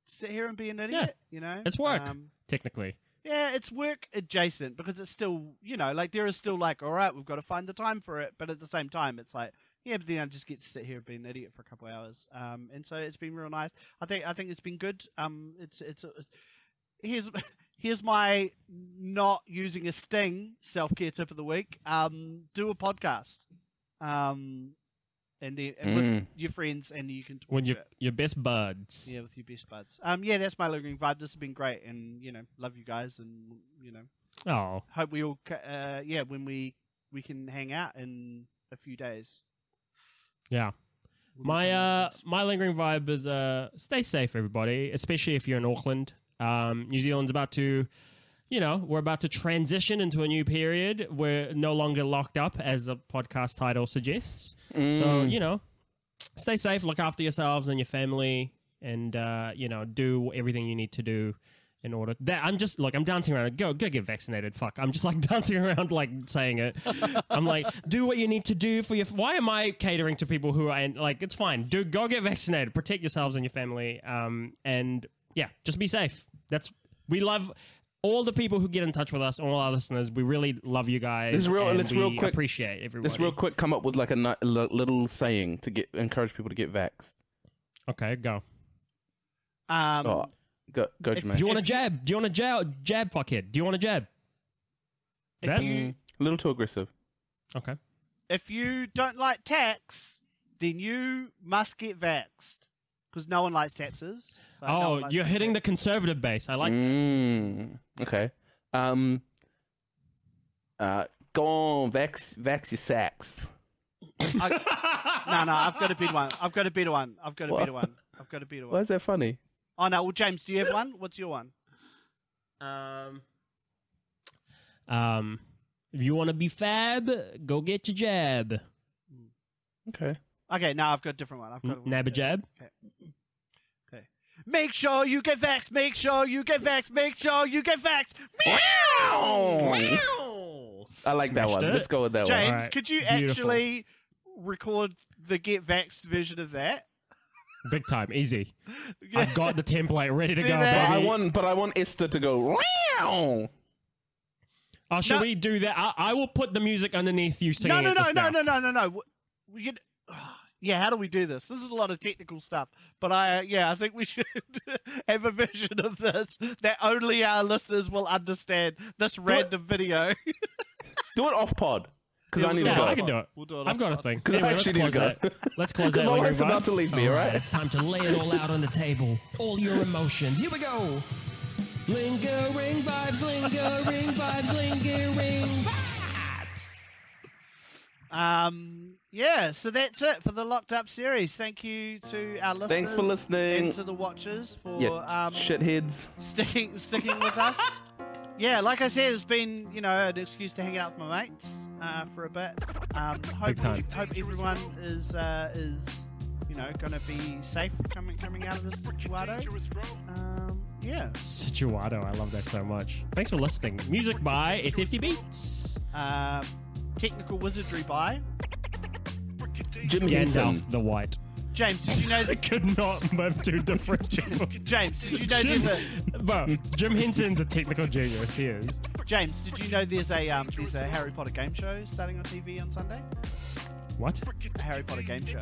Speaker 1: sit here and be an idiot you know
Speaker 2: it's work.
Speaker 1: Um,
Speaker 2: Technically.
Speaker 1: yeah, it's work adjacent because it's still, you know, like there is still like, all right, we've got to find the time for it, but at the same time, it's like, yeah, but then I just get to sit here and be an idiot for a couple of hours. Um, and so it's been real nice. I think I think it's been good. Um, it's it's uh, here's here's my not using a sting self care tip of the week. Um, do a podcast. Um, and then and with
Speaker 3: Mm.
Speaker 1: your friends, and you can talk
Speaker 2: When
Speaker 1: to
Speaker 2: your
Speaker 1: it.
Speaker 2: your best buds.
Speaker 1: Yeah, with your best buds. Um, yeah, that's my lingering vibe. This has been great, and you know, love you guys, and you know,
Speaker 2: Oh.
Speaker 1: hope we all, ca- uh, yeah, when we we can hang out in a few days.
Speaker 2: Yeah.
Speaker 1: We'll be
Speaker 2: My
Speaker 1: doing
Speaker 2: uh
Speaker 1: this.
Speaker 2: my lingering vibe is uh stay safe everybody, especially if you're in Auckland. Um New Zealand's about to you know, we're about to transition into a new period. We're no longer locked up as the podcast title suggests. So,
Speaker 3: Mm.
Speaker 2: you know, stay safe, look after yourselves and your family and uh, you know, do everything you need to do in order that I'm just like I'm dancing around go go get vaccinated fuck I'm just like dancing around like saying it I'm like do what you need to do for your why am I catering to people who are like it's fine do go get vaccinated protect yourselves and your family um and yeah just be safe that's we love all the people who get in touch with us all our listeners we really love you guys
Speaker 3: This is real-
Speaker 2: and
Speaker 3: let's
Speaker 2: we
Speaker 3: real quick-
Speaker 2: appreciate everybody
Speaker 3: Let's real quick come up with like a ni- li- little saying to get encourage people to get vaxxed.
Speaker 2: okay go
Speaker 1: um,
Speaker 3: oh, go, go,
Speaker 1: if
Speaker 2: Do you
Speaker 3: Jermaine.
Speaker 2: want a
Speaker 1: If you-
Speaker 2: jab? Do you want a jab? Jab, fuckhead. Do you want a jab?
Speaker 1: if
Speaker 2: That-
Speaker 1: you
Speaker 3: Mm, a little too aggressive.
Speaker 2: Okay.
Speaker 1: if you don't like tax, then you must get vaxxed because no one likes taxes. Like, no one
Speaker 2: oh,
Speaker 1: likes
Speaker 2: you're
Speaker 1: being
Speaker 2: hitting the
Speaker 1: taxed.
Speaker 2: conservative base. I like.
Speaker 3: Mm, okay. Um. Uh, go on, vax, vax your sacks.
Speaker 1: I- no, no, I've got a better one. I've got a better one. I've got a
Speaker 3: What?
Speaker 1: better one. I've got a better
Speaker 3: Why
Speaker 1: one.
Speaker 3: is that funny?
Speaker 1: Oh no, well James, do you have one? What's your one?
Speaker 2: Um, um, if you want to be fab, go get your jab.
Speaker 3: Okay.
Speaker 1: Okay, no, I've got a different one. I've got one.
Speaker 2: Nab a jab.
Speaker 1: Make sure you get vaxxed. Make sure you get vaxxed. Make sure you get vaxxed. Meow!
Speaker 3: I like that
Speaker 2: Smashed
Speaker 3: one.
Speaker 2: it.
Speaker 3: Let's go with that one.
Speaker 1: James,
Speaker 2: Alright,
Speaker 1: could you
Speaker 2: Oh, beautiful.
Speaker 1: actually record the get vaxxed version of that?
Speaker 2: Big time, easy. I've got the template ready to
Speaker 1: Do
Speaker 2: go,
Speaker 3: But
Speaker 1: that.
Speaker 3: I
Speaker 2: baby.
Speaker 3: want, but I want Esther to go. Meow.
Speaker 2: oh, should
Speaker 1: No.
Speaker 2: we do that? I, I will put the music underneath you singing.
Speaker 1: no, no,
Speaker 2: it
Speaker 1: no,
Speaker 2: just
Speaker 1: no, no,
Speaker 2: now.
Speaker 1: no, no, no. We could... Yeah, how do we do this? This is a lot of technical stuff, but I uh, yeah, I think we should have a version of this that only our listeners will understand. This random video.
Speaker 3: Do it off pod because I need
Speaker 2: do
Speaker 3: to
Speaker 2: it
Speaker 3: go.
Speaker 2: off I can pod. do it.
Speaker 1: We'll do it.
Speaker 2: I've got a thing.
Speaker 3: Because
Speaker 2: Anyway,
Speaker 3: I
Speaker 2: let's
Speaker 3: actually
Speaker 2: close
Speaker 3: need to go.
Speaker 2: that. Let's close that.
Speaker 3: My
Speaker 2: while you
Speaker 3: wife's
Speaker 2: run.
Speaker 3: about to leave me. All
Speaker 4: Alright,
Speaker 3: right.
Speaker 4: it's time to lay it all out on the table. All your emotions. Here we go. Lingering vibes, lingering vibes, lingering vibes.
Speaker 1: Um, yeah, so that's it for the Locked Up series. Thank you to our listeners.
Speaker 3: Thanks for listening.
Speaker 1: And to the watchers for
Speaker 3: Yeah.
Speaker 1: um,
Speaker 3: Shitheads.
Speaker 1: sticking sticking with us. Yeah, like I said, it's been you know an excuse to hang out with my mates uh, for a bit. Um, hope
Speaker 2: time.
Speaker 1: hope everyone is uh, is you know going to be safe coming coming out of this situation. Um, yeah,
Speaker 2: Situato. I love that so much. Thanks for listening. Music by SFT Beats.
Speaker 1: uh, technical wizardry by
Speaker 3: Jim Henson.
Speaker 2: Gandalf the White.
Speaker 1: James. Did you know?
Speaker 2: I could not move two different people.
Speaker 1: James, did you know there's a
Speaker 2: Bro, Jim Henson's a technical genius. He is.
Speaker 1: James? Did you know there's a um, there's a Harry Potter game show starting on TV on Sunday?
Speaker 2: What?
Speaker 1: A Harry Potter game show.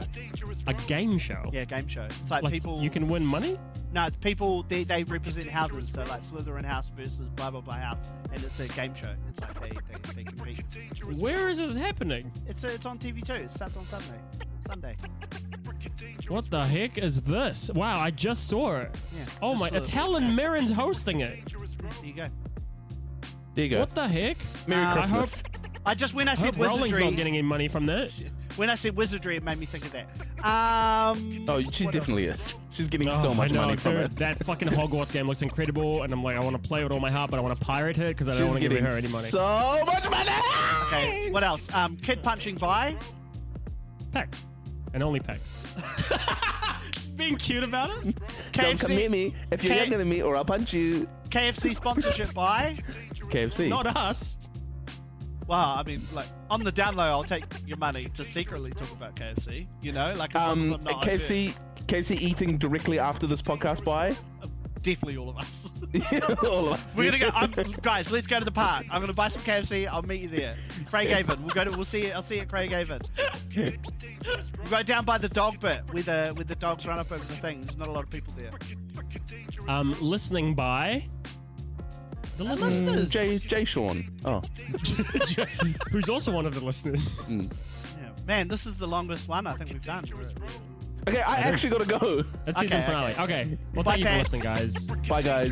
Speaker 2: A game show?
Speaker 1: Yeah, game show. It's like,
Speaker 2: Like
Speaker 1: people
Speaker 2: you can win money?
Speaker 1: No, it's people they, they represent houses, so like Slytherin house versus blah blah blah house, and it's a game show. It's like they, they, they compete.
Speaker 2: Where is this happening?
Speaker 1: It's it's on TV too. It starts on Sunday. Sunday.
Speaker 2: What the heck is this? Wow, I just saw it.
Speaker 1: Yeah,
Speaker 2: oh
Speaker 1: just
Speaker 2: my,
Speaker 1: saw
Speaker 2: it's
Speaker 1: it.
Speaker 2: Helen Mirren's hosting it.
Speaker 1: There you go.
Speaker 3: There you go.
Speaker 2: What the heck?
Speaker 3: Merry
Speaker 1: Uh,
Speaker 2: I hope,
Speaker 3: Christmas.
Speaker 1: I just when I
Speaker 2: I hope
Speaker 1: said
Speaker 2: Rowling's
Speaker 1: wizardry,
Speaker 2: not getting any money from that.
Speaker 1: when I said wizardry, it made me think of that. Um,
Speaker 3: Oh, she
Speaker 1: what else?
Speaker 3: definitely is. She's getting
Speaker 2: Oh,
Speaker 3: so much
Speaker 2: I know,
Speaker 3: money from
Speaker 2: dude,
Speaker 3: it.
Speaker 2: That fucking Hogwarts game looks incredible, and I'm like, I want to play it with all my heart, but I want to pirate it because I don't
Speaker 3: She's
Speaker 2: want to give
Speaker 3: getting
Speaker 2: her any money.
Speaker 3: so much money.
Speaker 1: Okay, what else? Um, kid punching by.
Speaker 2: Pecs. And only pecs. Being cute about it?
Speaker 3: Don't come near
Speaker 1: KFC,
Speaker 3: me if you're
Speaker 1: K-
Speaker 3: younger than me, or I'll punch you.
Speaker 1: KFC sponsorship by.
Speaker 3: KFC.
Speaker 2: Not us.
Speaker 1: Wow, I mean, like on the down low, I'll take your money to secretly talk about KFC. You know, like as long as
Speaker 3: um,
Speaker 1: I'm not on air.
Speaker 3: KFC. KFC eating directly after this podcast by
Speaker 1: definitely all of us.
Speaker 3: all of us.
Speaker 1: We're gonna go, I'm, guys. Let's go to the park. I'm gonna buy some KFC. I'll meet you there, Craighaven. We'll go to. We'll see. I'll see you at Craighaven. We'll go down by the dog bit where the where the dogs run up over the thing. There's not a lot of people there.
Speaker 3: Uh,
Speaker 2: um, listening by the listeners,
Speaker 1: Listeners.
Speaker 3: Jay, Jay Sean. Oh,
Speaker 2: who's also one of the listeners.
Speaker 1: Yeah. Man, this is the longest one I think we've done.
Speaker 3: okay. I actually gotta go.
Speaker 2: That's season
Speaker 1: Okay,
Speaker 2: finale. Okay. Well,
Speaker 1: Bye,
Speaker 2: thank you for
Speaker 1: thanks.
Speaker 2: listening, guys.
Speaker 3: Bye, guys.